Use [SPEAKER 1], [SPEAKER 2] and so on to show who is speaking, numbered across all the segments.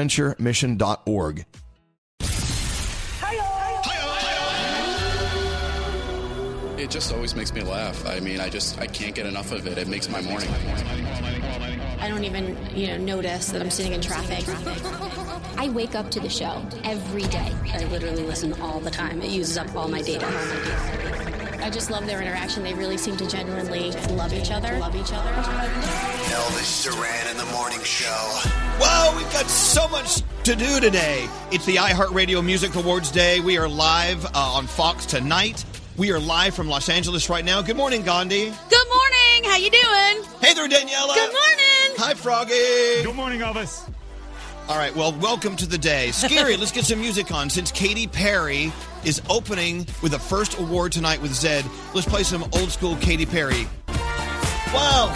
[SPEAKER 1] adventuremission.org.
[SPEAKER 2] It just always makes me laugh. I mean, I just I can't get enough of it. It makes my morning.
[SPEAKER 3] I don't even, you know, notice that I'm sitting in traffic. I wake up to the show every day. I literally listen all the time. It uses up all my data. I just love their interaction. They really seem to genuinely love each other. Love each other.
[SPEAKER 4] Elvis Duran in the morning show.
[SPEAKER 1] Whoa, we've got so much to do today. It's the iHeartRadio Music Awards Day. We are live uh, on Fox tonight. We are live from Los Angeles right now. Good morning, Gandhi.
[SPEAKER 5] Good morning. How you doing?
[SPEAKER 1] Hey there, Daniela.
[SPEAKER 5] Good morning.
[SPEAKER 1] Hi, Froggy.
[SPEAKER 6] Good morning, Elvis.
[SPEAKER 1] All right, well, welcome to the day. Scary, let's get some music on. Since Katy Perry is opening with the first award tonight with Zed, let's play some old school Katy Perry. Wow.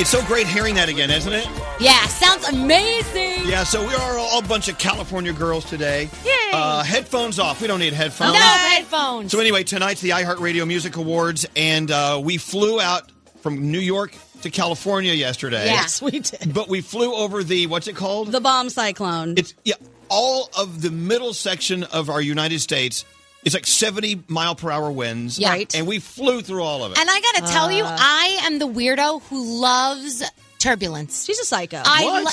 [SPEAKER 1] It's so great hearing that again, isn't it?
[SPEAKER 7] Yeah, sounds amazing.
[SPEAKER 1] Yeah, so we are all a bunch of California girls today.
[SPEAKER 7] Yay.
[SPEAKER 1] Uh, headphones off. We don't need headphones.
[SPEAKER 7] No headphones.
[SPEAKER 1] So anyway, tonight's the iHeartRadio Music Awards, and uh, we flew out from New York to California yesterday.
[SPEAKER 7] Yes, we did.
[SPEAKER 1] But we flew over the what's it called?
[SPEAKER 5] The bomb cyclone.
[SPEAKER 1] It's yeah, all of the middle section of our United States. It's like 70 mile per hour winds.
[SPEAKER 7] Yeah. Right.
[SPEAKER 1] And we flew through all of it. Uh,
[SPEAKER 7] And I got to tell you,
[SPEAKER 5] Uh.
[SPEAKER 7] I am the weirdo who loves turbulence.
[SPEAKER 5] She's a psycho.
[SPEAKER 7] I
[SPEAKER 1] What?
[SPEAKER 7] lo-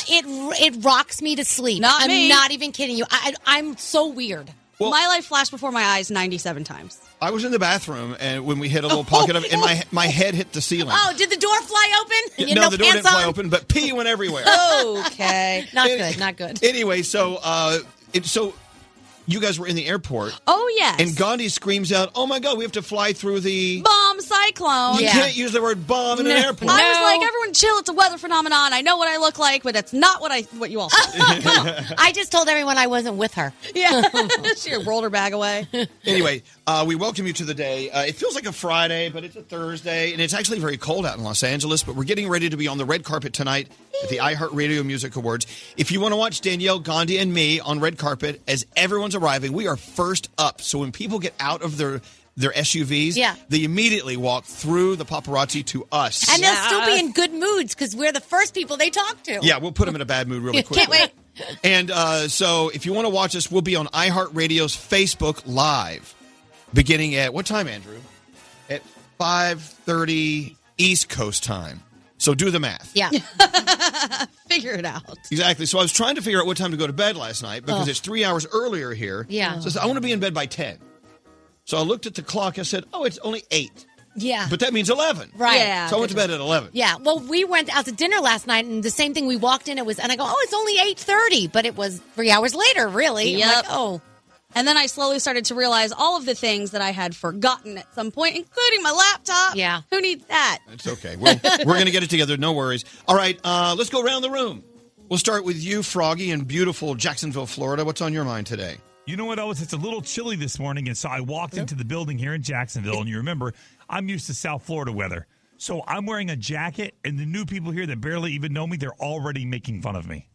[SPEAKER 7] it it rocks me to sleep.
[SPEAKER 5] Not
[SPEAKER 7] I'm
[SPEAKER 5] me.
[SPEAKER 7] not even kidding you. I, I- I'm so weird.
[SPEAKER 1] Well-
[SPEAKER 5] my life flashed before my eyes 97 times.
[SPEAKER 1] I was in the bathroom and when we hit a little pocket of and my my head hit the ceiling.
[SPEAKER 7] Oh, did the door fly open? You
[SPEAKER 1] no,
[SPEAKER 7] know,
[SPEAKER 1] the door
[SPEAKER 7] pants
[SPEAKER 1] didn't fly
[SPEAKER 7] on?
[SPEAKER 1] open, but pee went everywhere.
[SPEAKER 5] Okay.
[SPEAKER 7] Not good. Not good.
[SPEAKER 1] anyway, so uh, it, so you guys were in the airport,
[SPEAKER 5] oh yes.
[SPEAKER 1] and Gandhi screams out, "Oh my God, we have to fly through the."
[SPEAKER 5] bomb cyclone.
[SPEAKER 1] You
[SPEAKER 7] Yeah.
[SPEAKER 1] can't use the word bomb in an airport.
[SPEAKER 5] I was
[SPEAKER 7] No.
[SPEAKER 5] like, everyone chill. It's a weather phenomenon. I know what I look like, but that's not what I what you all. see.
[SPEAKER 7] I just told everyone I wasn't with her.
[SPEAKER 5] yeah, she rolled her bag away.
[SPEAKER 1] Anyway, uh, we welcome you to the day. Uh, it feels like a Friday, but it's a Thursday, and it's actually very cold out in Los Angeles. But we're getting ready to be on the red carpet tonight at the iHeartRadio Music Awards. If you want to watch Danielle, Gandhi, and me on red carpet as everyone's arriving, we are first up. So when people get out of their their SUVs.
[SPEAKER 8] Yeah.
[SPEAKER 1] They immediately walk through the paparazzi to us.
[SPEAKER 8] And they'll still be in good moods because we're the first people they talk to.
[SPEAKER 1] Yeah, we'll put them in a bad mood really quick.
[SPEAKER 8] Can't wait.
[SPEAKER 1] And uh, so, if you want to watch us, we'll be on iHeartRadio's Facebook Live, beginning at what time, Andrew? At five thirty East Coast time. So do the math.
[SPEAKER 8] Yeah. Figure it out.
[SPEAKER 1] Exactly. So I was trying to figure out what time to go to bed last night because
[SPEAKER 8] Ugh.
[SPEAKER 1] it's three hours earlier here.
[SPEAKER 8] Oh. Yeah.
[SPEAKER 1] So I, said, I want to be in bed by ten. So I looked at the clock. I said, "Oh, it's only eight,
[SPEAKER 8] Yeah.
[SPEAKER 1] but that means 11.
[SPEAKER 8] Ah. Right. Yeah,
[SPEAKER 1] so I went to bed at eleven.
[SPEAKER 8] yeah. Well, we went out to dinner last night, and the same thing. We walked in, it was, and I go, "Oh, it's only 8.30, but it was three hours later. Really? I'm
[SPEAKER 5] Yep.
[SPEAKER 8] like, oh,
[SPEAKER 5] And then I slowly started to realize all of the things that I had forgotten at some point, including my laptop.
[SPEAKER 8] Yeah.
[SPEAKER 5] Who needs that?
[SPEAKER 1] It's okay. Well, we're going to get it together. No worries. All right. Uh, let's go around the room. We'll start with you, Froggy, in beautiful Jacksonville, Florida. What's on your mind today?
[SPEAKER 9] You know what, Elvis? It's a little chilly this morning, and so I walked into the building here in Jacksonville, and you remember I'm used to South Florida weather. So I'm wearing a jacket, and the new people here that barely even know me, they're already making fun of me.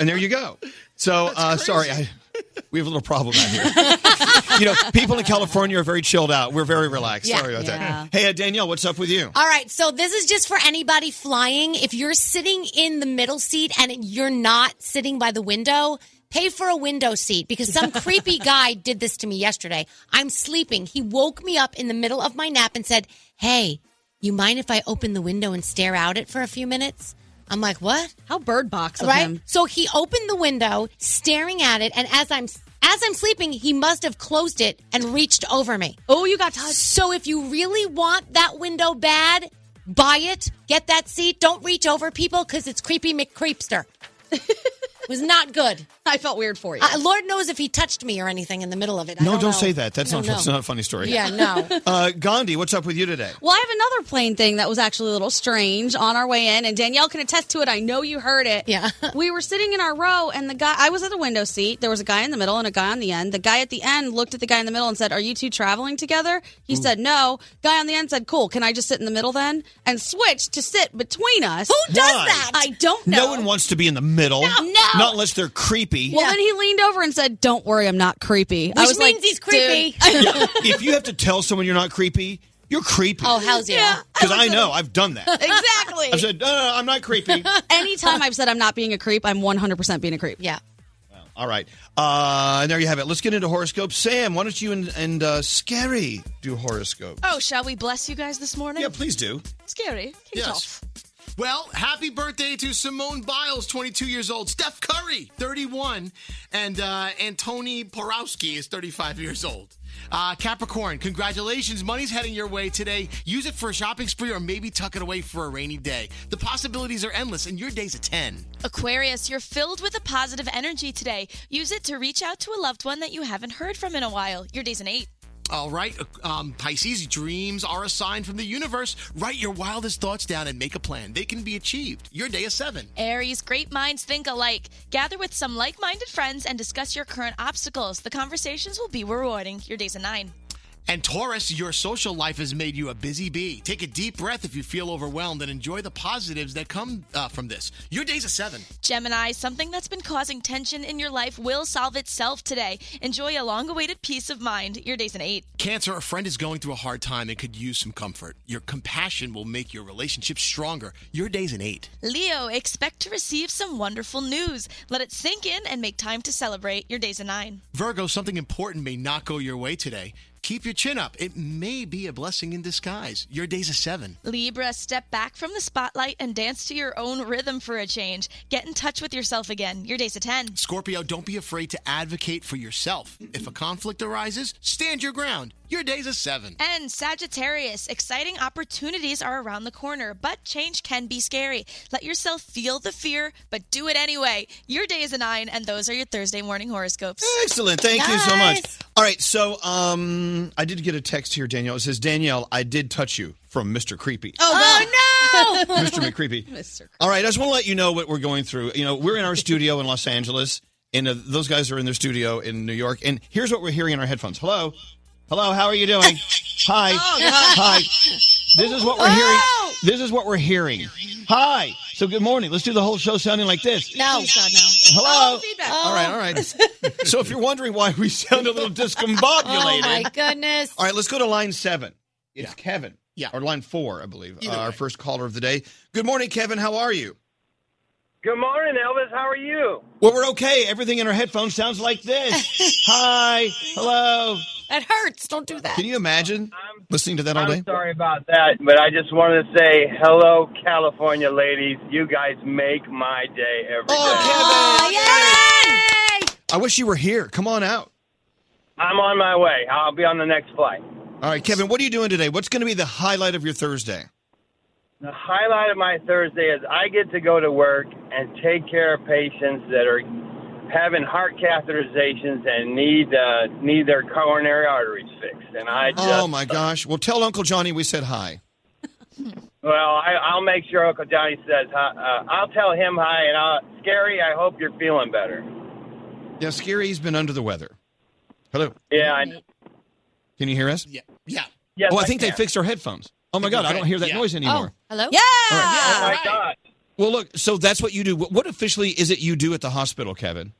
[SPEAKER 1] And there you go. So, uh, sorry, I, we have a little problem out here. you know, people in California are very chilled out. We're very relaxed.
[SPEAKER 8] Yeah.
[SPEAKER 1] Sorry about
[SPEAKER 5] Yeah.
[SPEAKER 1] that. Hey, uh, Danielle, what's up with you?
[SPEAKER 8] All right, so this is just for anybody flying. If you're sitting in the middle seat and you're not sitting by the window, pay for a window seat because some creepy guy did this to me yesterday. I'm sleeping. He woke me up in the middle of my nap and said, Hey, you mind if I open the window and stare out it for a few minutes? I'm like, What?
[SPEAKER 5] How bird box of
[SPEAKER 8] right?
[SPEAKER 5] him.
[SPEAKER 8] So he opened the window, staring at it, and as I'm as I'm sleeping, he must have closed it and reached over me.
[SPEAKER 5] Oh, you got touched.
[SPEAKER 8] So if you really want that window bad, buy it, get that seat. Don't reach over people because it's creepy McCreepster. was not good.
[SPEAKER 5] I felt weird for you.
[SPEAKER 8] Uh, Lord knows if he touched me or anything in the middle of it. I
[SPEAKER 1] No,
[SPEAKER 8] don't,
[SPEAKER 1] don't
[SPEAKER 8] know.
[SPEAKER 1] say that. That's
[SPEAKER 8] No,
[SPEAKER 1] not.
[SPEAKER 8] no.
[SPEAKER 1] That's not a funny story.
[SPEAKER 8] Yeah, no.
[SPEAKER 1] Uh, Gandhi, what's up with you today?
[SPEAKER 5] well, I have another plane thing that was actually a little strange on our way in, and Danielle can attest to it. I know you heard it.
[SPEAKER 8] Yeah.
[SPEAKER 5] we were sitting in our row, and the guy, I was at the window seat. There was a guy in the middle and a guy on the end. The guy at the end looked at the guy in the middle and said, Are you two traveling together? He said, No. Guy on the end said, Cool. Can I just sit in the middle then? And switched to sit between us.
[SPEAKER 8] Who does
[SPEAKER 1] Why?
[SPEAKER 8] that?
[SPEAKER 5] I don't know.
[SPEAKER 1] No one wants to be in the middle.
[SPEAKER 8] No. No.
[SPEAKER 1] Not unless they're creepy.
[SPEAKER 5] Well, then he leaned over and said, "Don't worry, I'm not creepy." I
[SPEAKER 8] Which
[SPEAKER 5] was
[SPEAKER 8] means
[SPEAKER 5] like,
[SPEAKER 8] he's creepy.
[SPEAKER 5] "Dude."
[SPEAKER 1] Yeah, if you have to tell someone you're not creepy, you're creepy.
[SPEAKER 8] oh, hell's yeah.
[SPEAKER 5] Yeah.
[SPEAKER 1] Because I know I've done that. I've
[SPEAKER 5] exactly.
[SPEAKER 1] said, no, no, no, I'm not creepy.
[SPEAKER 5] Anytime I've said I'm not being a creep, I'm 100 percent being a creep.
[SPEAKER 8] Yeah.
[SPEAKER 1] All right. Uh, and there you have it. Let's get into horoscopes. Sam, why don't you and, and uh, Scary do horoscope?
[SPEAKER 10] Oh, shall we bless you guys this morning?
[SPEAKER 1] Yeah, please do.
[SPEAKER 10] Scary. Kick it
[SPEAKER 11] Yes.
[SPEAKER 10] off.
[SPEAKER 11] Well, happy birthday to Simone Biles, 22 years old. Steph Curry, 31. And uh, Antoni Porowski is 35 years old. Uh, Capricorn, congratulations. Money's heading your way today. Use it for a shopping spree or maybe tuck it away for a rainy day. The possibilities are endless, and your day's a 10.
[SPEAKER 10] Aquarius, you're filled with a positive energy today. Use it to reach out to a loved one that you haven't heard from in a while. Your day's an eight.
[SPEAKER 11] All right, um, Pisces, dreams are a sign from the universe. Write your wildest thoughts down and make a plan. They can be achieved. Your day is 7.
[SPEAKER 10] Aries, great minds think alike. Gather with some like minded friends and discuss your current obstacles. The conversations will be rewarding. Your day's a nine.
[SPEAKER 11] And Taurus, your social life has made you a busy bee. Take a deep breath if you feel overwhelmed and enjoy the positives that come uh, from this. Your day's a seven.
[SPEAKER 10] Gemini, something that's been causing tension in your life will solve itself today. Enjoy a long awaited peace of mind. Your day's an eight.
[SPEAKER 11] Cancer, a friend is going through a hard time and could use some comfort. Your compassion will make your relationship stronger. Your day's an eight.
[SPEAKER 10] Leo, expect to receive some wonderful news. Let it sink in and make time to celebrate. Your day's a nine.
[SPEAKER 11] Virgo, something important may not go your way today. Keep your chin up. It may be a blessing in disguise. Your day's a seven.
[SPEAKER 10] Libra, step back from the spotlight and dance to your own rhythm for a change. Get in touch with yourself again. Your day's a 10.
[SPEAKER 11] Scorpio, don't be afraid to advocate for yourself. If a conflict arises, stand your ground. Your day's a seven.
[SPEAKER 10] And Sagittarius, exciting opportunities are around the corner, but change can be scary. Let yourself feel the fear, but do it anyway. Your day is a 9, and those are your Thursday morning horoscopes.
[SPEAKER 1] Excellent. Thank you so much.
[SPEAKER 8] Nice.
[SPEAKER 1] All right. So um, I did get a text here, Danielle. It says, Danielle, I did touch you from Mr. Creepy.
[SPEAKER 8] Oh, no.
[SPEAKER 1] Mr. McCreepy. Mr. All right, I just want to let you know what we're going through. You know, we're in our studio in Los Angeles, and uh, those guys are in their studio in New York. And here's what we're hearing in our headphones.
[SPEAKER 8] Oh,
[SPEAKER 1] Hello, hello, how are you doing? Hi, hi. This is what we're hearing. This is what we're hearing. Hi. So good morning. Let's do the whole show sounding like this.
[SPEAKER 8] No.
[SPEAKER 1] Hello.
[SPEAKER 8] Oh, feedback.
[SPEAKER 1] All right, all right. so if you're wondering why we sound a little discombobulated,
[SPEAKER 8] Oh my goodness.
[SPEAKER 1] all right, let's go to line seven. It's Kevin. Yeah. Or line four, I believe. Uh, our first caller of the day. Good morning, Kevin. How are you?
[SPEAKER 12] Good morning, Elvis. How are you?
[SPEAKER 1] Well, we're okay. Everything in our headphones sounds like this. Hi. Hello.
[SPEAKER 8] That hurts. Don't do that.
[SPEAKER 1] Can you imagine listening to that all day?
[SPEAKER 12] I'm sorry about that, but I just wanted to say hello, California ladies. You guys make my day every day.
[SPEAKER 1] Oh,
[SPEAKER 13] Oh,
[SPEAKER 3] I wish you were here. Come on out.
[SPEAKER 12] I'm on my way. I'll be on the next flight.
[SPEAKER 1] All right, Kevin, what are you doing today? What's going to be the highlight of your Thursday?
[SPEAKER 12] The highlight of my Thursday is I get to go to work and take care of patients that are having heart catheterizations and need uh, need their coronary arteries fixed. And I just
[SPEAKER 1] Oh my gosh. Well, tell Uncle Johnny we said hi.
[SPEAKER 12] Well, I, I'll make sure Uncle Johnny says hi. Uh, I'll tell him hi, and I'll, Scary, I hope you're feeling better.
[SPEAKER 1] Yeah, Scary's been under the weather. Hello.
[SPEAKER 12] Yeah,
[SPEAKER 1] Oh,
[SPEAKER 12] I,
[SPEAKER 1] Can you hear us? Yeah.
[SPEAKER 11] Yeah.
[SPEAKER 12] Yes,
[SPEAKER 1] oh, I
[SPEAKER 12] I
[SPEAKER 1] think
[SPEAKER 12] can.
[SPEAKER 1] they fixed our headphones. Oh my God, I don't hear that
[SPEAKER 11] Yeah.
[SPEAKER 1] noise anymore.
[SPEAKER 8] Hello?
[SPEAKER 5] Yeah.
[SPEAKER 12] Oh my God!
[SPEAKER 1] Well, look, so that's what you do. What what officially is it you do at the hospital, Kevin?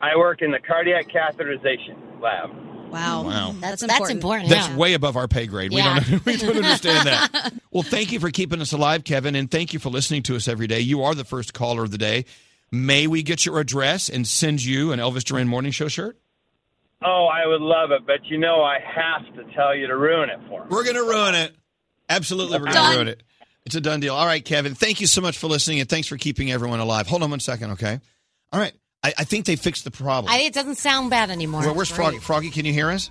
[SPEAKER 12] I work in the cardiac catheterization lab.
[SPEAKER 5] Wow.
[SPEAKER 1] Wow.
[SPEAKER 5] That's,
[SPEAKER 8] That's
[SPEAKER 5] important.
[SPEAKER 8] important.
[SPEAKER 1] That's
[SPEAKER 8] yeah.
[SPEAKER 1] way above our pay grade.
[SPEAKER 8] Yeah.
[SPEAKER 1] We, don't, we don't understand that. Well, thank you for keeping us alive, Kevin, and thank you for listening to us every day. You are the first caller of the day. May we get your address and send you an Elvis Duran Morning Show shirt?
[SPEAKER 12] Oh, I would love it, but you know I have to tell you to ruin it for me.
[SPEAKER 1] We're going to ruin it. Absolutely, we're going to
[SPEAKER 8] Done.
[SPEAKER 1] ruin it. It's a done deal. All right, Kevin, thank you so much for listening, and thanks for keeping everyone alive. Hold on one second, okay? All right. I, I think they fixed the problem.
[SPEAKER 8] I, it doesn't sound bad anymore.
[SPEAKER 1] Well, where's Froggy? Froggy, can you hear us?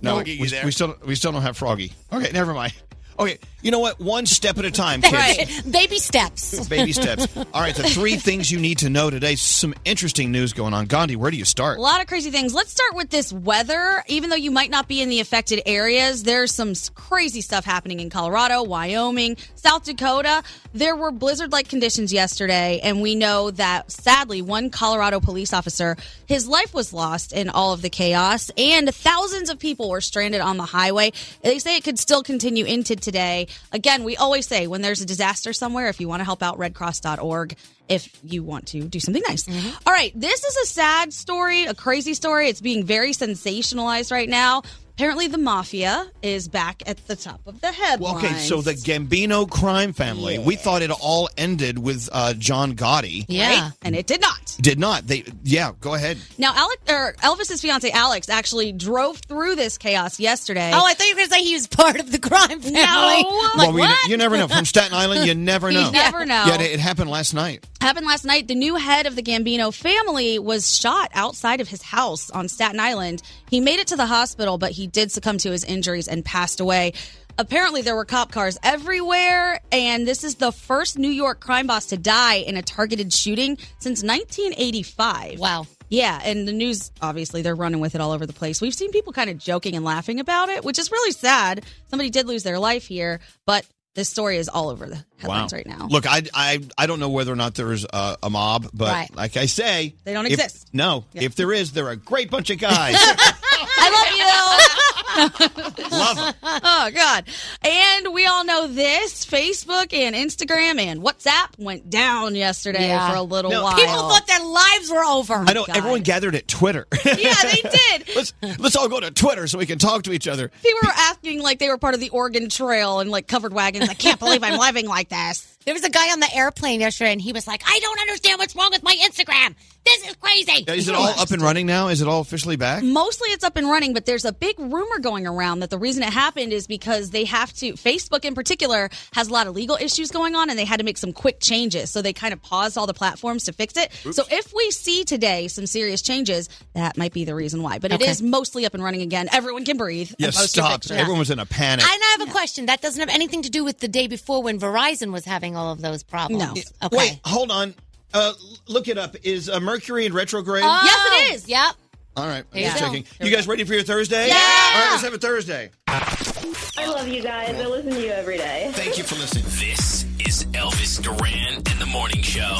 [SPEAKER 1] No,
[SPEAKER 11] Froggy, you
[SPEAKER 1] we,
[SPEAKER 11] there?
[SPEAKER 1] we still we still don't have Froggy. Okay, never mind. Okay, you know what? One step at a time, kids.
[SPEAKER 8] Baby steps.
[SPEAKER 1] Baby steps. All right, the three things you need to know today. Some interesting news going on. Gandhi, where do you start?
[SPEAKER 5] A lot of crazy things. Let's start with this weather. Even though you might not be in the affected areas, there's some s- crazy stuff happening in Colorado, Wyoming, South Dakota. There were blizzard like conditions yesterday, and we know that sadly, one Colorado police officer, his life was lost in all of the chaos, and thousands of people were stranded on the highway. They say it could still continue into today. Again, we always say when there's a disaster somewhere, if you want to help out, redcross.org if you want to do something nice.
[SPEAKER 1] Mm-hmm.
[SPEAKER 5] All right, this is a sad story, a crazy story. It's being very sensationalized right now. Apparently, the mafia is back at the top of the headlines.
[SPEAKER 1] Well, okay, so the Gambino crime family. We thought it all ended with uh, John Gotti.
[SPEAKER 8] Yeah.
[SPEAKER 5] and it did not.
[SPEAKER 1] Did not. They yeah, go ahead.
[SPEAKER 5] Now, Alec, or Elvis's fiance Alex actually drove through this chaos yesterday.
[SPEAKER 8] Oh, I thought you were going to say he was part of the crime family. I'm like,
[SPEAKER 1] well, we-
[SPEAKER 8] what?
[SPEAKER 1] you never know. From Staten Island, you never know.
[SPEAKER 5] never know.
[SPEAKER 1] Yeah, it happened last night.
[SPEAKER 5] happened last night. The new head of the Gambino family was shot outside of his house on Staten Island. He made it to the hospital, but he did succumb to his injuries and passed away. Apparently, there were cop cars everywhere, and this is the first New York crime boss to die in a targeted shooting since 1985.
[SPEAKER 8] Wow.
[SPEAKER 5] Yeah, and the news, obviously, they're running with it all over the place. We've seen people kind of joking and laughing about it, which is really sad. Somebody did lose their life here, but this story is all over the headlines right now.
[SPEAKER 1] Look, I, I I don't know whether or not there's a, a mob, but
[SPEAKER 8] Right.
[SPEAKER 1] like I say,
[SPEAKER 5] They don't
[SPEAKER 1] if-
[SPEAKER 5] exist.
[SPEAKER 1] No, if there is, they're a great bunch of guys.
[SPEAKER 5] I love you.
[SPEAKER 1] Love 'em.
[SPEAKER 5] Oh God! And we all know this: Facebook and Instagram and WhatsApp went down yesterday
[SPEAKER 8] Yeah.
[SPEAKER 5] for a little
[SPEAKER 1] No,
[SPEAKER 5] while.
[SPEAKER 8] People thought their lives were over.
[SPEAKER 1] I know everyone gathered at Twitter.
[SPEAKER 5] yeah, they did.
[SPEAKER 1] let's let's all go to Twitter so we can talk to each other.
[SPEAKER 5] People were asking like they were part of the Oregon Trail and like covered wagons. I can't believe I'm living like this.
[SPEAKER 8] There was a guy on the airplane yesterday, and he was like, I don't understand what's wrong with my Instagram. This is crazy.
[SPEAKER 1] Is it all up and running now? Is it all officially back?
[SPEAKER 5] Mostly it's up and running, but there's a big rumor going around that the reason it happened is because they have to. Facebook in particular has a lot of legal issues going on, and they had to make some quick changes. So they kind of paused all the platforms to fix it. So if we see today some serious changes, that might be the reason why. But it
[SPEAKER 8] Okay.
[SPEAKER 5] is mostly up and running again. Everyone can breathe. and
[SPEAKER 1] Yes,
[SPEAKER 5] post your
[SPEAKER 1] stop.
[SPEAKER 5] picture.
[SPEAKER 1] Everyone was in a panic.
[SPEAKER 8] And I have a question. That doesn't have anything to do with the day before when Verizon was having all of those problems.
[SPEAKER 5] No.
[SPEAKER 8] Okay.
[SPEAKER 1] Wait, hold on. Uh, l- look it up. Is uh, Mercury in retrograde?
[SPEAKER 8] Oh,
[SPEAKER 5] Yes, it is.
[SPEAKER 8] Yep.
[SPEAKER 1] All right,
[SPEAKER 8] you
[SPEAKER 1] just
[SPEAKER 8] go.
[SPEAKER 1] checking.
[SPEAKER 8] Here
[SPEAKER 1] You
[SPEAKER 8] we
[SPEAKER 1] guys ready for your Thursday?
[SPEAKER 8] Yeah!
[SPEAKER 1] All right, let's have a Thursday.
[SPEAKER 4] I love you guys. I listen to you every day.
[SPEAKER 1] Thank you for listening.
[SPEAKER 14] This is
[SPEAKER 4] is Elvis Duran and the Morning Show.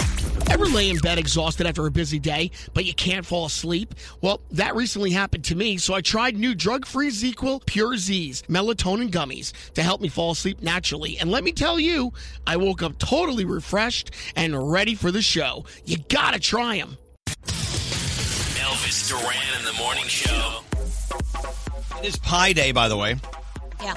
[SPEAKER 15] Ever lay in bed exhausted after a busy day, but you can't fall asleep? Well, that recently happened to me, so I tried new drug free ZQL Pure Z's melatonin gummies to help me fall asleep naturally. And let me tell you, I woke up totally refreshed and ready for the show. You gotta try them.
[SPEAKER 4] Elvis Duran and the Morning Show.
[SPEAKER 1] It is Pi Day, by the way.
[SPEAKER 4] Yeah.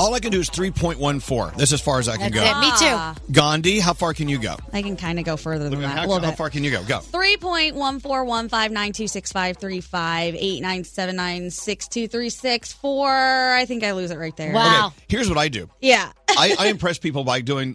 [SPEAKER 1] All I can do is 3.14. That's as far as I can
[SPEAKER 5] That's
[SPEAKER 1] go.
[SPEAKER 5] it. Me too. Ah.
[SPEAKER 1] Gandhi, how far can you go?
[SPEAKER 5] I can kind of go further than that
[SPEAKER 1] How,
[SPEAKER 5] a little
[SPEAKER 1] how
[SPEAKER 5] bit.
[SPEAKER 1] far can you go? Go.
[SPEAKER 5] Three point one four one five nine two six five three five eight nine seven nine six two three six four. I think I lose it right there.
[SPEAKER 1] Okay, here's what I do.
[SPEAKER 5] Yeah.
[SPEAKER 1] I, I impress people by doing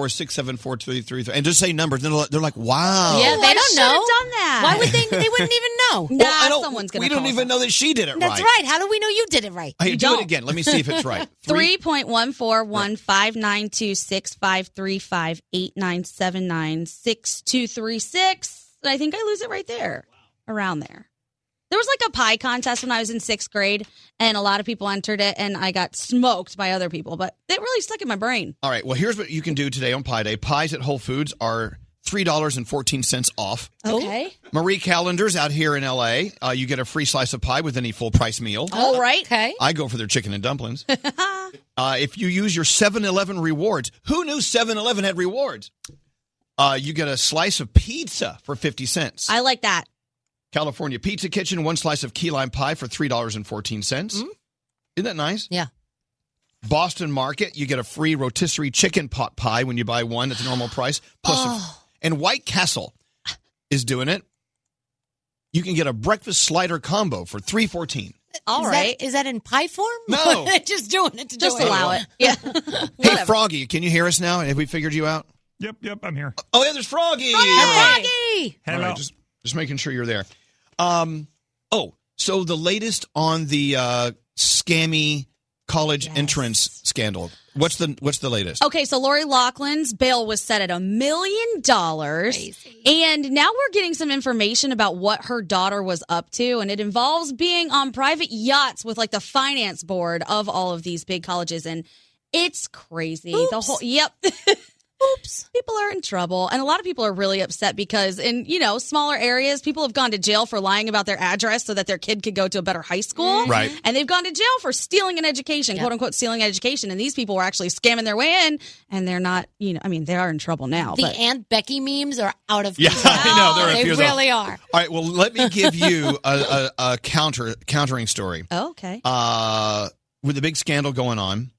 [SPEAKER 1] 3.14674333 and just say numbers. Then they're like, wow.
[SPEAKER 8] Yeah, they
[SPEAKER 5] I
[SPEAKER 8] don't
[SPEAKER 5] Oh, should've
[SPEAKER 8] know.
[SPEAKER 5] done that.
[SPEAKER 8] Why would they? They wouldn't even know.
[SPEAKER 5] Nah, Well, I don't- someone's
[SPEAKER 1] we don't even know that she did it
[SPEAKER 8] That's right. How do we know you did it right?
[SPEAKER 1] Hey, do it again. Let me see if it's right.
[SPEAKER 5] Three point one four one five nine two six five three five eight nine seven nine six two three six. I think I lose it right there, around there. There was like a pie contest when I was in sixth grade, and a lot of people entered it, and I got smoked by other people, but it really stuck in my brain.
[SPEAKER 1] All right. Well, here's what you can do today on Pi Day. Pies at Whole Foods are $3.14 off.
[SPEAKER 5] Okay.
[SPEAKER 1] Marie Callender's out here in LA. Uh, you get a free slice of pie with any full price meal.
[SPEAKER 5] All right.
[SPEAKER 8] Okay.
[SPEAKER 1] I go for their chicken and dumplings. uh, if you use your 7 Eleven rewards, who knew 7 Eleven had rewards? Uh, you get a slice of pizza for 50 cents.
[SPEAKER 5] I like that.
[SPEAKER 1] California Pizza Kitchen, one slice of key lime pie for $3.14. cents Isn't that nice?
[SPEAKER 8] Yeah.
[SPEAKER 1] Boston Market, you get a free rotisserie chicken pot pie when you buy one at the normal price. Plus a-
[SPEAKER 8] Oh.
[SPEAKER 1] and White Castle is doing it. You can get a breakfast slider combo for 314
[SPEAKER 8] All right. Is that in pie form?
[SPEAKER 1] No.
[SPEAKER 8] just doing it to
[SPEAKER 5] Just
[SPEAKER 8] do it.
[SPEAKER 5] allow it. Yeah.
[SPEAKER 1] Hey, Froggy, can you hear us now? Have we figured you out?
[SPEAKER 9] Yep, yep, I'm here.
[SPEAKER 1] Oh, yeah, there's Froggy.
[SPEAKER 8] Froggy.
[SPEAKER 1] All right, just, just making sure you're there. Um, oh, so the latest on the uh, scammy college entrance scandal. What's the What's the latest?
[SPEAKER 5] Okay, so Lori Loughlin's bail was set at a million dollars. And now we're getting some information about what her daughter was up to. And it involves being on private yachts with like the finance board of all of these big colleges. And it's crazy. The whole, yep. Oops. People are in trouble. And a lot of people are really upset because in, you know, smaller areas, people have gone to jail for lying about their address so that their kid could go to a better high
[SPEAKER 8] Mm-hmm.
[SPEAKER 5] school.
[SPEAKER 16] Right.
[SPEAKER 5] And they've gone to jail for stealing an education, quote unquote, stealing an education. And these people were actually scamming their way in and they're not, you know, I mean, they are in trouble now.
[SPEAKER 8] The
[SPEAKER 5] but
[SPEAKER 8] Aunt Becky memes are out of
[SPEAKER 1] Yeah,
[SPEAKER 8] control.
[SPEAKER 1] I know, there are a
[SPEAKER 8] they
[SPEAKER 1] few of them.
[SPEAKER 8] really are.
[SPEAKER 1] All right, well, let me give you a, a, a counter countering story.
[SPEAKER 5] Oh, okay.
[SPEAKER 1] Uh, with the big scandal going on,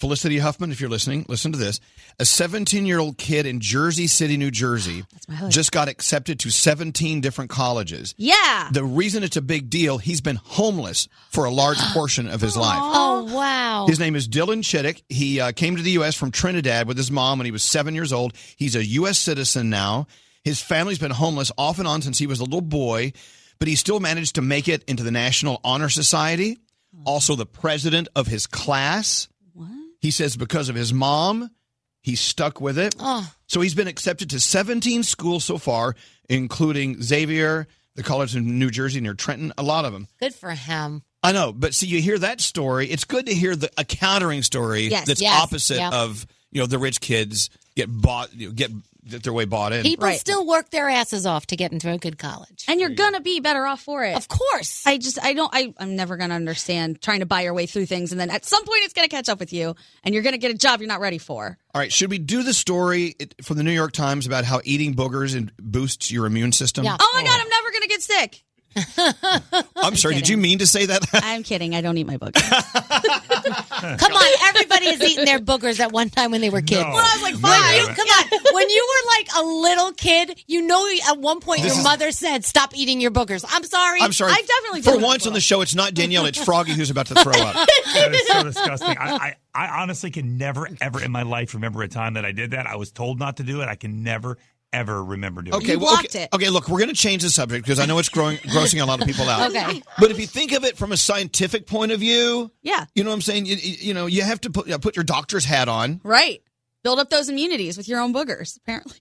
[SPEAKER 1] Felicity Huffman, if you're listening, listen to this. A 17 year old kid in Jersey City, New Jersey,
[SPEAKER 5] my hood.
[SPEAKER 1] just got accepted to 17 different colleges.
[SPEAKER 5] Yeah.
[SPEAKER 1] The reason it's a big deal, he's been homeless for a large portion of his life.
[SPEAKER 8] Oh, wow.
[SPEAKER 1] His name is Dylan Chittick. He uh, came to the U.S. from Trinidad with his mom when he was seven years old. He's a U.S. citizen now. His family's been homeless off and on since he was a little boy, but he still managed to make it into the National Honor Society, also the president of his class. He says because of his mom, he's stuck with it. So he's been accepted to 17 schools so far, including Xavier, the college in New Jersey near Trenton, a lot of them.
[SPEAKER 8] Good for him.
[SPEAKER 1] I know, but see, you hear that story. It's good to hear the a countering story
[SPEAKER 8] Yes.
[SPEAKER 1] that's
[SPEAKER 8] Yes.
[SPEAKER 1] opposite
[SPEAKER 8] Yeah.
[SPEAKER 1] of you know the rich kids get bought, you know, get get their way bought in.
[SPEAKER 8] People still work their asses off to get into a good college.
[SPEAKER 5] And you're gonna be better off for it. Of
[SPEAKER 8] course.
[SPEAKER 5] I just I don't I, I'm never gonna understand trying to buy your way through things and then at some point it's gonna catch up with you and you're gonna get a job you're not ready for.
[SPEAKER 1] All right, should we do the story it- from the New York Times about how eating boogers and boosts your immune system?
[SPEAKER 5] Oh my god, I'm never gonna get sick.
[SPEAKER 1] I'm, sorry. Did you mean to say that?
[SPEAKER 5] I'm kidding. I don't eat my boogers. e-,
[SPEAKER 8] Come on, everybody has eaten their boogers at one time when they were kids.
[SPEAKER 1] When I was,
[SPEAKER 8] like
[SPEAKER 1] five.
[SPEAKER 8] When you, come on, when you were like a little kid, you know at one point
[SPEAKER 1] This
[SPEAKER 8] your
[SPEAKER 1] is-
[SPEAKER 8] mother said, "Stop eating your boogers." I'm sorry.
[SPEAKER 1] I'm sorry.
[SPEAKER 8] I definitely
[SPEAKER 1] for once on the show, it's not Danielle, it's Froggy who's about to throw up.
[SPEAKER 9] That is so disgusting. I, I, I honestly can never, ever in my life remember a time that I did that. I was told not to do it. I can never, ever remember doing it.
[SPEAKER 1] Okay, well, okay, Okay, look, we're going to change the subject because I know it's growing, grossing a lot of people out.
[SPEAKER 9] Okay.
[SPEAKER 1] But if you think of it from a scientific point of view,
[SPEAKER 5] yeah,
[SPEAKER 1] you know what I'm saying. You, you you know, you have to put uh, put your doctor's hat on.
[SPEAKER 5] Right. Build up those immunities with your own boogers, apparently.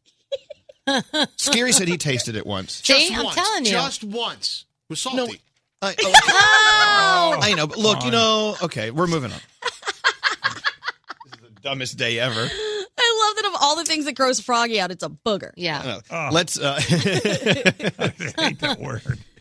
[SPEAKER 1] Scary said he tasted it once.
[SPEAKER 5] See, I'm telling you.
[SPEAKER 11] Just once. With salty.
[SPEAKER 1] I,
[SPEAKER 5] oh,
[SPEAKER 1] I know, but look, you know. Okay, we're moving on. this is the dumbest day ever.
[SPEAKER 5] all the things that gross Froggy out, it's a booger.
[SPEAKER 8] Yeah.
[SPEAKER 5] Oh.
[SPEAKER 1] Let's uh,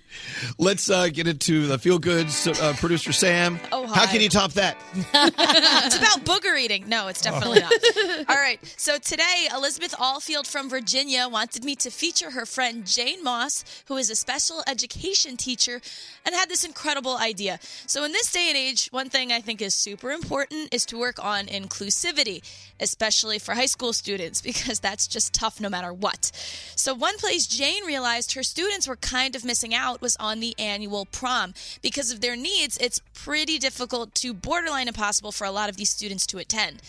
[SPEAKER 1] Let's uh, get into the feel goods. Uh, Producer Sam,
[SPEAKER 10] Oh,
[SPEAKER 1] how
[SPEAKER 10] hi.
[SPEAKER 1] can you top that?
[SPEAKER 10] it's about booger eating. No, it's definitely not. All right. So today, Elizabeth Allfield from Virginia wanted me to feature her friend Jane Moss, who is a special education teacher and had this incredible idea. So, in this day and age, one thing I think is super important is to work on inclusivity, especially for high school students, because that's just tough no matter what. So, one place Jane realized her students were kind of missing out was on the annual prom. Because of their needs, it's pretty difficult to borderline impossible for a lot of these students to attend.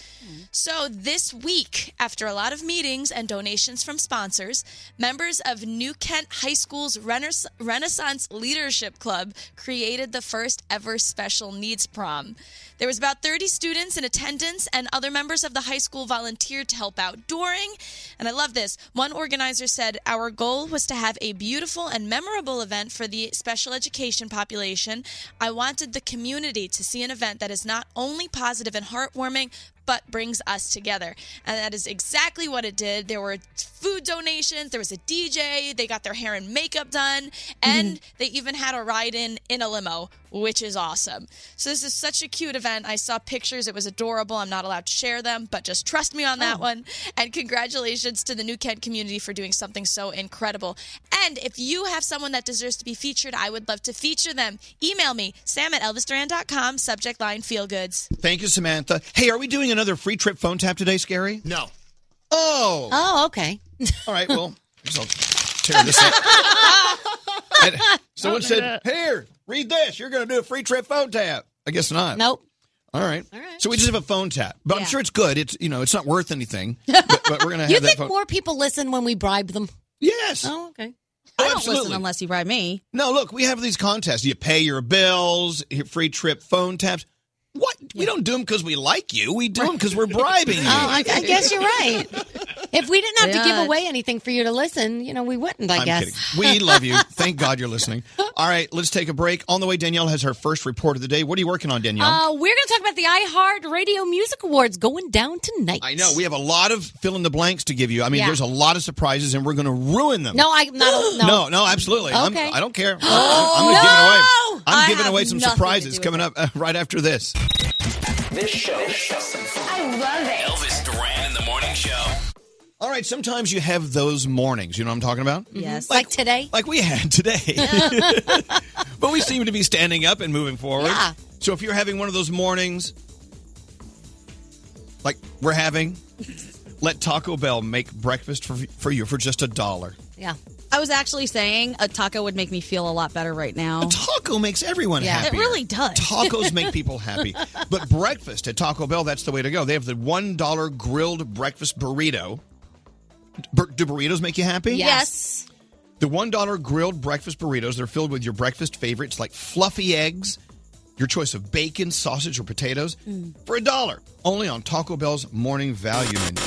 [SPEAKER 10] So, this week, after a lot of meetings and donations from sponsors, members of New Kent High School's Renais- Renaissance Leadership Club created the first ever special needs prom. There was about 30 students in attendance, and other members of the high school volunteered to help out during. And I love this. One organizer said, Our goal was to have a beautiful and memorable event for the special education population. I wanted the community to see an event that is not only positive and heartwarming, but brings us together. And that is exactly what it did. There were food donations, there was a DJ, they got their hair and makeup done,
[SPEAKER 8] Mm-hmm.
[SPEAKER 10] and they even had a ride in in a limo, which is awesome. So this is such a cute event. I saw pictures, it was adorable. I'm not allowed to share them, but just trust me on
[SPEAKER 8] Oh.
[SPEAKER 10] that one. And congratulations to the New Kent community for doing something so incredible. And if you have someone that deserves to be featured, I would love to feature them. Email me, sam at elvisduran.com, subject line feel goods.
[SPEAKER 1] Thank you, Samantha. Hey, are we doing another free trip phone tap today, Scary?
[SPEAKER 11] No.
[SPEAKER 1] Oh.
[SPEAKER 8] Oh, okay.
[SPEAKER 1] All right. Well, so tear this up. And someone
[SPEAKER 8] Don't do
[SPEAKER 1] said, "Here, read this. You're going to do a free trip phone tap." I guess not.
[SPEAKER 8] Nope.
[SPEAKER 1] All right. All right. So we just have a phone tap, but
[SPEAKER 8] Yeah.
[SPEAKER 1] I'm sure it's good. It's you know, it's not worth anything. But, but we're going to have
[SPEAKER 8] You
[SPEAKER 1] that
[SPEAKER 8] think
[SPEAKER 1] phone.
[SPEAKER 8] more people listen when we bribe them?
[SPEAKER 1] Yes.
[SPEAKER 8] Oh, okay.
[SPEAKER 1] I don't listen Absolutely.
[SPEAKER 5] unless you bribe me.
[SPEAKER 1] No, look, we have these contests. You pay your bills, your free trip phone taps. What? We don't do them because we like you. We do them because we're bribing you.
[SPEAKER 8] Oh, I, I guess you're right. If we didn't have to
[SPEAKER 1] Yeah.
[SPEAKER 8] give away anything for you to listen, you know, we wouldn't. I
[SPEAKER 1] am
[SPEAKER 8] guess.
[SPEAKER 1] kidding. We love you. Thank God you're listening. All right, let's take a break. On the way, Danielle has her first report of the day. What are you working on, Danielle?
[SPEAKER 8] Uh, we're going to talk about the iHeart Radio Music Awards going down tonight.
[SPEAKER 1] I know we have a lot of fill in the blanks to give you. I mean,
[SPEAKER 8] Yeah.
[SPEAKER 1] there's a lot of surprises, and we're going to ruin them.
[SPEAKER 8] No, I'm not. No. Mm-hmm.
[SPEAKER 1] no, absolutely. I'm-
[SPEAKER 8] Okay.
[SPEAKER 1] I don't care. I'm- I'm,
[SPEAKER 8] Oh, no!
[SPEAKER 1] giving away. I'm
[SPEAKER 8] I
[SPEAKER 1] giving
[SPEAKER 8] have
[SPEAKER 1] away some
[SPEAKER 8] nothing to
[SPEAKER 1] surprises
[SPEAKER 8] do with
[SPEAKER 1] coming up uh, right after this.
[SPEAKER 4] This show. I love it. Elvis Duran in the morning show.
[SPEAKER 1] All right, sometimes you have those mornings. You know what I'm talking about?
[SPEAKER 8] Yes. Like, today.
[SPEAKER 1] Like we had today. but we seem to be standing up and moving forward.
[SPEAKER 8] Yeah.
[SPEAKER 1] So if you're having one of those mornings, like we're having, let Taco Bell make breakfast for, for you for just a dollar.
[SPEAKER 8] Yeah.
[SPEAKER 5] I was actually saying a taco would make me feel a lot better right now. A
[SPEAKER 1] taco makes everyone
[SPEAKER 5] yeah.
[SPEAKER 1] happier.
[SPEAKER 5] It really does.
[SPEAKER 1] Tacos make people happy. But breakfast at Taco Bell, that's the way to go. They have the $1 grilled breakfast burrito. Bur- do burritos make you happy?
[SPEAKER 8] Yes.
[SPEAKER 1] The $1 grilled breakfast burritos, they're filled with your breakfast favorites like fluffy eggs, your choice of bacon, sausage, or potatoes
[SPEAKER 5] Mm.
[SPEAKER 1] for a dollar. Only on Taco Bell's morning value menu.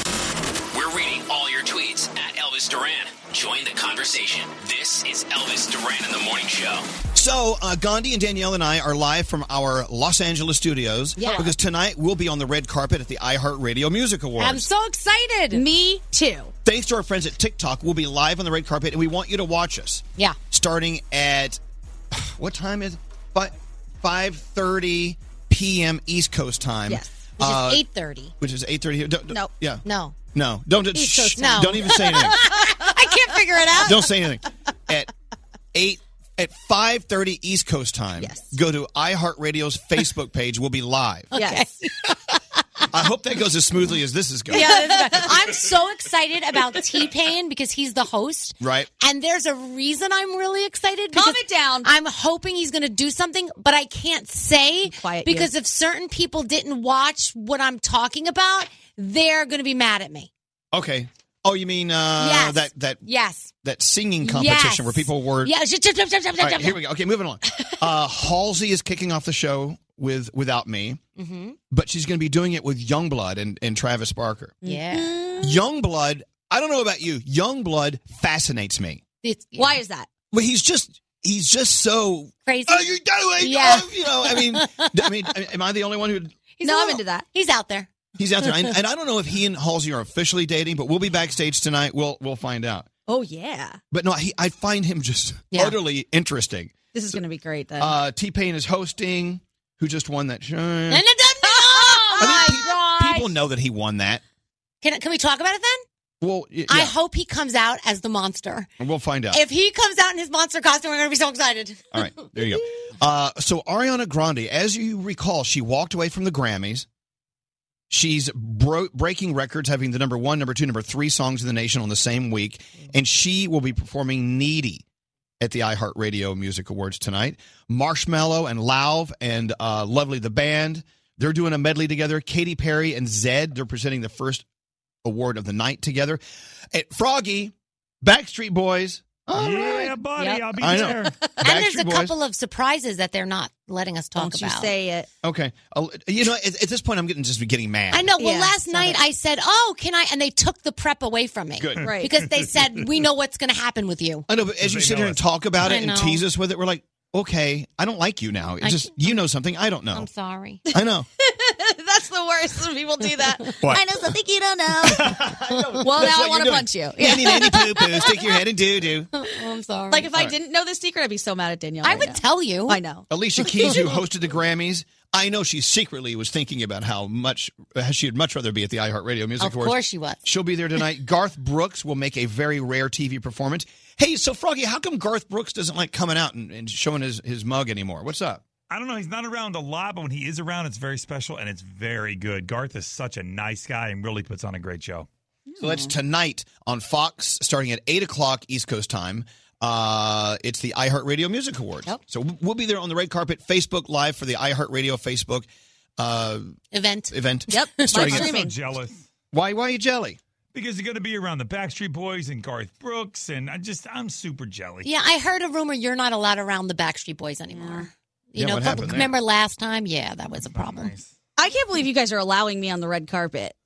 [SPEAKER 4] We're reading all your tweets at Elvis Duran. Join the conversation. This is Elvis Duran in the morning show.
[SPEAKER 1] So, uh, Gandhi and Danielle and I are live from our Los Angeles studios
[SPEAKER 8] Yeah.
[SPEAKER 1] because tonight we'll be on the red carpet at the iHeartRadio Music Awards.
[SPEAKER 8] I'm so excited.
[SPEAKER 5] Me too.
[SPEAKER 1] Thanks to our friends at TikTok, we'll be live on the red carpet, and we want you to watch us.
[SPEAKER 8] Yeah.
[SPEAKER 1] Starting at what time is it? Five thirty p.m. East Coast time.
[SPEAKER 8] Yes. Which is
[SPEAKER 1] Uh,
[SPEAKER 8] 8:30.
[SPEAKER 1] Which is eight thirty here. Don't, don't-
[SPEAKER 8] No.
[SPEAKER 1] Yeah.
[SPEAKER 8] No.
[SPEAKER 1] No. Don't. do-
[SPEAKER 8] East
[SPEAKER 1] shh,
[SPEAKER 8] Coast time.
[SPEAKER 1] Don't even say anything.
[SPEAKER 8] I can't figure it out.
[SPEAKER 1] don't say anything. At eight. At 5.30 East Coast time, yes. go to iHeartRadio's Facebook page. We'll be live.
[SPEAKER 8] Yes.
[SPEAKER 1] I hope that goes as smoothly as this is going.
[SPEAKER 8] Yeah, that's right. I'm so excited about T Pain because he's the host.
[SPEAKER 1] Right?
[SPEAKER 8] And there's a reason I'm really excited. Calm it down. I'm hoping he's going to do something, but I can't say
[SPEAKER 5] you.
[SPEAKER 8] because if certain people didn't watch what I'm talking about, they're going to be mad at me.
[SPEAKER 1] Okay. Oh, you mean uh,
[SPEAKER 8] Yes.
[SPEAKER 1] that, that,
[SPEAKER 8] Yes.
[SPEAKER 1] that singing competition
[SPEAKER 8] Yes.
[SPEAKER 1] where people were...
[SPEAKER 8] Yeah. Jump, jump, jump, jump,
[SPEAKER 1] All
[SPEAKER 8] jump,
[SPEAKER 1] right, here we go. Okay, moving on. Uh, Halsey is kicking off the show with Without Me,
[SPEAKER 8] Mm-hmm.
[SPEAKER 1] but she's going to be doing it with Youngblood and, and Travis Barker.
[SPEAKER 8] Yeah.
[SPEAKER 1] Youngblood, I don't know about you, Youngblood fascinates me.
[SPEAKER 5] Why is that?
[SPEAKER 1] But he's just he's just so
[SPEAKER 8] crazy.
[SPEAKER 1] Oh, you doing?
[SPEAKER 5] Yeah.
[SPEAKER 1] Oh, you know, I mean, I mean, am I the only one who?
[SPEAKER 5] no, I'm into that.
[SPEAKER 8] He's out there.
[SPEAKER 1] He's out there, and, and I don't know if he and Halsey are officially dating, but we'll be backstage tonight. We'll we'll find out.
[SPEAKER 5] Oh yeah.
[SPEAKER 1] But no, he, I find him just
[SPEAKER 5] Yeah.
[SPEAKER 1] utterly interesting.
[SPEAKER 5] This is going to be great then.
[SPEAKER 1] Uh, T Pain is hosting. Who just won that? show? People know that he won that.
[SPEAKER 8] Can, can we talk about it then?
[SPEAKER 1] Well, y-
[SPEAKER 8] I
[SPEAKER 1] yeah.
[SPEAKER 8] hope he comes out as the monster.
[SPEAKER 1] we'll find out.
[SPEAKER 8] If he comes out in his monster costume, we're going to be so excited.
[SPEAKER 1] All right, there you go. Uh, so Ariana Grande, as you recall, she walked away from the Grammys. She's bro- breaking records, having the number one, number two, number three songs in the nation on the same week, and she will be performing "Needy" at the iHeartRadio Music Awards tonight. Marshmallow and Lauv and uh, Lovely the band, they're doing a medley together. Katy Perry and Zed, they're presenting the first award of the night together. And Froggy, Backstreet Boys. All
[SPEAKER 9] yeah,
[SPEAKER 1] right.
[SPEAKER 9] buddy,
[SPEAKER 8] Yep.
[SPEAKER 9] I'll be
[SPEAKER 1] I know.
[SPEAKER 9] there.
[SPEAKER 8] And there's
[SPEAKER 1] Backstreet
[SPEAKER 8] a
[SPEAKER 1] Boys.
[SPEAKER 8] couple of surprises that they're not letting us talk
[SPEAKER 5] Don't you
[SPEAKER 8] about.
[SPEAKER 5] say it.
[SPEAKER 1] Okay. Uh, You know, at, at this point, I'm getting just getting mad.
[SPEAKER 8] I know. Well, last night I said, "Oh, can I?" And they took the prep away from me,
[SPEAKER 1] Good. Right.
[SPEAKER 8] Because they said, "We know what's going to happen with you."
[SPEAKER 1] I know, but as you sit here and talk about
[SPEAKER 8] I
[SPEAKER 1] it and
[SPEAKER 8] know.
[SPEAKER 1] tease us with it, we're like, okay, I don't like you now. It's
[SPEAKER 8] I-
[SPEAKER 1] just you know something I don't know.
[SPEAKER 8] I'm sorry.
[SPEAKER 1] I know.
[SPEAKER 5] That's the worst when people do that.
[SPEAKER 1] What?
[SPEAKER 5] I know something you don't know. well,
[SPEAKER 1] That's what
[SPEAKER 5] now I
[SPEAKER 1] you're
[SPEAKER 5] want to
[SPEAKER 1] doing.
[SPEAKER 5] punch you. Oh,
[SPEAKER 1] Nanny, nanny, poo, poo. Stick your head in doo doo.
[SPEAKER 8] I'm sorry.
[SPEAKER 5] Like if I
[SPEAKER 1] All right.
[SPEAKER 5] didn't know this secret, I'd be so mad at Danielle.
[SPEAKER 8] I would tell you.
[SPEAKER 5] I know.
[SPEAKER 1] Alicia Keys, who hosted the Grammys, I know she secretly was thinking about how much how she'd much rather be at the iHeartRadio Music
[SPEAKER 8] Of
[SPEAKER 1] Awards.
[SPEAKER 8] course she was.
[SPEAKER 1] She'll be there tonight. Garth Brooks will make a very rare TV performance. Hey, so Froggy, how come Garth Brooks doesn't like coming out and, and showing his, his mug anymore? What's up?
[SPEAKER 9] I don't know. He's not around a lot, but when he is around, it's very special and it's very good. Garth is such a nice guy and really puts on a great show.
[SPEAKER 1] So that's tonight on Fox, starting at eight o'clock East Coast time. Uh, it's the iHeartRadio Music Awards. So we'll be there on the red carpet, Facebook Live for the iHeartRadio Facebook uh,
[SPEAKER 8] event.
[SPEAKER 1] Event.
[SPEAKER 9] I'm
[SPEAKER 1] Starting at-
[SPEAKER 9] so jealous
[SPEAKER 1] Why? Why are you jelly?
[SPEAKER 9] because you're going to be around the Backstreet Boys and Garth Brooks, and I just I'm super jelly.
[SPEAKER 8] Yeah, I heard a rumor you're not allowed around the Backstreet Boys anymore. You
[SPEAKER 9] Yeah,
[SPEAKER 8] know,
[SPEAKER 9] what
[SPEAKER 8] but
[SPEAKER 9] happened there?
[SPEAKER 8] remember last time? Yeah, that was a problem.
[SPEAKER 5] I can't believe you guys are allowing me on the red carpet.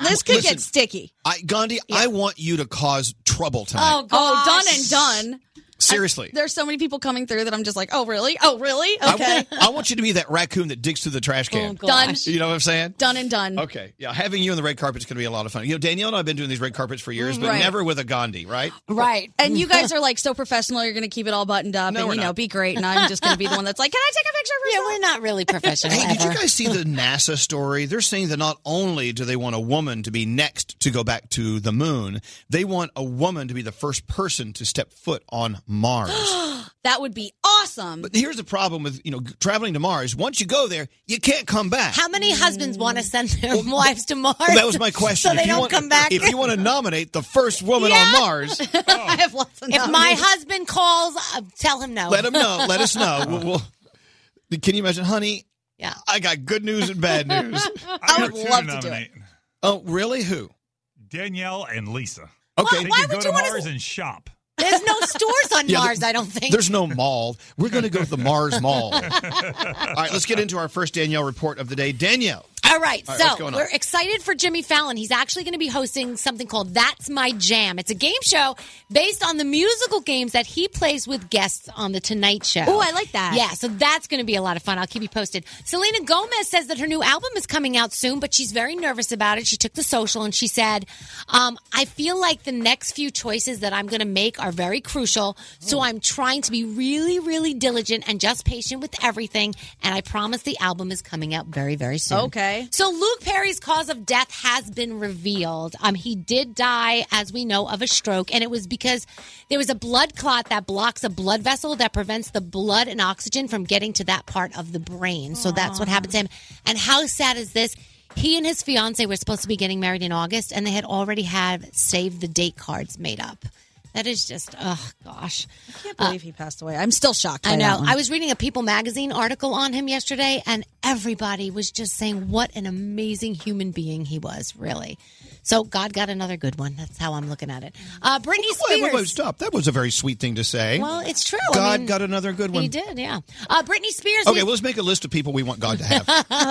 [SPEAKER 5] this could
[SPEAKER 1] Listen,
[SPEAKER 5] get sticky.
[SPEAKER 1] I, Gandhi, I want you to cause trouble tonight.
[SPEAKER 5] Oh, oh, done and done.
[SPEAKER 1] Seriously.
[SPEAKER 5] There's so many people coming through that I'm just like, oh really? Oh really?
[SPEAKER 1] I
[SPEAKER 5] Okay.
[SPEAKER 1] want- I, want you to be that raccoon that digs through the trash
[SPEAKER 5] Oh,
[SPEAKER 1] can.
[SPEAKER 5] gosh. Done.
[SPEAKER 1] You know what I'm saying?
[SPEAKER 5] done and done.
[SPEAKER 1] Okay. Yeah, having you on the red carpet is going to be a lot of fun. You know, Danielle and I have been doing these red carpets for years, but
[SPEAKER 5] Right.
[SPEAKER 1] never with a Gandhi, right?
[SPEAKER 8] Right.
[SPEAKER 5] And you guys are like so professional. You're going to keep it all buttoned up
[SPEAKER 1] No,
[SPEAKER 5] and,
[SPEAKER 1] we're
[SPEAKER 5] you know,
[SPEAKER 1] not.
[SPEAKER 5] be great. And I'm just going to be the one that's like, can I take a picture for Yeah,
[SPEAKER 8] we're not really professional.
[SPEAKER 1] Hey, did you guys see the NASA story? They're saying that not only do they want a woman to be next to go back to the moon, they want a woman to be the first person to step foot on Mars.
[SPEAKER 5] that would be awesome.
[SPEAKER 1] but here's the problem with, you know, g- traveling to Mars. Once you go there, you can't come back.
[SPEAKER 8] How many
[SPEAKER 5] Mm.
[SPEAKER 8] husbands want to send their wives to Mars?
[SPEAKER 1] Well, that was my question.
[SPEAKER 8] So they
[SPEAKER 1] If you
[SPEAKER 8] don't
[SPEAKER 1] want-
[SPEAKER 8] come back.
[SPEAKER 1] If you want to nominate the first woman on
[SPEAKER 8] Yeah.
[SPEAKER 1] Mars,
[SPEAKER 5] I have lots of
[SPEAKER 8] If my husband calls, uh, tell him no.
[SPEAKER 1] let him know. Let us know. We'll, we'll- can you imagine, honey?
[SPEAKER 8] Yeah.
[SPEAKER 1] I got good news and bad news.
[SPEAKER 9] I would love to do it.
[SPEAKER 1] Oh, really? Who?
[SPEAKER 9] Danielle and Lisa.
[SPEAKER 1] Okay.
[SPEAKER 9] they
[SPEAKER 1] Why- why
[SPEAKER 9] could go
[SPEAKER 1] would
[SPEAKER 9] to
[SPEAKER 1] you wanna-
[SPEAKER 9] Mars and shop.
[SPEAKER 8] There's no stores on
[SPEAKER 1] Yeah,
[SPEAKER 8] Mars,
[SPEAKER 1] there-
[SPEAKER 8] I don't think.
[SPEAKER 1] There's no mall. We're going to go to the Mars Mall. All right, let's get into our first Danielle report of the day. Danielle.
[SPEAKER 8] All right,
[SPEAKER 1] All right, what's
[SPEAKER 8] so
[SPEAKER 1] going on?
[SPEAKER 8] we're excited for Jimmy Fallon. He's actually going to be hosting something called That's My Jam. It's a game show based on the musical games that he plays with guests on The Tonight Show.
[SPEAKER 5] Ooh, I like that.
[SPEAKER 8] Yeah, so that's going to be a lot of fun. I'll keep you posted. Selena Gomez says that her new album is coming out soon, but she's very nervous about it. She took the social and she said, um, I feel like the next few choices that I'm going to make are very crucial.
[SPEAKER 5] Hmm.
[SPEAKER 8] So I'm trying to be really, really diligent and just patient with everything. And I promise the album is coming out very, very soon.
[SPEAKER 5] Okay.
[SPEAKER 8] So Luke Perry's cause of death has been revealed. Um, he did die, as we know, of a stroke, and it was because there was a blood clot that blocks a blood vessel that prevents the blood and oxygen from getting to that part of the brain. So that's what happened to him. And how sad is this? He and his fiance were supposed to be getting married in August, and they had already had save the date cards made up. That is just, oh gosh.
[SPEAKER 5] I can't believe he passed away. I'm still shocked. by
[SPEAKER 8] I
[SPEAKER 5] that
[SPEAKER 8] know.
[SPEAKER 5] one.
[SPEAKER 8] I was reading a People magazine article on him yesterday, and everybody was just saying what an amazing human being he was, really. So God got another good one. That's how I'm looking at it. Uh, Britney
[SPEAKER 1] Wait,
[SPEAKER 8] Spears.
[SPEAKER 1] wait, wait, stop. That was a very sweet thing to say.
[SPEAKER 8] Well, it's true. I
[SPEAKER 1] God
[SPEAKER 8] mean,
[SPEAKER 1] got another good one.
[SPEAKER 8] He did, yeah. Uh, Britney Spears.
[SPEAKER 1] Okay, well, let's make a list of people we want God to have.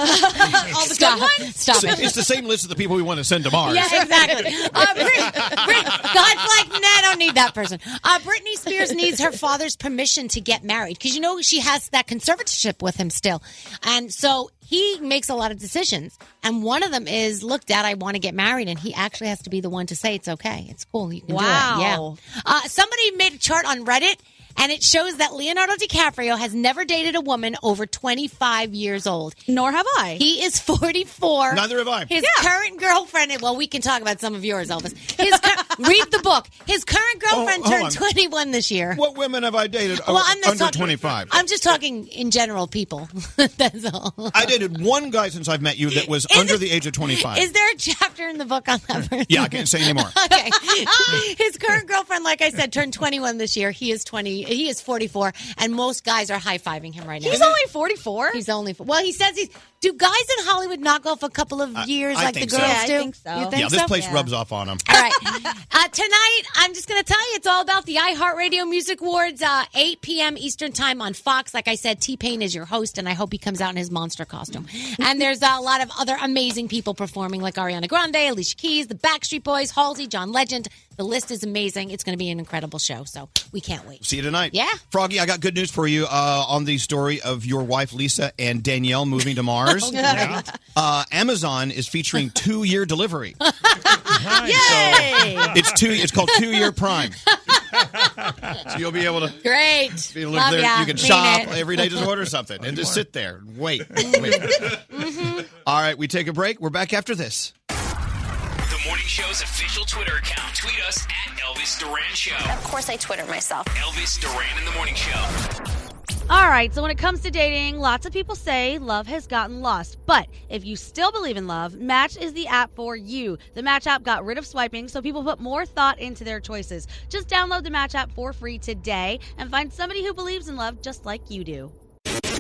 [SPEAKER 8] all the stop, good ones. Stop it.
[SPEAKER 1] it's the same list of the people we want to send to Mars.
[SPEAKER 8] Yeah, exactly. Uh, Brit- Brit- God's like, no, I don't need that person. Uh, Britney Spears needs her father's permission to get married because you know she has that conservatorship with him still, and so he makes a lot of decisions. And one of them is, look, dad, I want to get married. And he actually has to be the one to say it's okay. It's cool. You can do it.
[SPEAKER 16] Wow.
[SPEAKER 8] Yeah. Uh, somebody made a chart on Reddit and it shows that Leonardo DiCaprio has never dated a woman over 25 years old.
[SPEAKER 5] Nor have I.
[SPEAKER 8] He is 44.
[SPEAKER 1] Neither have I.
[SPEAKER 8] His
[SPEAKER 1] Yeah.
[SPEAKER 8] current girlfriend, well, we can talk about some of yours, Elvis. His cur- read the book. His current girlfriend
[SPEAKER 1] Oh, hold
[SPEAKER 8] turned
[SPEAKER 1] on.
[SPEAKER 8] 21 this year.
[SPEAKER 1] What women have I dated
[SPEAKER 8] Well,
[SPEAKER 1] o-
[SPEAKER 8] I'm not
[SPEAKER 1] Oh, under
[SPEAKER 8] talking-
[SPEAKER 1] 25?
[SPEAKER 8] I'm just talking in general, people. That's all.
[SPEAKER 1] I dated one guy since I've met you that was under the age of 25.
[SPEAKER 8] Is there a chapter in the book on that? person?
[SPEAKER 1] yeah, I can't say anymore.
[SPEAKER 8] okay. His current girlfriend, like I said, turned 21 this year. He is 20. He is 44, and most guys are high fiving him right now.
[SPEAKER 5] He's only 44.
[SPEAKER 8] He's only well. He says he's. Do guys in Hollywood knock off a couple of
[SPEAKER 1] I-
[SPEAKER 8] years
[SPEAKER 1] I
[SPEAKER 8] like the
[SPEAKER 1] think
[SPEAKER 8] girls
[SPEAKER 1] so. Yeah, I
[SPEAKER 8] do?
[SPEAKER 1] think
[SPEAKER 8] You think
[SPEAKER 1] yeah, this
[SPEAKER 8] so?
[SPEAKER 1] place rubs off on him.
[SPEAKER 8] All right. Uh, tonight, I'm just going to tell you it's all about the iHeartRadio Music Awards, uh, 8 p.m. Eastern Time on Fox. Like I said, T Pain is your host, and I hope he comes out in his monster costume. And there's a lot of other amazing people performing, like Ariana Grande, Alicia Keys, the Backstreet Boys, Halsey, John Legend. The list is amazing. It's going to be an incredible show, so we can't wait.
[SPEAKER 1] See you tonight.
[SPEAKER 8] Yeah.
[SPEAKER 1] Froggy, I got good news for you uh, on the story of your wife, Lisa, and Danielle moving to Mars.
[SPEAKER 8] Oh, Yeah. great.
[SPEAKER 1] uh, Amazon is featuring two year delivery.
[SPEAKER 8] Yay!
[SPEAKER 1] It's two. It's called two year prime. so you'll be able to.
[SPEAKER 8] Great.
[SPEAKER 1] be able to live
[SPEAKER 8] Love
[SPEAKER 1] there.
[SPEAKER 8] ya.
[SPEAKER 1] You can
[SPEAKER 8] Mean
[SPEAKER 1] shop
[SPEAKER 8] it.
[SPEAKER 1] every day, just order something and just sit there and wait. wait.
[SPEAKER 4] Mm-hmm.
[SPEAKER 1] All right, we take a break. We're back after this.
[SPEAKER 4] The morning show's official Twitter account. Tweet us at Elvis Duran Show.
[SPEAKER 17] Of course, I Twitter myself.
[SPEAKER 4] Elvis Duran in the morning show.
[SPEAKER 16] All right, so when it comes to dating, lots of people say love has gotten lost. But if you still believe in love, Match is the app for you. The Match app got rid of swiping, so people put more thought into their choices. Just download the Match app for free today and find somebody who believes in love just like you do.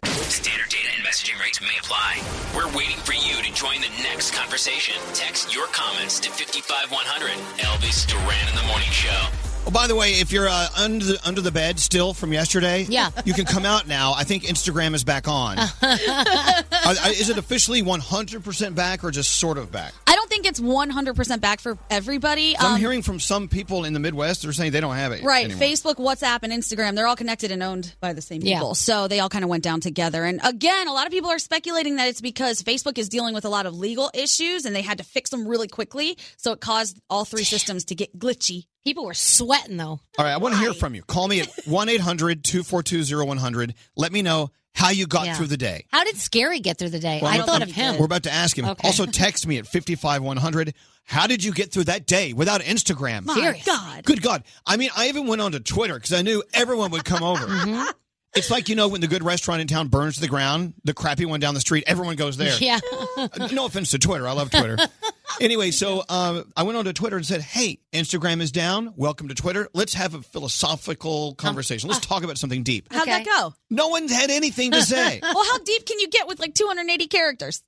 [SPEAKER 4] Standard data and messaging rates may apply. We're waiting for you to join the next conversation. Text your comments to 55100. Elvis Duran in the morning show.
[SPEAKER 1] Oh, by the way, if you're uh, under the, under the bed still from yesterday, yeah, you can come out now. I think Instagram is back on. Are- are- is it officially 100% back or just sort of back?
[SPEAKER 5] I don't think it's 100% back for everybody.
[SPEAKER 1] 'Cause I'm hearing from some people in the Midwest. They're saying they don't have it.
[SPEAKER 5] um, Right,
[SPEAKER 1] anymore.
[SPEAKER 5] Facebook, WhatsApp, and Instagram—they're all connected and owned by the same
[SPEAKER 1] Yeah.
[SPEAKER 5] people, so they all kind of went down together. And again, a lot of people are speculating that it's because Facebook is dealing with a lot of legal issues, and they had to fix them really quickly, so it caused all three systems to get glitchy.
[SPEAKER 8] People were sweating though.
[SPEAKER 1] All right, I want to hear from you. Call me at 1 800 242 0100. Let me know how you got
[SPEAKER 8] Yeah.
[SPEAKER 1] through the day.
[SPEAKER 8] How did Scary get through the day?
[SPEAKER 1] Well,
[SPEAKER 8] I
[SPEAKER 1] I'm-
[SPEAKER 8] thought
[SPEAKER 1] I'm-
[SPEAKER 8] of him.
[SPEAKER 1] We're about to ask him.
[SPEAKER 8] Okay.
[SPEAKER 1] Also, text me at 55100. How did you get through that day without Instagram?
[SPEAKER 8] My Serious. God.
[SPEAKER 1] Good God. I mean, I even went onto Twitter because I knew everyone would come over.
[SPEAKER 8] Mm-hmm.
[SPEAKER 1] It's like, you know, when the good restaurant in town burns to the ground, the crappy one down the street, everyone goes there. Uh,
[SPEAKER 8] Yeah.
[SPEAKER 1] no offense to Twitter. I love Twitter. anyway, so uh, I went onto Twitter and said, hey, Instagram is down. Welcome to Twitter. Let's have a philosophical
[SPEAKER 8] Uh,
[SPEAKER 1] conversation. Let's talk about something deep.
[SPEAKER 5] How'd that go?
[SPEAKER 1] No one's had anything to say.
[SPEAKER 5] well, how deep can you get with like 280 characters?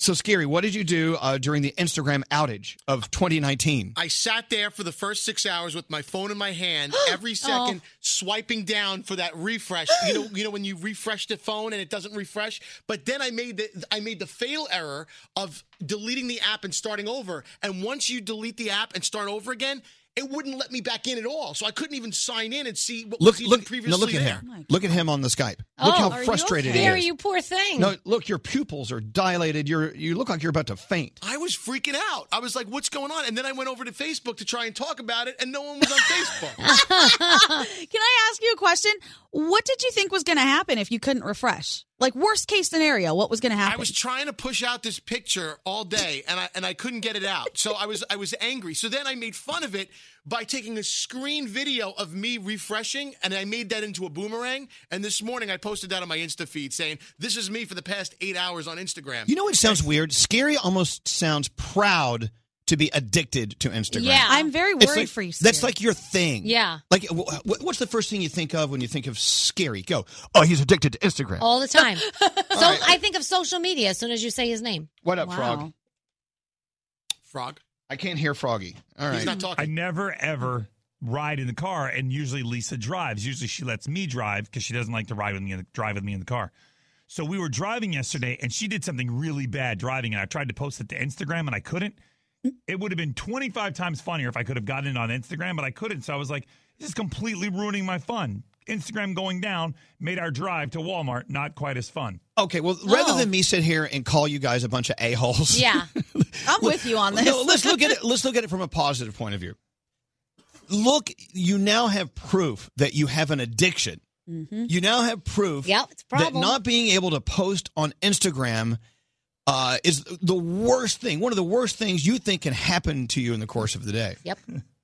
[SPEAKER 1] So, Scary, what did you do uh, during the Instagram outage of 2019?
[SPEAKER 11] I sat there for the first six hours with my phone in my hand,
[SPEAKER 8] Oh.
[SPEAKER 11] every second swiping down for that refresh. You know, you know when you refresh the phone and it doesn't refresh. But then I made the I made the fatal error of deleting the app and starting over. And once you delete the app and start over again, it wouldn't let me back in at all. So I couldn't even sign in and see what
[SPEAKER 1] Look,
[SPEAKER 11] was even
[SPEAKER 1] look,
[SPEAKER 11] previously
[SPEAKER 1] now look at
[SPEAKER 11] there. Oh
[SPEAKER 1] him. Look at him on the Skype. look
[SPEAKER 8] Oh,
[SPEAKER 1] how
[SPEAKER 8] are you
[SPEAKER 1] frustrated
[SPEAKER 8] okay?
[SPEAKER 1] he is.
[SPEAKER 8] you poor thing.
[SPEAKER 1] No, look, your pupils are dilated. You're, you look like you're about to faint.
[SPEAKER 11] I was freaking out. I was like, "What's going on?" And then I went over to Facebook to try and talk about it, and no one was on Facebook.
[SPEAKER 5] Can I ask you a question? What did you think was going to happen if you couldn't refresh? Like worst case scenario, what was going to happen?
[SPEAKER 11] I was trying to push out this picture all day, and I and I couldn't get it out. So I was I was angry. So then I made fun of it by taking a screen video of me refreshing, and I made that into a boomerang. And this morning I posted that on my Insta feed saying, "This is me for the past eight hours on Instagram."
[SPEAKER 1] You know what sounds weird? Scary almost sounds proud to be addicted to Instagram.
[SPEAKER 5] Yeah. I'm very
[SPEAKER 1] It's
[SPEAKER 5] worried
[SPEAKER 1] like-
[SPEAKER 5] for you,
[SPEAKER 1] That's like your thing.
[SPEAKER 8] Yeah.
[SPEAKER 1] Like, wh- wh- what's the first thing you think of when you think of Scary? Go, oh, he's addicted to Instagram.
[SPEAKER 8] All the time. so I think of social media as soon as you say his name.
[SPEAKER 1] What up, Frog?
[SPEAKER 11] Frog?
[SPEAKER 1] I can't hear Froggy. All right.
[SPEAKER 9] I never ever ride in the car, and usually Lisa drives. Usually she lets me drive because she doesn't like to ride with me in the, drive with me in the car. So we were driving yesterday, and she did something really bad driving, and I tried to post it to Instagram, and I couldn't. It would have been 25 times funnier if I could have gotten it on Instagram, but I couldn't. So I was like, this is completely ruining my fun. Instagram going down made our drive to Walmart not quite as fun.
[SPEAKER 1] Okay, well, rather than me sit here and call you guys a bunch of a holes,
[SPEAKER 10] Yeah. I'm with you on this.
[SPEAKER 1] No, let's look at it. Let's look at it from a positive point of view. Look, you now have proof that you have an addiction.
[SPEAKER 10] Mm-hmm.
[SPEAKER 1] You now have proof that
[SPEAKER 8] problem.
[SPEAKER 1] not being able to post on Instagram uh, is the worst thing. One of the worst things you think can happen to you in the course of the day.
[SPEAKER 8] Yep.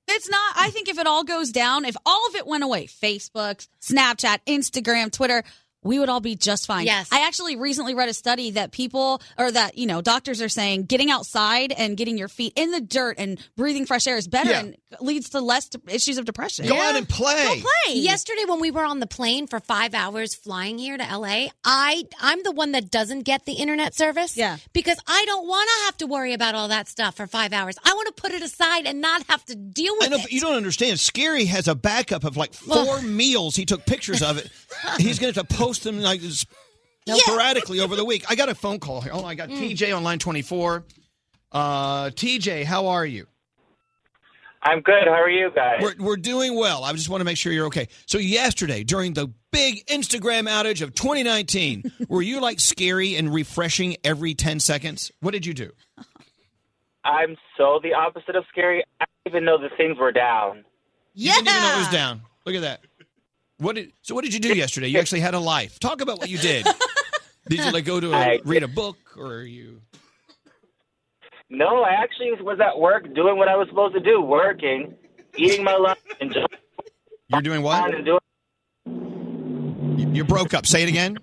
[SPEAKER 5] It's not. I think if it all goes down, if all of it went away, Facebook, Snapchat, Instagram, Twitter, we would all be just fine.
[SPEAKER 8] Yes.
[SPEAKER 5] I actually recently read a study that people, or that, you know, doctors are saying getting outside and getting your feet in the dirt and breathing fresh air is better
[SPEAKER 8] Yeah.
[SPEAKER 5] and leads to less de- issues of depression.
[SPEAKER 1] play.
[SPEAKER 5] Go play.
[SPEAKER 8] Yesterday when we were on the plane for five hours flying here to LA, I I'm the one that doesn't get the internet service. Yeah. Because I don't want to have to worry about all that stuff for five hours. I want to put it aside and not have to deal
[SPEAKER 1] I
[SPEAKER 8] with
[SPEAKER 1] know,
[SPEAKER 8] it.
[SPEAKER 1] but you don't understand. Scary has a backup of like four meals. He took pictures of it. He's going to have to post them like s- sporadically over the week. I got a phone call here. Oh, I got
[SPEAKER 18] Mm.
[SPEAKER 1] TJ on line 24. Uh, TJ, how are you?
[SPEAKER 18] I'm good. How are you guys?
[SPEAKER 1] We're, we're doing well. I just want to make sure you're okay. So, yesterday, during the big Instagram outage of 2019, were you like scary and refreshing every 10 seconds? What did you do?
[SPEAKER 18] I'm so the opposite of scary. I didn't even know the things were down.
[SPEAKER 1] Yeah. You didn't even know it was down. Look at that. What did so what did you do yesterday? You actually had a life. Talk about what you did. did you like go to a,
[SPEAKER 18] I-
[SPEAKER 1] read a book or you
[SPEAKER 18] No, I actually was at work doing what I was supposed to do, working, eating my lunch, and just
[SPEAKER 1] You're doing what?
[SPEAKER 18] trying to do it.
[SPEAKER 1] You, you broke up. Say it again.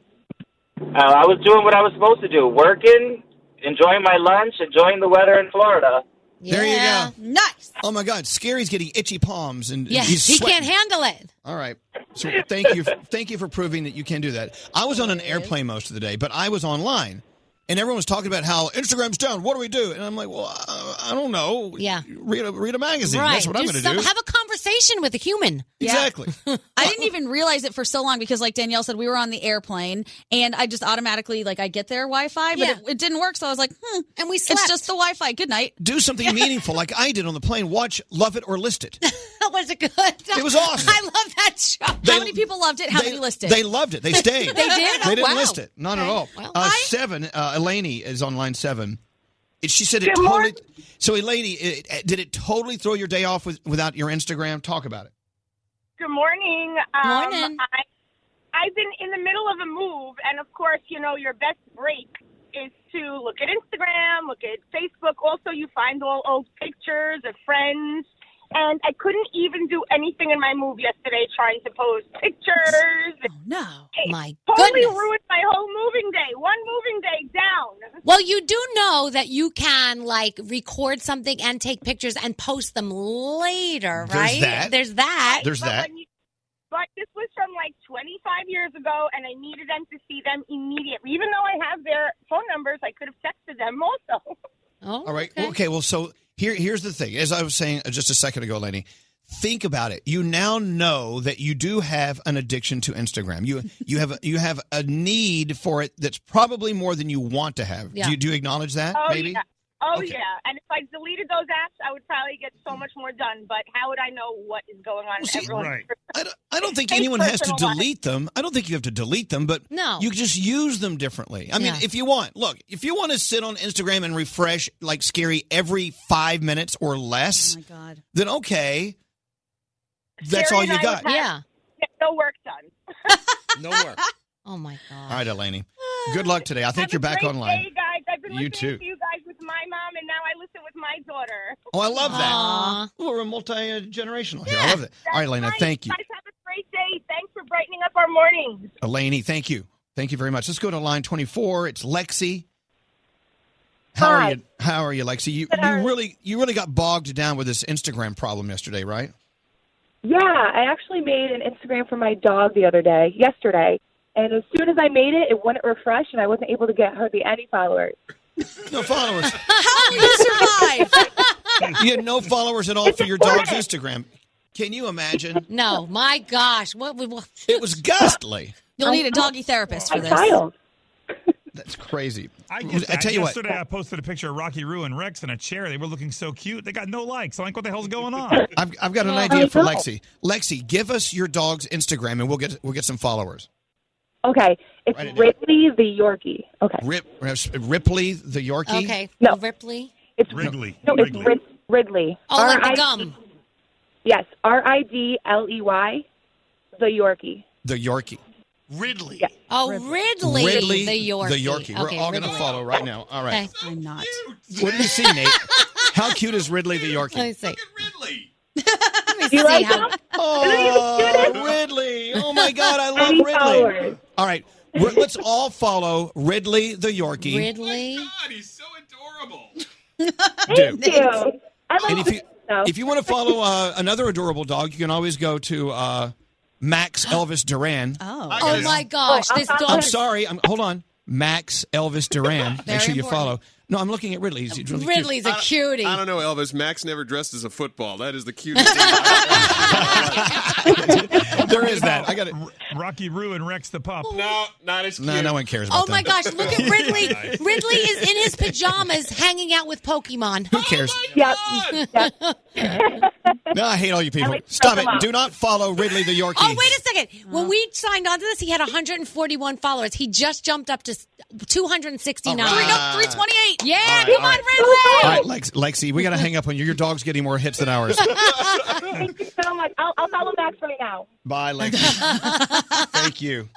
[SPEAKER 18] Uh, I was doing what I was supposed to do, working, enjoying my lunch, enjoying the weather in Florida.
[SPEAKER 1] There you go. Nice. Oh my god, Scary's getting itchy palms and and
[SPEAKER 8] yeah.
[SPEAKER 1] he's
[SPEAKER 8] He
[SPEAKER 1] sweating.
[SPEAKER 8] can't handle it.
[SPEAKER 1] All right. So thank you, thank you for proving that you can do that. I was on an airplane most of the day, but I was online, and everyone was talking about how Instagram's down. What do we do? And I'm like, well, I, I don't know.
[SPEAKER 8] Yeah.
[SPEAKER 1] Read a read a magazine. That's what I'm going to
[SPEAKER 8] some-
[SPEAKER 1] do.
[SPEAKER 8] Have a conversation with a human.
[SPEAKER 1] exactly.
[SPEAKER 5] I didn't even realize it for so long because, like Danielle said, we were on the airplane and I just automatically, like, I get their Wi Fi, but
[SPEAKER 8] Yeah.
[SPEAKER 5] it, it didn't work. So I was like, hmm.
[SPEAKER 8] And we
[SPEAKER 5] It's just the Wi Fi. Good night.
[SPEAKER 1] do something meaningful like I did on the plane. Watch Love It or List It.
[SPEAKER 8] That was a good.
[SPEAKER 1] It was awesome. I
[SPEAKER 8] love that show.
[SPEAKER 1] They-
[SPEAKER 5] how many people loved it? How
[SPEAKER 1] they,
[SPEAKER 5] many listed?
[SPEAKER 1] They loved it. They stayed.
[SPEAKER 5] They did? Oh,
[SPEAKER 1] They didn't
[SPEAKER 5] Wow.
[SPEAKER 1] list it. Not at all.
[SPEAKER 5] Well,
[SPEAKER 1] uh, seven. Uh, Eleni is on line seven. It- She said it
[SPEAKER 18] Good
[SPEAKER 1] totally.
[SPEAKER 18] morning.
[SPEAKER 1] So, Eleni, it, it- did it totally throw your day off with, without your Instagram? Talk about it.
[SPEAKER 19] Good morning. Um,
[SPEAKER 8] Morning.
[SPEAKER 19] I, I've been in the middle of a move, and of course, you know, your best break is to look at Instagram, look at Facebook. Also, you find all old pictures of friends. And I couldn't even do anything in my move yesterday trying to post pictures.
[SPEAKER 5] no.
[SPEAKER 8] Oh, My
[SPEAKER 19] Totally
[SPEAKER 8] goodness.
[SPEAKER 19] ruined my whole moving day. One moving day down.
[SPEAKER 8] Well, you do know that you can like record something and take pictures and post them later,
[SPEAKER 19] There's
[SPEAKER 8] right?
[SPEAKER 19] that.
[SPEAKER 8] There's that.
[SPEAKER 19] Right, but when you- but this was from like 25 years ago, and I needed them to see them immediately. Even though I have their phone numbers, I could have texted them also.
[SPEAKER 8] Oh,
[SPEAKER 1] all right. Okay. well, so here, here's the thing. As I was saying just a second ago, Eleni, think about it. You now know that you do have an addiction to Instagram. You you have you have a need for it that's probably more than you want to have.
[SPEAKER 19] Yeah.
[SPEAKER 1] Do, you, do you acknowledge that?
[SPEAKER 19] Oh
[SPEAKER 1] maybe.
[SPEAKER 19] yeah. Oh
[SPEAKER 1] Okay.
[SPEAKER 19] yeah. And if I deleted those apps, I would probably get so much more done. But how would I know what is going on? in everyone's
[SPEAKER 1] I don't think
[SPEAKER 19] Hey,
[SPEAKER 1] anyone has to
[SPEAKER 19] personal life.
[SPEAKER 1] delete them. I don't think you have to delete them, but
[SPEAKER 19] No.
[SPEAKER 1] you just use them differently. I mean,
[SPEAKER 19] Yeah.
[SPEAKER 1] if you want, look, if you want to sit on Instagram and refresh like scary every five minutes or less,
[SPEAKER 5] God.
[SPEAKER 1] then okay, that's
[SPEAKER 19] Sherry
[SPEAKER 1] all
[SPEAKER 19] and
[SPEAKER 1] you
[SPEAKER 19] I
[SPEAKER 1] got.
[SPEAKER 19] would have- Get no work done.
[SPEAKER 1] no work.
[SPEAKER 8] Oh my
[SPEAKER 1] All right,
[SPEAKER 8] god.
[SPEAKER 1] Eleni. Good luck today. I think you're back
[SPEAKER 19] Great
[SPEAKER 1] online.
[SPEAKER 19] day, guys. I've been
[SPEAKER 1] You
[SPEAKER 19] listening
[SPEAKER 1] too.
[SPEAKER 19] to you guys with my mom, and now I listen with my daughter.
[SPEAKER 1] Oh, I love that. We're multi generational here. I love that. All right, Elena, thank you.
[SPEAKER 19] guys have a great day. Thanks for brightening up our mornings.
[SPEAKER 1] Eleni, thank you. Thank you very much. Let's go to line 24. It's Lexi. How
[SPEAKER 13] Hi.
[SPEAKER 1] are you? How are you, Lexi? You,
[SPEAKER 13] Good, how are
[SPEAKER 1] you
[SPEAKER 13] you?
[SPEAKER 1] really you really got bogged down with this Instagram problem yesterday, right?
[SPEAKER 13] Yeah, I actually made an Instagram for my dog the other day, yesterday, and as soon as I made it, it wouldn't refresh, and I wasn't able to get hardly any followers.
[SPEAKER 1] No followers.
[SPEAKER 5] How you survive?
[SPEAKER 1] you had no followers at all for your dog's Instagram. Can you imagine?
[SPEAKER 8] No, my gosh. What, what, what-
[SPEAKER 1] It was ghastly.
[SPEAKER 5] You'll need a doggy therapist for this.
[SPEAKER 13] child.
[SPEAKER 1] That's crazy.
[SPEAKER 9] I, just,
[SPEAKER 1] I tell you what.
[SPEAKER 9] yesterday I posted a picture of Rocky Rue and Rex in a chair. They were looking so cute. They got no likes. I'm like, what the hell's going on?
[SPEAKER 1] I've, I've got an idea for Lexi. Lexi, give us your dog's Instagram and we'll get we'll get some followers.
[SPEAKER 16] Okay, it's
[SPEAKER 1] Write it down.
[SPEAKER 16] Ripley the Yorkie. Okay.
[SPEAKER 1] Rip, uh, Ripley the Yorkie.
[SPEAKER 16] No,
[SPEAKER 8] Ripley.
[SPEAKER 16] It's
[SPEAKER 1] Wrigley.
[SPEAKER 16] No, it's Rid- Ridley.
[SPEAKER 8] Oh, like the
[SPEAKER 16] R I D-
[SPEAKER 8] gum.
[SPEAKER 16] Yes, R I D L E Y, the Yorkie.
[SPEAKER 1] The Yorkie.
[SPEAKER 11] Ridley.
[SPEAKER 8] Oh, Ridley, the Yorkie.
[SPEAKER 1] The Yorkie.
[SPEAKER 8] Okay,
[SPEAKER 1] We're all going to
[SPEAKER 8] Ridley.
[SPEAKER 1] follow right now. All right.
[SPEAKER 8] Okay. I'm not.
[SPEAKER 1] What do you see, Nate? How cute is Ridley the Yorkie?
[SPEAKER 8] Let me see.
[SPEAKER 1] You
[SPEAKER 8] see
[SPEAKER 1] like
[SPEAKER 8] how-
[SPEAKER 1] him? Oh, Ridley. Oh, my God. I love Ridley. All right. We're- let's all follow Ridley the Yorkie.
[SPEAKER 8] Ridley.
[SPEAKER 1] Dude.
[SPEAKER 16] you. I
[SPEAKER 1] And
[SPEAKER 16] like
[SPEAKER 1] if you,
[SPEAKER 16] though.
[SPEAKER 1] if you want to follow uh, another adorable dog, you can always go to uh, Max Elvis Duran.
[SPEAKER 8] Oh, my gosh, this dog.
[SPEAKER 1] Oh, I'm
[SPEAKER 8] is-
[SPEAKER 1] sorry. I'm, hold on. Max Elvis Duran. Make
[SPEAKER 8] Very
[SPEAKER 1] sure you follow.
[SPEAKER 8] important.
[SPEAKER 1] No, I'm looking at Ridley. He's really cute.
[SPEAKER 8] Ridley's a cutie.
[SPEAKER 20] I don't know, Elvis. Max never dressed as a football. That is the cutest.
[SPEAKER 1] there is that. I got it.
[SPEAKER 9] Rocky Rue and Rex the pup.
[SPEAKER 20] No, not as cute.
[SPEAKER 1] No, no one cares about
[SPEAKER 8] Oh my gosh, look at Ridley. Ridley is in his pajamas hanging out with Pokemon. Oh
[SPEAKER 1] Who cares?
[SPEAKER 16] Yep.
[SPEAKER 1] No, I hate all you people. Stop it. Do not follow Ridley the Yorkie.
[SPEAKER 8] Oh, wait a second. When we signed on to this, he had 141 followers. He just jumped up to s- 269.
[SPEAKER 1] All right. Three- no,
[SPEAKER 8] 328. Yeah,
[SPEAKER 1] All right,
[SPEAKER 8] come
[SPEAKER 1] all
[SPEAKER 8] on,
[SPEAKER 1] right.
[SPEAKER 8] Ridley.
[SPEAKER 1] All right, Lex- Lexi, we got to hang up on you. Your dog's getting more hits than ours.
[SPEAKER 16] Thank you so much. I'll, I'll follow Max right now.
[SPEAKER 1] Bye, Lexi. Thank you.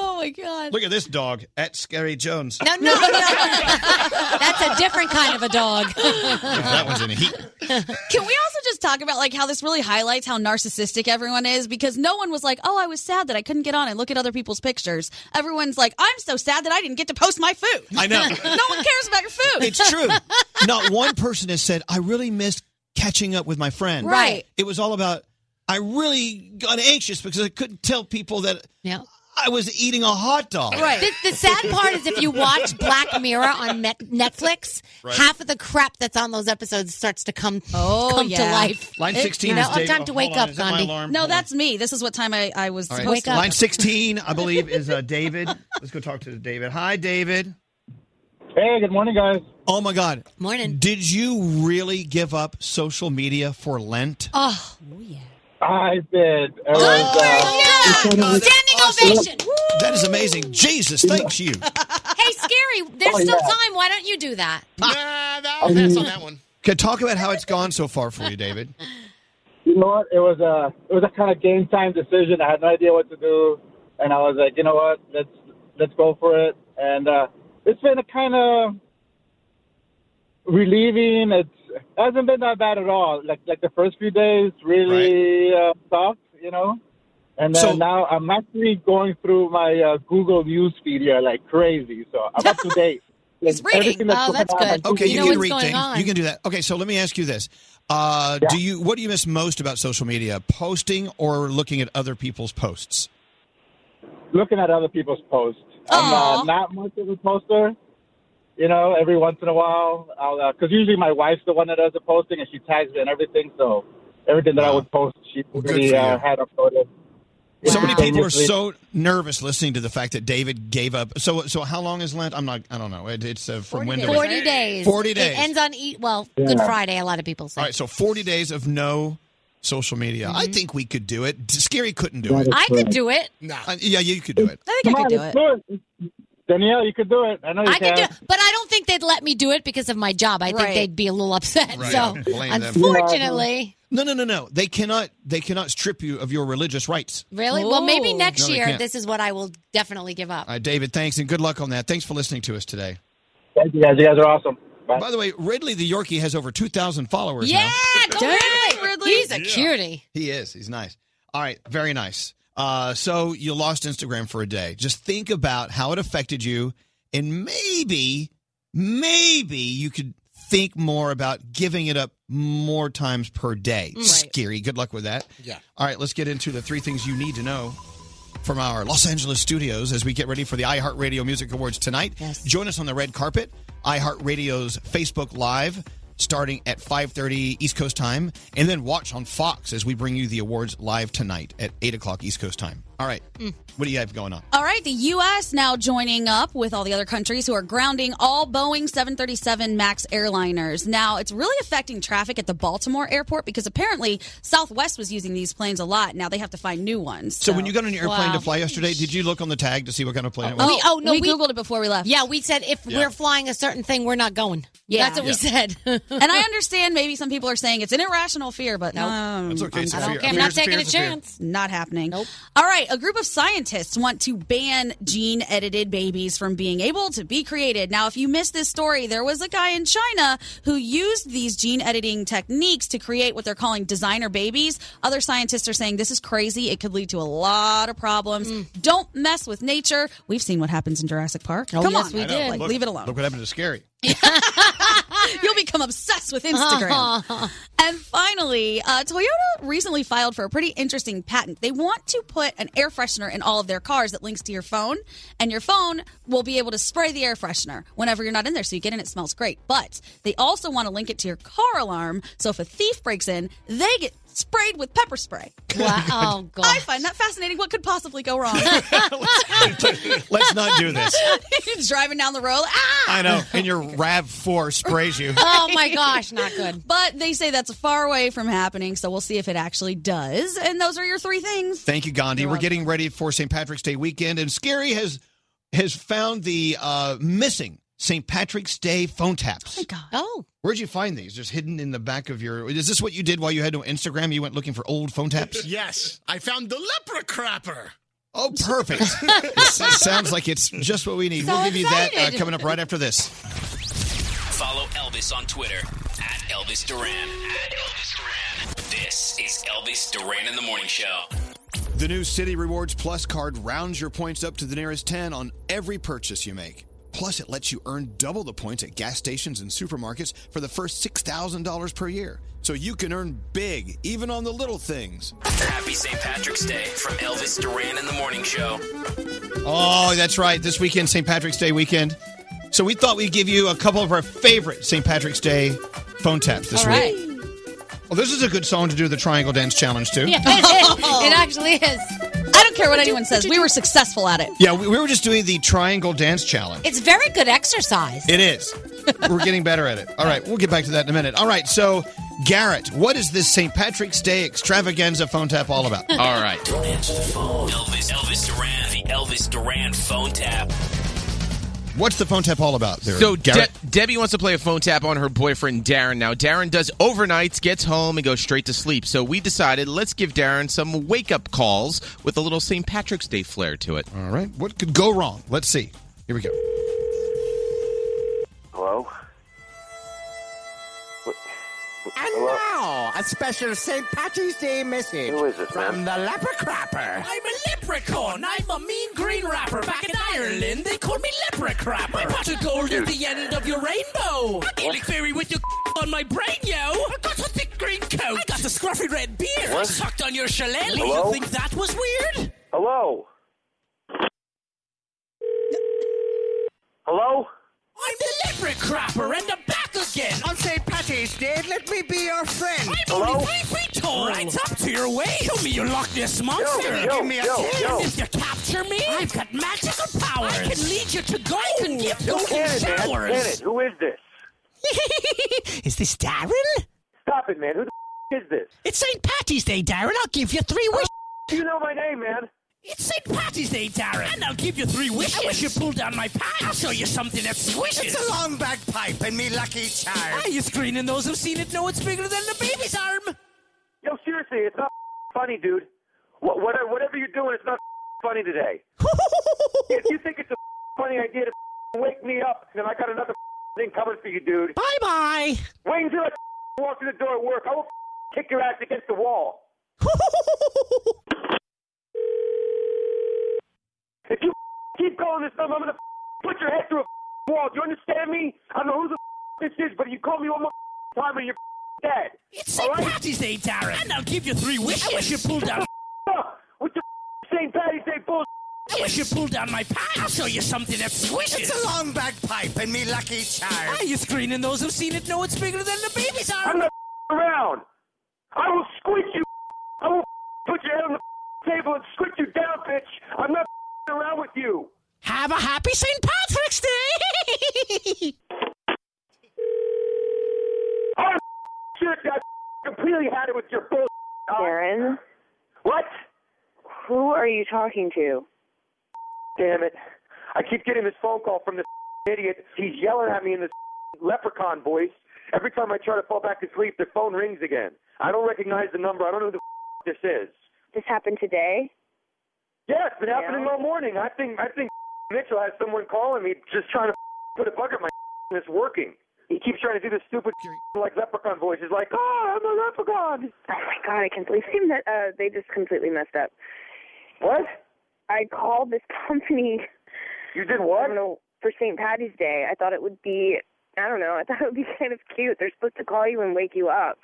[SPEAKER 8] Oh my god.
[SPEAKER 1] Look at this dog at Scary Jones.
[SPEAKER 8] No, no, no. That's a different kind of a dog.
[SPEAKER 1] that one's in heat.
[SPEAKER 5] Can we also just talk about like how this really highlights how narcissistic everyone is? Because no one was like, "Oh, I was sad that I couldn't get on and look at other people's pictures." Everyone's like, "I'm so sad that I didn't get to post my food."
[SPEAKER 1] I know.
[SPEAKER 5] no one cares about your food.
[SPEAKER 1] It's true. Not one person has said, I really missed catching up with my friend.
[SPEAKER 5] Right.
[SPEAKER 1] It was all about, I really got anxious because I couldn't tell people that I was eating a hot dog.
[SPEAKER 8] Right. The, the sad part is if you watch Black Mirror on Net- Netflix,
[SPEAKER 1] Right.
[SPEAKER 8] half of the crap that's on those episodes starts to come, come to
[SPEAKER 5] Oh, yeah.
[SPEAKER 8] life.
[SPEAKER 1] Line
[SPEAKER 8] It-
[SPEAKER 1] 16
[SPEAKER 8] you know,
[SPEAKER 1] is Dave-
[SPEAKER 8] time to
[SPEAKER 1] oh,
[SPEAKER 8] wake
[SPEAKER 1] hold on,
[SPEAKER 8] up,
[SPEAKER 1] is that my
[SPEAKER 8] Gandhi.
[SPEAKER 1] alarm?
[SPEAKER 5] No, that's me. This is what time I, I was
[SPEAKER 1] All right.
[SPEAKER 5] supposed to
[SPEAKER 1] Line 16, I believe, is uh, David. Let's go talk to David. Hi, David.
[SPEAKER 21] Hey, good morning, guys.
[SPEAKER 1] Oh, my God.
[SPEAKER 8] Morning.
[SPEAKER 1] Did you really give up social media for Lent?
[SPEAKER 8] Oh,
[SPEAKER 21] I did. Good
[SPEAKER 8] Standing ovation.
[SPEAKER 1] That is amazing. Jesus, thanks you.
[SPEAKER 8] Hey, Scary, there's
[SPEAKER 1] Oh,
[SPEAKER 8] still
[SPEAKER 1] yeah.
[SPEAKER 8] time. Why don't you do that?
[SPEAKER 11] I'll pass on that one.
[SPEAKER 1] Could talk about how it's gone so far for you, David.
[SPEAKER 21] You know what? It was a it was a kind of game time decision. I had no idea what to do, and I was like, you know what? Let's let's go for it. And uh, it's been a kind of relieving. It's, It hasn't been that bad at all. Like like the first few days really uh, tough, you know. And then
[SPEAKER 1] So-
[SPEAKER 21] now I'm actually going through my uh, Google News feed here like crazy. So I'm up to date. He's
[SPEAKER 1] Okay, you, can read things. You can do that. Okay, so let me ask you this: uh, Do you what do you miss most about social media? Posting or looking at other people's posts?
[SPEAKER 21] looking at other people's posts. I'm uh, not much of a poster. You know, every once in a while, I'll because usually my wife's the one that does the posting and she tags me and everything. So everything that I would post, she
[SPEAKER 1] good
[SPEAKER 21] already
[SPEAKER 1] for
[SPEAKER 21] uh,
[SPEAKER 1] you.
[SPEAKER 21] had uploaded.
[SPEAKER 1] So many people are
[SPEAKER 21] Simultaneously.
[SPEAKER 1] so nervous listening to the fact that David gave up. So, so how long is Lent? I'm not. I don't know. It, it's uh, from when to when?
[SPEAKER 8] 40 days.
[SPEAKER 1] Forty days.
[SPEAKER 8] It ends on eat. Well,
[SPEAKER 1] Yeah.
[SPEAKER 8] Good Friday, a lot of people say.
[SPEAKER 1] All right. So forty days of no social media. I think we could do it. Scary couldn't do it.
[SPEAKER 21] That is I could correct.
[SPEAKER 8] do it.
[SPEAKER 1] No. yeah, you could do it.
[SPEAKER 8] I
[SPEAKER 21] Come on, let's do it. Danielle, you could do it. I know you
[SPEAKER 8] I
[SPEAKER 21] can.
[SPEAKER 8] could do it, but I don't think they'd let me do it because of my job. I think
[SPEAKER 21] Right.
[SPEAKER 8] they'd be a little upset.
[SPEAKER 1] Right.
[SPEAKER 8] So,
[SPEAKER 1] Blame them.
[SPEAKER 8] unfortunately,
[SPEAKER 1] No, no, no, no. They cannot. They cannot strip you of your religious rights.
[SPEAKER 8] really, well, maybe next
[SPEAKER 1] No, they
[SPEAKER 8] year
[SPEAKER 1] can't.
[SPEAKER 8] this is what I will definitely give up.
[SPEAKER 1] All right, Uh, David, thanks and good luck on that. Thanks for listening to us today.
[SPEAKER 21] Thank you guys. You guys are awesome.
[SPEAKER 1] By the way, Ridley the Yorkie has over 2,000 followers
[SPEAKER 8] yeah,
[SPEAKER 1] now.
[SPEAKER 8] go Ridley. He's a cutie.
[SPEAKER 1] He is. He's nice. All right, very nice. Uh, so you lost Instagram for a day. Just think about how it affected you, and maybe, maybe you could think more about giving it up more times per day.
[SPEAKER 11] Right.
[SPEAKER 1] Scary. Good luck with that.
[SPEAKER 11] Yeah.
[SPEAKER 1] All right, let's get into the three things you need to know from our Los Angeles studios as we get ready for the iHeartRadio Music Awards tonight. Join us on the red carpet, iHeartRadio's Facebook Live starting at 5.30 East Coast time, and then watch on Fox as we bring you the awards live tonight at 8 o'clock East Coast time. All right. mm, What do you have going on?
[SPEAKER 5] All right, the U.S. now joining up with all the other countries who are grounding all Boeing 737 MAX airliners. Now, it's really affecting traffic at the Baltimore airport because apparently Southwest was using these planes a lot. Now they have to find new ones.
[SPEAKER 1] So, when you got on your airplane to fly yesterday, did you look on the tag to see what kind of plane it was?
[SPEAKER 8] we, oh no,
[SPEAKER 5] we Googled it before we left.
[SPEAKER 8] Yeah, we said if
[SPEAKER 1] Yeah.
[SPEAKER 8] we're flying a certain thing, we're not going. Yeah, that's what we
[SPEAKER 1] Yeah.
[SPEAKER 8] said. and
[SPEAKER 5] I understand maybe some people are saying it's an irrational fear, but no.
[SPEAKER 1] That's okay. It's a
[SPEAKER 5] I don't
[SPEAKER 1] fear.
[SPEAKER 5] care. I'm
[SPEAKER 1] Fear's
[SPEAKER 5] not
[SPEAKER 1] a
[SPEAKER 5] taking a
[SPEAKER 1] fear's a fear.
[SPEAKER 5] chance. Not happening. Nope. All right. A group of scientists want to ban gene edited babies from being able to be created. Now, if you missed this story, there was a guy in China who used these gene editing techniques to create what they're calling designer babies. Other scientists are saying this is crazy. It could lead to a lot of problems.
[SPEAKER 1] Mm.
[SPEAKER 5] Don't mess with nature. We've seen what happens in Jurassic Park.
[SPEAKER 1] Oh,
[SPEAKER 5] Come
[SPEAKER 1] yes,
[SPEAKER 5] on.
[SPEAKER 1] we I know. did.
[SPEAKER 5] Like,
[SPEAKER 1] Look-
[SPEAKER 5] leave it alone.
[SPEAKER 1] Look what happened to Scary.
[SPEAKER 5] You'll become obsessed with Instagram. and finally, uh, Toyota recently filed for a pretty interesting patent. They want to put an air freshener in all of their cars that links to your phone, and your phone will be able to spray the air freshener whenever you're not in there. So you get in, it smells great. But they also want to link it to your car alarm. So if a thief breaks in, they get sprayed with pepper spray.
[SPEAKER 8] Wow. Oh, God.
[SPEAKER 5] I find that fascinating. What could possibly go wrong?
[SPEAKER 1] Let's not do this.
[SPEAKER 5] You're driving down the road. Ah!
[SPEAKER 1] I know. And your RAV4 sprays you.
[SPEAKER 8] Oh, my gosh, not good.
[SPEAKER 5] But they say that's far away from happening, so we'll see if it actually does. And those are your three things.
[SPEAKER 1] Thank you, Gandhi.
[SPEAKER 5] You're
[SPEAKER 1] We're
[SPEAKER 5] welcome.
[SPEAKER 1] getting ready for St. Patrick's Day weekend, and Scary has has found the uh, missing St. Patrick's Day phone taps.
[SPEAKER 8] Oh.
[SPEAKER 1] Where'd you find these? Just hidden in the back of your. Is this what you did while you had no Instagram? You went looking for old phone taps.
[SPEAKER 11] yes, I found the lepra crapper.
[SPEAKER 1] Oh, perfect. This sounds like it's just what we need.
[SPEAKER 11] So
[SPEAKER 1] we'll give you that
[SPEAKER 11] excited.
[SPEAKER 1] uh, coming up right after this.
[SPEAKER 4] Follow Elvis on Twitter at Elvis Duran. At Elvis Duran. This is Elvis Duran in the Morning Show.
[SPEAKER 1] The new City Rewards Plus card rounds your points up to the nearest 10 on every purchase you make. Plus, it lets you earn double the points at gas stations and supermarkets for the first $6,000 per year. So you can earn big, even on the little things.
[SPEAKER 4] Happy St. Patrick's Day from Elvis Duran in the Morning Show.
[SPEAKER 1] Oh, that's right. This weekend, St. Patrick's Day weekend. So we thought we'd give you a couple of our favorite St. Patrick's Day phone taps this
[SPEAKER 8] All right.
[SPEAKER 1] week. Well, this is a good song to do the Triangle Dance Challenge to.
[SPEAKER 8] Yeah, it, is. It actually is.
[SPEAKER 5] I don't care what anyone says. We were successful at it.
[SPEAKER 1] Yeah, we, we were just doing the Triangle Dance Challenge.
[SPEAKER 8] It's very good exercise.
[SPEAKER 1] It is. We're getting better at it. All right, we'll get back to that in a minute. All right, so Garrett, what is this St. Patrick's Day extravaganza phone tap all about?
[SPEAKER 4] All right. Don't answer the phone. Elvis, Elvis Duran, the Elvis Duran phone tap.
[SPEAKER 1] What's the phone tap all about? There,
[SPEAKER 22] So De-
[SPEAKER 1] Garrett.
[SPEAKER 22] Debbie wants to play a phone tap on her boyfriend Darren. Now Darren does overnights, gets home, and goes straight to sleep. So we decided let's give Darren some wake up calls with a little St. Patrick's Day flair to it.
[SPEAKER 1] All right, what could go wrong? Let's see. Here we go.
[SPEAKER 23] Hello?
[SPEAKER 13] And now, a special St. Patrick's Day message from the Leper Crapper.
[SPEAKER 24] I'm a leprechaun. I'm a mean green rapper. Back in Ireland, they call me leprechaun. I got a gold at the end of your rainbow. I'm Gaelic fairy with your on my brain, yo. I got a thick green coat. I got a scruffy red beard. I
[SPEAKER 23] What?
[SPEAKER 24] sucked on your shillelagh.
[SPEAKER 23] Hello?
[SPEAKER 24] You think that was weird?
[SPEAKER 23] Hello? Hello?
[SPEAKER 24] I'm the leprechaun, and I'm back again.
[SPEAKER 13] On St. Patty's Day, let me be your friend.
[SPEAKER 24] I'm only five feet tall. Right up to your waist. Show me your Loch Ness
[SPEAKER 13] Yo,
[SPEAKER 24] monster.
[SPEAKER 13] yo,
[SPEAKER 24] Give me a
[SPEAKER 13] yo,
[SPEAKER 24] kiss.
[SPEAKER 13] yo.
[SPEAKER 24] If you capture me, I've got magical powers. I can lead you to gold. I can give
[SPEAKER 13] Who
[SPEAKER 24] golden
[SPEAKER 13] is it?
[SPEAKER 24] showers.
[SPEAKER 13] Get it? Who is this?
[SPEAKER 24] is this Darren?
[SPEAKER 13] Stop it, man. Who the f- is this?
[SPEAKER 24] It's St. Patty's Day, Darren. I'll give you three wishes.
[SPEAKER 13] Oh, You know my name, man.
[SPEAKER 24] It's St. Patty's Day, Darren. And I'll give you three wishes. I wish you pulled down my pants. I'll show you something that squishes.
[SPEAKER 13] It's a long bagpipe and me lucky charm.
[SPEAKER 24] Why are you screening those who've seen it know it's bigger than the baby's arm?
[SPEAKER 13] Yo, seriously, it's not funny, dude. What, what, whatever you're doing, it's not funny today. if you think it's a funny idea to wake me up, then I got another thing covered for you, dude.
[SPEAKER 24] Bye bye.
[SPEAKER 13] Wait until I walk through the door at work. I will kick your ass against the wall. if you keep calling this number, I'm gonna put your head through a wall. Do you understand me? I don't know who the this is, but if you call me one more time, and you're dead.
[SPEAKER 24] It's St. Patty's Day, Darren. And I'll give you three wishes. I wish you pulled down.
[SPEAKER 13] What the St. Patty's Day bull?
[SPEAKER 24] I wish you pulled down my pants. I'll show you something that squishes.
[SPEAKER 13] It's a
[SPEAKER 24] long bagpipe and me lucky charm. Why are you screening those who've seen it know it's bigger than the baby's arm?
[SPEAKER 13] I'm not around. I will squeak you. I will put your head on the table and squirt you down, bitch. I'm not around with you.
[SPEAKER 25] Have a happy St. Patrick's Day.
[SPEAKER 13] Oh, shit, I completely had it with your bull.
[SPEAKER 26] Darren?
[SPEAKER 13] What?
[SPEAKER 26] Who are you talking to?
[SPEAKER 13] Damn it. I keep getting this phone call from this idiot. He's yelling at me in this leprechaun voice. Every time I try to fall back to sleep, the phone rings again. I don't recognize the number. I don't know who the this is.
[SPEAKER 26] This happened today?
[SPEAKER 13] Yeah, it's been happening all morning. I think I think Mitchell has someone calling me just trying to put a bug up my and it's working. He keeps trying to do this stupid like leprechaun voice. He's like, oh, I'm a leprechaun.
[SPEAKER 26] Oh my god, I can't believe they, me- uh, they just completely messed up.
[SPEAKER 13] What?
[SPEAKER 26] I called this company.
[SPEAKER 13] You did what?
[SPEAKER 26] I don't know, for St. Patty's Day. I thought it would be, I don't know, I thought it would be kind of cute. They're supposed to call you and wake you up.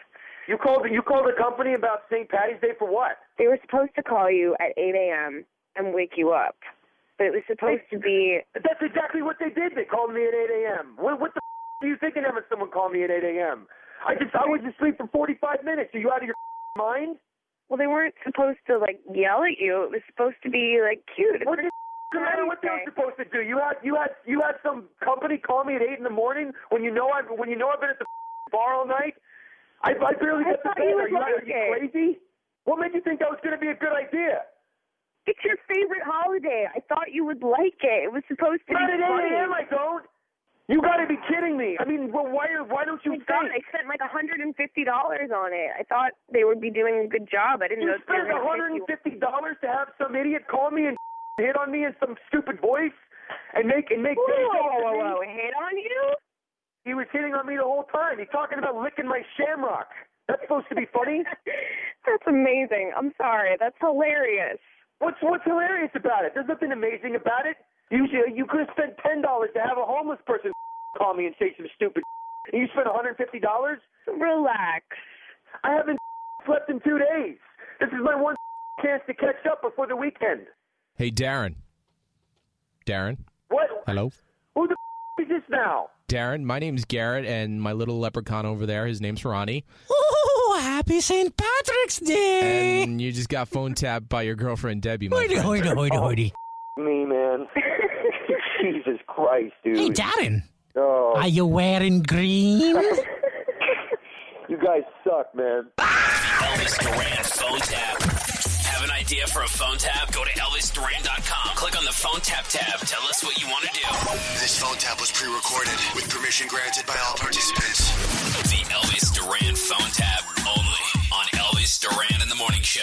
[SPEAKER 13] You called you called the company about St. Patty's Day for what?
[SPEAKER 26] They were supposed to call you at 8 a.m. and wake you up. But it was supposed to be.
[SPEAKER 13] That's exactly what they did. They called me at 8 a.m. What, what the f- are you thinking of when someone called me at 8 a.m.? I just I was asleep for 45 minutes. Are you out of your f- mind?
[SPEAKER 26] Well, they weren't supposed to, like, yell at you. It was supposed to be, like, cute. It's
[SPEAKER 13] What
[SPEAKER 26] for
[SPEAKER 13] the f- is the matter? What they were supposed to do? You had you had you had some company call me at eight in the morning when you know I when you know I've been at the f- bar all night. I, I barely
[SPEAKER 26] I
[SPEAKER 13] get to
[SPEAKER 26] thought
[SPEAKER 13] bed.
[SPEAKER 26] you
[SPEAKER 13] Are
[SPEAKER 26] would
[SPEAKER 13] you, are
[SPEAKER 26] like
[SPEAKER 13] you
[SPEAKER 26] it.
[SPEAKER 13] crazy? What made you think that was going to be a good idea?
[SPEAKER 26] It's your favorite holiday. I thought you would like it. It was supposed to
[SPEAKER 13] Not at
[SPEAKER 26] be
[SPEAKER 13] 8 a.m. I
[SPEAKER 26] funny.
[SPEAKER 13] don't. You got to be kidding me. I mean, well, why are why don't you
[SPEAKER 26] Oh my God, I
[SPEAKER 13] think?
[SPEAKER 26] spent like $150 on it. I thought they would be doing a good job. I didn't
[SPEAKER 13] You
[SPEAKER 26] know they
[SPEAKER 13] spent
[SPEAKER 26] were gonna
[SPEAKER 13] hundred
[SPEAKER 26] make
[SPEAKER 13] and
[SPEAKER 26] you-
[SPEAKER 13] fifty dollars to have some idiot call me and hit on me in some stupid voice and make and make
[SPEAKER 26] Whoa,
[SPEAKER 13] things
[SPEAKER 26] whoa,
[SPEAKER 13] up to
[SPEAKER 26] whoa,
[SPEAKER 13] me?
[SPEAKER 26] whoa, hit on you?
[SPEAKER 13] He was hitting on me the whole time. He's talking about licking my shamrock. That's supposed to be funny.
[SPEAKER 26] That's amazing. I'm sorry. That's hilarious.
[SPEAKER 13] What's what's hilarious about it? There's nothing amazing about it. You should- you could have spent ten dollars to have a homeless person call me and say some stupid. And you spent 150 dollars.
[SPEAKER 26] Relax.
[SPEAKER 13] I haven't slept in two days. This is my one chance to catch up before the weekend.
[SPEAKER 27] Hey, Darren. Darren.
[SPEAKER 13] What?
[SPEAKER 27] Hello.
[SPEAKER 13] Who the is this now?
[SPEAKER 27] Darren, my name's Garrett, and my little leprechaun over there, his name's Ronnie.
[SPEAKER 24] oh, happy St. Patrick's Day.
[SPEAKER 27] And you just got phone tapped by your girlfriend, Debbie. My
[SPEAKER 24] Hoity,
[SPEAKER 27] friend.
[SPEAKER 24] hoity, hoity, hoity.
[SPEAKER 13] Me, man. Jesus Christ, dude.
[SPEAKER 24] Hey, Darren.
[SPEAKER 13] Oh,
[SPEAKER 24] Are you wearing green?
[SPEAKER 13] you guys suck, man.
[SPEAKER 4] Elvis Duran phone tap. Have an idea for a phone tap? Go to ElvisDuran.com. Click on the phone tap tab. Tell us what you want to do.
[SPEAKER 28] This phone tap was pre-recorded with permission granted by all participants.
[SPEAKER 4] The Elvis Duran phone tap only on Elvis Duran in the Morning Show.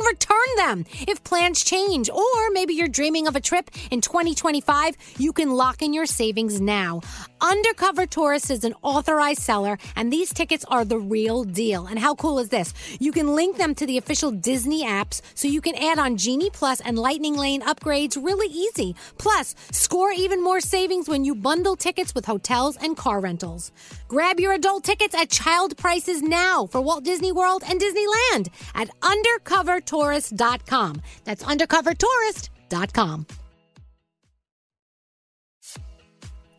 [SPEAKER 8] can return them if plans change. Or maybe you're dreaming of a trip in 2025, you can lock in your savings now. Undercover Tourist is an authorized seller, and these tickets are the real deal. And how cool is this? You can link them to the official Disney apps so you can add on Genie Plus and Lightning Lane upgrades really easy. Plus, score even more savings when you bundle tickets with hotels and car rentals. Grab your adult tickets at child prices now for Walt Disney World and Disneyland at undercovertourist.com. That's undercovertourist.com.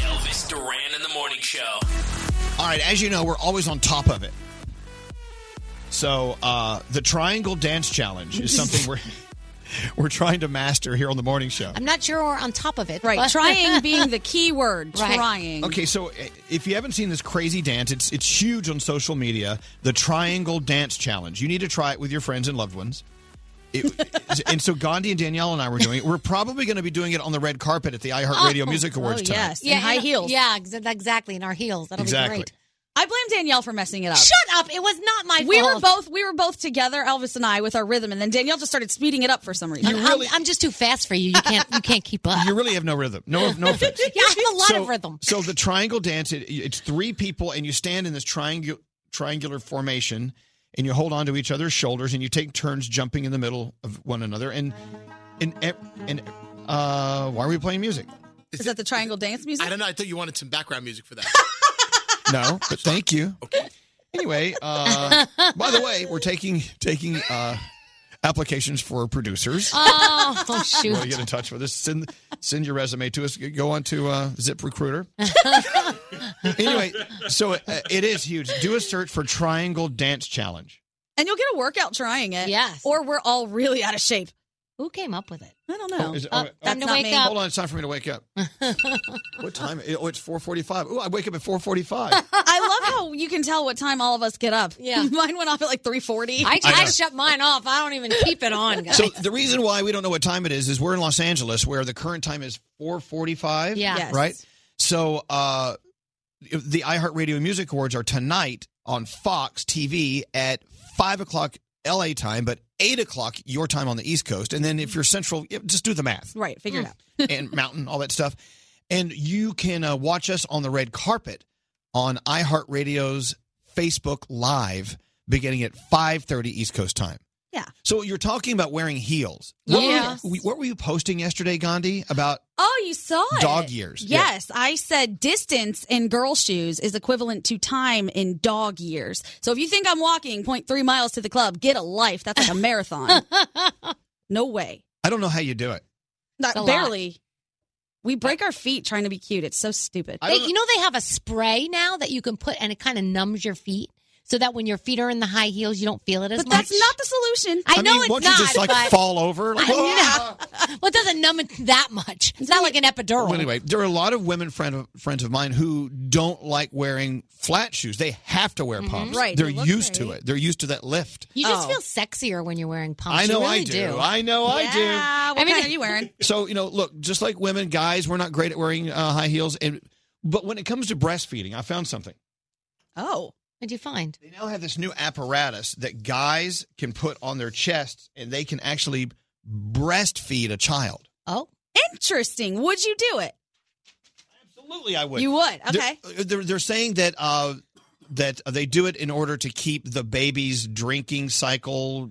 [SPEAKER 4] Elvis Duran in the morning show.
[SPEAKER 1] All right, as you know, we're always on top of it. So uh, the Triangle Dance Challenge is something we're we're trying to master here on the morning show.
[SPEAKER 29] I'm not sure we're on top of it.
[SPEAKER 5] Right,
[SPEAKER 29] but-
[SPEAKER 5] trying being the key word.
[SPEAKER 29] Right.
[SPEAKER 5] Trying.
[SPEAKER 1] Okay, so uh, if you haven't seen this crazy dance, it's it's huge on social media. The Triangle Dance Challenge. You need to try it with your friends and loved ones. It, and so Gandhi and Danielle and I were doing it. We're probably going to be doing it on the red carpet at the iHeartRadio
[SPEAKER 5] Oh.
[SPEAKER 1] Music
[SPEAKER 5] Oh,
[SPEAKER 1] Awards tonight.
[SPEAKER 5] yes. In high
[SPEAKER 29] and-
[SPEAKER 5] heels.
[SPEAKER 29] Yeah, ex- exactly. In our heels. That'll
[SPEAKER 1] Exactly.
[SPEAKER 29] be great.
[SPEAKER 5] I blame Danielle for messing it up.
[SPEAKER 29] Shut up. It was not my
[SPEAKER 5] we
[SPEAKER 29] fault.
[SPEAKER 5] were both we were both together, Elvis and I, with our rhythm, and then Danielle just started speeding it up for some reason.
[SPEAKER 29] I'm, I'm just too fast for you. You can't. You can't keep up.
[SPEAKER 1] You really have no rhythm. No, no offense.
[SPEAKER 29] yeah, I have a lot
[SPEAKER 1] so,
[SPEAKER 29] of rhythm.
[SPEAKER 1] So the triangle dance, it, it's three people, and you stand in this triangle triangular formation, and you hold on to each other's shoulders, and you take turns jumping in the middle of one another. And and and uh, why are we playing music?
[SPEAKER 5] Is that the triangle dance music?
[SPEAKER 11] I don't know. I thought you wanted some background music for that.
[SPEAKER 1] No, but thank you. Anyway, uh, by the way, we're taking taking uh, applications for producers.
[SPEAKER 8] Uh,
[SPEAKER 29] Oh, oh,
[SPEAKER 1] You want to
[SPEAKER 29] shoot.
[SPEAKER 1] get in touch with us? Send send your resume to us. Go on to uh, Zip Recruiter. anyway, so uh, it is huge. Do a search for Triangle Dance Challenge.
[SPEAKER 5] and you'll get a workout trying it. Yes. Or we're all really out of shape.
[SPEAKER 29] Who came up with it? Uh,
[SPEAKER 5] I don't know.
[SPEAKER 1] Is it- oh, oh,
[SPEAKER 5] that's not me.
[SPEAKER 1] Hold on, it's time for me to wake up. what time? Oh, it's four forty-five. Oh, I wake up at four forty-five.
[SPEAKER 5] I love how you can tell what time all of us get up. Yeah. Mine went off at like 3:40.
[SPEAKER 1] I- I I know.
[SPEAKER 5] shut mine off. I don't even keep it on,
[SPEAKER 1] So the reason why we don't know what time it is is we're in Los Angeles, where the current time is four forty-five.
[SPEAKER 5] Yeah. Yes.
[SPEAKER 1] Right. So uh, the iHeartRadio Music Awards are tonight on Fox TV at five o'clock L.A. time, but 8 o'clock your time on the East Coast. And then if you're central, yeah, just do the math.
[SPEAKER 5] Right, figure it out.
[SPEAKER 1] and Mountain, all that stuff. And you can uh, watch us on the red carpet on iHeartRadio's Facebook Live beginning at 5.30 East Coast time.
[SPEAKER 5] Yeah.
[SPEAKER 1] So you're talking about wearing heels. What,
[SPEAKER 5] Yes.
[SPEAKER 1] were, you, what were you posting yesterday, Gandhi, about
[SPEAKER 5] Oh, you saw it.
[SPEAKER 1] Dog years, yeah.
[SPEAKER 5] Yes, I said distance in girl shoes is equivalent to time in dog years. So if you think I'm walking 0.3 miles to the club, get a life. That's like a marathon. no way.
[SPEAKER 1] I don't know how you do it.
[SPEAKER 5] Not
[SPEAKER 8] a lot.
[SPEAKER 5] barely. We break our feet trying to be cute. It's so stupid.
[SPEAKER 8] They, you know they have a spray now that you can put and it kind of numbs your feet so that when your feet are in the high heels you don't feel it as
[SPEAKER 5] but
[SPEAKER 8] much.
[SPEAKER 5] that's not the solution.
[SPEAKER 8] I, know
[SPEAKER 1] mean,
[SPEAKER 8] it's
[SPEAKER 1] won't
[SPEAKER 8] not.
[SPEAKER 1] you just like
[SPEAKER 8] but-
[SPEAKER 1] fall over? Like,
[SPEAKER 8] I
[SPEAKER 1] "Oh."
[SPEAKER 8] know. well, it doesn't numb it that much. It's not like an epidural.
[SPEAKER 1] Well, anyway, there are a lot of women friend of, friends of mine who don't like wearing flat shoes. They have to wear pumps.
[SPEAKER 8] Mm-hmm. Right,
[SPEAKER 1] They're
[SPEAKER 8] they look
[SPEAKER 1] used to it. They're used to that lift.
[SPEAKER 8] You just feel sexier when you're wearing pumps.
[SPEAKER 1] Oh. I know
[SPEAKER 8] You really
[SPEAKER 1] I do. I know I do.
[SPEAKER 8] Yeah, what
[SPEAKER 1] I mean,
[SPEAKER 8] kind are you wearing?
[SPEAKER 1] So you know, look, just like women, guys, we're not great at wearing uh, high heels. And but when it comes to breastfeeding, I found something.
[SPEAKER 5] Oh,
[SPEAKER 8] what'd you find?
[SPEAKER 1] They now have this new apparatus that guys can put on their chests, and they can actually breastfeed a child.
[SPEAKER 8] Oh,
[SPEAKER 5] interesting. Would you do it?
[SPEAKER 1] Absolutely, I would.
[SPEAKER 5] You would.
[SPEAKER 1] They're-
[SPEAKER 5] Okay.
[SPEAKER 1] They're, they're, saying that uh, that they do it in order to keep the baby's drinking cycle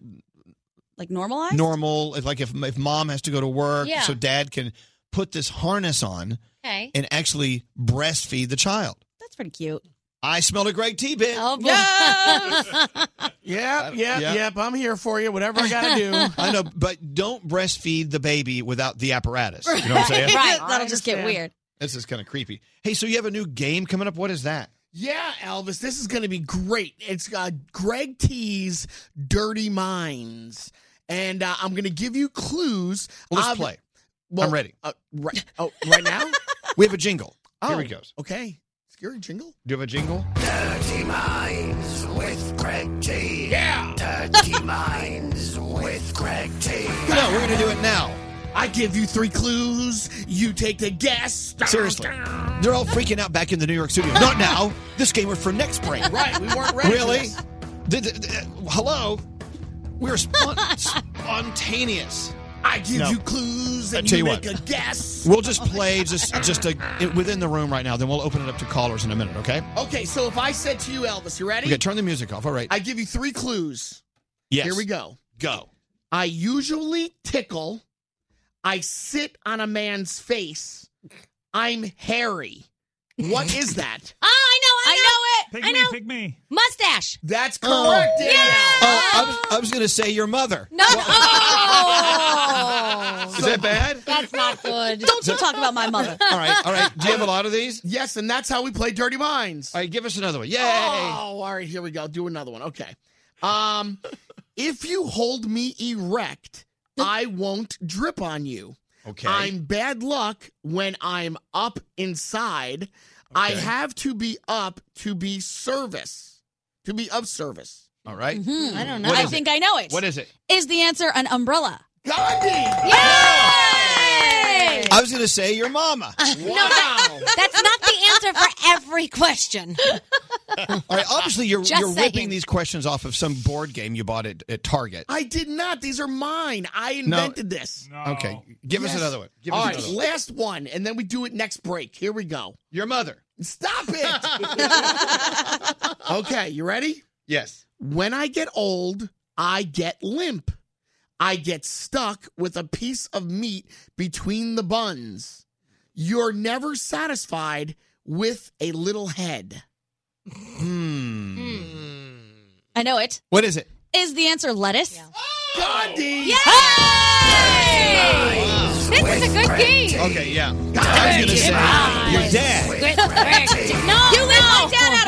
[SPEAKER 5] Like normalized?
[SPEAKER 1] normal. Like if if mom has to go to work,
[SPEAKER 5] Yeah.
[SPEAKER 1] so dad can put this harness on
[SPEAKER 8] Okay.
[SPEAKER 1] and actually breastfeed the child.
[SPEAKER 5] That's pretty cute.
[SPEAKER 1] I smelled a great tea bit. Uh,
[SPEAKER 8] Oh,
[SPEAKER 15] Yep, yep, yep. I'm here for you. Whatever I gotta do.
[SPEAKER 1] I know, but don't breastfeed the baby without the apparatus. You know what I'm saying?
[SPEAKER 15] Right. That'll I just get understand. weird.
[SPEAKER 1] This is kind of creepy. Hey, so you have a new game coming up. What is that?
[SPEAKER 15] Yeah, Elvis, this is going to be great. It's uh, Greg T's Dirty Minds. And uh, I'm going to give you clues.
[SPEAKER 1] Well, let's
[SPEAKER 15] of-
[SPEAKER 1] play. I'm ready.
[SPEAKER 15] Uh, right, oh, right now?
[SPEAKER 1] We have a jingle.
[SPEAKER 15] Oh,
[SPEAKER 1] Here it goes.
[SPEAKER 15] Okay. Scary jingle?
[SPEAKER 1] Do you have a jingle?
[SPEAKER 10] Dirty Minds with Greg T.
[SPEAKER 15] Yeah.
[SPEAKER 10] Dirty Minds with Greg T.
[SPEAKER 1] No, we're going to do it now.
[SPEAKER 15] I give you three clues. You take the guess.
[SPEAKER 1] Seriously. They're all freaking out back in the New York studio. Not now. This game was for next break.
[SPEAKER 15] Right, we weren't ready for
[SPEAKER 1] Really?
[SPEAKER 15] this.
[SPEAKER 1] Did- did- uh, hello? We are spon- spontaneous.
[SPEAKER 15] I give
[SPEAKER 1] No.
[SPEAKER 15] you clues
[SPEAKER 1] I
[SPEAKER 15] and
[SPEAKER 1] tell
[SPEAKER 15] you
[SPEAKER 1] you
[SPEAKER 15] make
[SPEAKER 1] what.
[SPEAKER 15] a guess.
[SPEAKER 1] We'll just play just just a, it- within the room right now. Then we'll open it up to callers in a minute. Okay.
[SPEAKER 15] Okay, so if I said to you, Elvis, you ready?
[SPEAKER 1] Okay. Turn the music off. All right.
[SPEAKER 15] I give you three clues.
[SPEAKER 1] Yes.
[SPEAKER 15] Here we go.
[SPEAKER 1] Go.
[SPEAKER 15] I usually tickle. I sit on a man's face. I'm hairy. What is that?
[SPEAKER 5] Ah,
[SPEAKER 8] Oh, I know, I know, it. I know.
[SPEAKER 9] Pick me.
[SPEAKER 8] Mustache.
[SPEAKER 15] That's correct.
[SPEAKER 8] Oh.
[SPEAKER 15] Danielle.
[SPEAKER 1] Oh, I was, I was going to say your mother.
[SPEAKER 8] No. Oh.
[SPEAKER 1] Is that bad?
[SPEAKER 8] That's not good.
[SPEAKER 5] Don't you talk about my mother.
[SPEAKER 1] All right. All right. Do you have a lot of these?
[SPEAKER 15] Yes, and that's how we play Dirty Minds.
[SPEAKER 1] All right. Give us another one. Yay.
[SPEAKER 15] Oh, all right, here we go. Do another one. Okay. Um, if you hold me erect, I won't drip on you.
[SPEAKER 1] Okay.
[SPEAKER 15] I'm bad luck when I'm up inside. I have to be up to be service. To be of service.
[SPEAKER 1] All right.
[SPEAKER 5] Mm-hmm. I
[SPEAKER 15] don't
[SPEAKER 1] know. What
[SPEAKER 5] I
[SPEAKER 1] is
[SPEAKER 5] think I know it.
[SPEAKER 1] What is it?
[SPEAKER 5] Is the answer an umbrella?
[SPEAKER 15] Gandhi!
[SPEAKER 8] Hey.
[SPEAKER 1] I was going to say your mama.
[SPEAKER 8] No, that- that's not the answer for every question.
[SPEAKER 1] All right. Obviously, you're
[SPEAKER 15] Just
[SPEAKER 1] you're
[SPEAKER 15] saying.
[SPEAKER 1] ripping these questions off of some board game you bought at, at Target.
[SPEAKER 15] I did not. These are mine. I invented this.
[SPEAKER 1] Okay. Give us
[SPEAKER 15] Yes.
[SPEAKER 1] another one. Give
[SPEAKER 15] All
[SPEAKER 1] us
[SPEAKER 15] right,
[SPEAKER 1] another one.
[SPEAKER 15] last one, and then we do it next break. Here we go.
[SPEAKER 1] Your mother.
[SPEAKER 15] Stop it. okay, you ready?
[SPEAKER 1] Yes.
[SPEAKER 15] When I get old, I get limp. I get stuck with a piece of meat between the buns. You're never satisfied with a little head.
[SPEAKER 5] I know it.
[SPEAKER 1] What is it?
[SPEAKER 5] Is the answer lettuce?
[SPEAKER 15] Gandhi!
[SPEAKER 8] This is a good game.
[SPEAKER 1] Okay. Yeah. I was going to say your dad.
[SPEAKER 8] Good- no,
[SPEAKER 5] You leave my
[SPEAKER 8] no.
[SPEAKER 5] dad out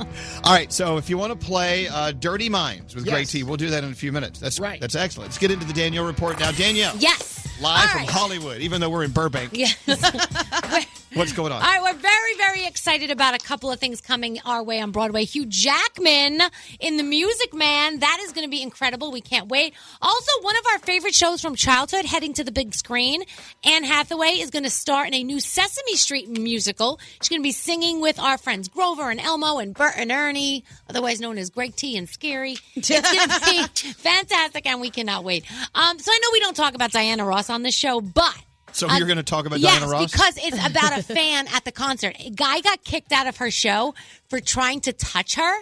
[SPEAKER 5] of this.
[SPEAKER 1] All right, so if you want to play uh, Dirty Minds with Greg T, we'll do that in a few minutes. That's right. That's excellent. Let's get into the Danielle report now. Danielle,
[SPEAKER 8] Yes.
[SPEAKER 1] live from Hollywood, even though we're in Burbank.
[SPEAKER 8] Yes. Where-
[SPEAKER 1] What's going on?
[SPEAKER 8] All right, we're very, very excited about a couple of things coming our way on Broadway. Hugh Jackman in The Music Man. That is going to be incredible. We can't wait. Also, one of our favorite shows from childhood heading to the big screen. Anne Hathaway is going to star in a new Sesame Street musical. She's going to be singing with our friends Grover and Elmo and Bert and Ernie, otherwise known as Greg T and Scary. It's going to be fantastic, and we cannot wait. Um, so I know we don't talk about Diana Ross on this show, but.
[SPEAKER 1] So
[SPEAKER 8] Uh,
[SPEAKER 1] you're going to talk about
[SPEAKER 8] yes,
[SPEAKER 1] Diana Ross?
[SPEAKER 8] because it's about a fan at the concert. A guy got kicked out of her show for trying to touch her.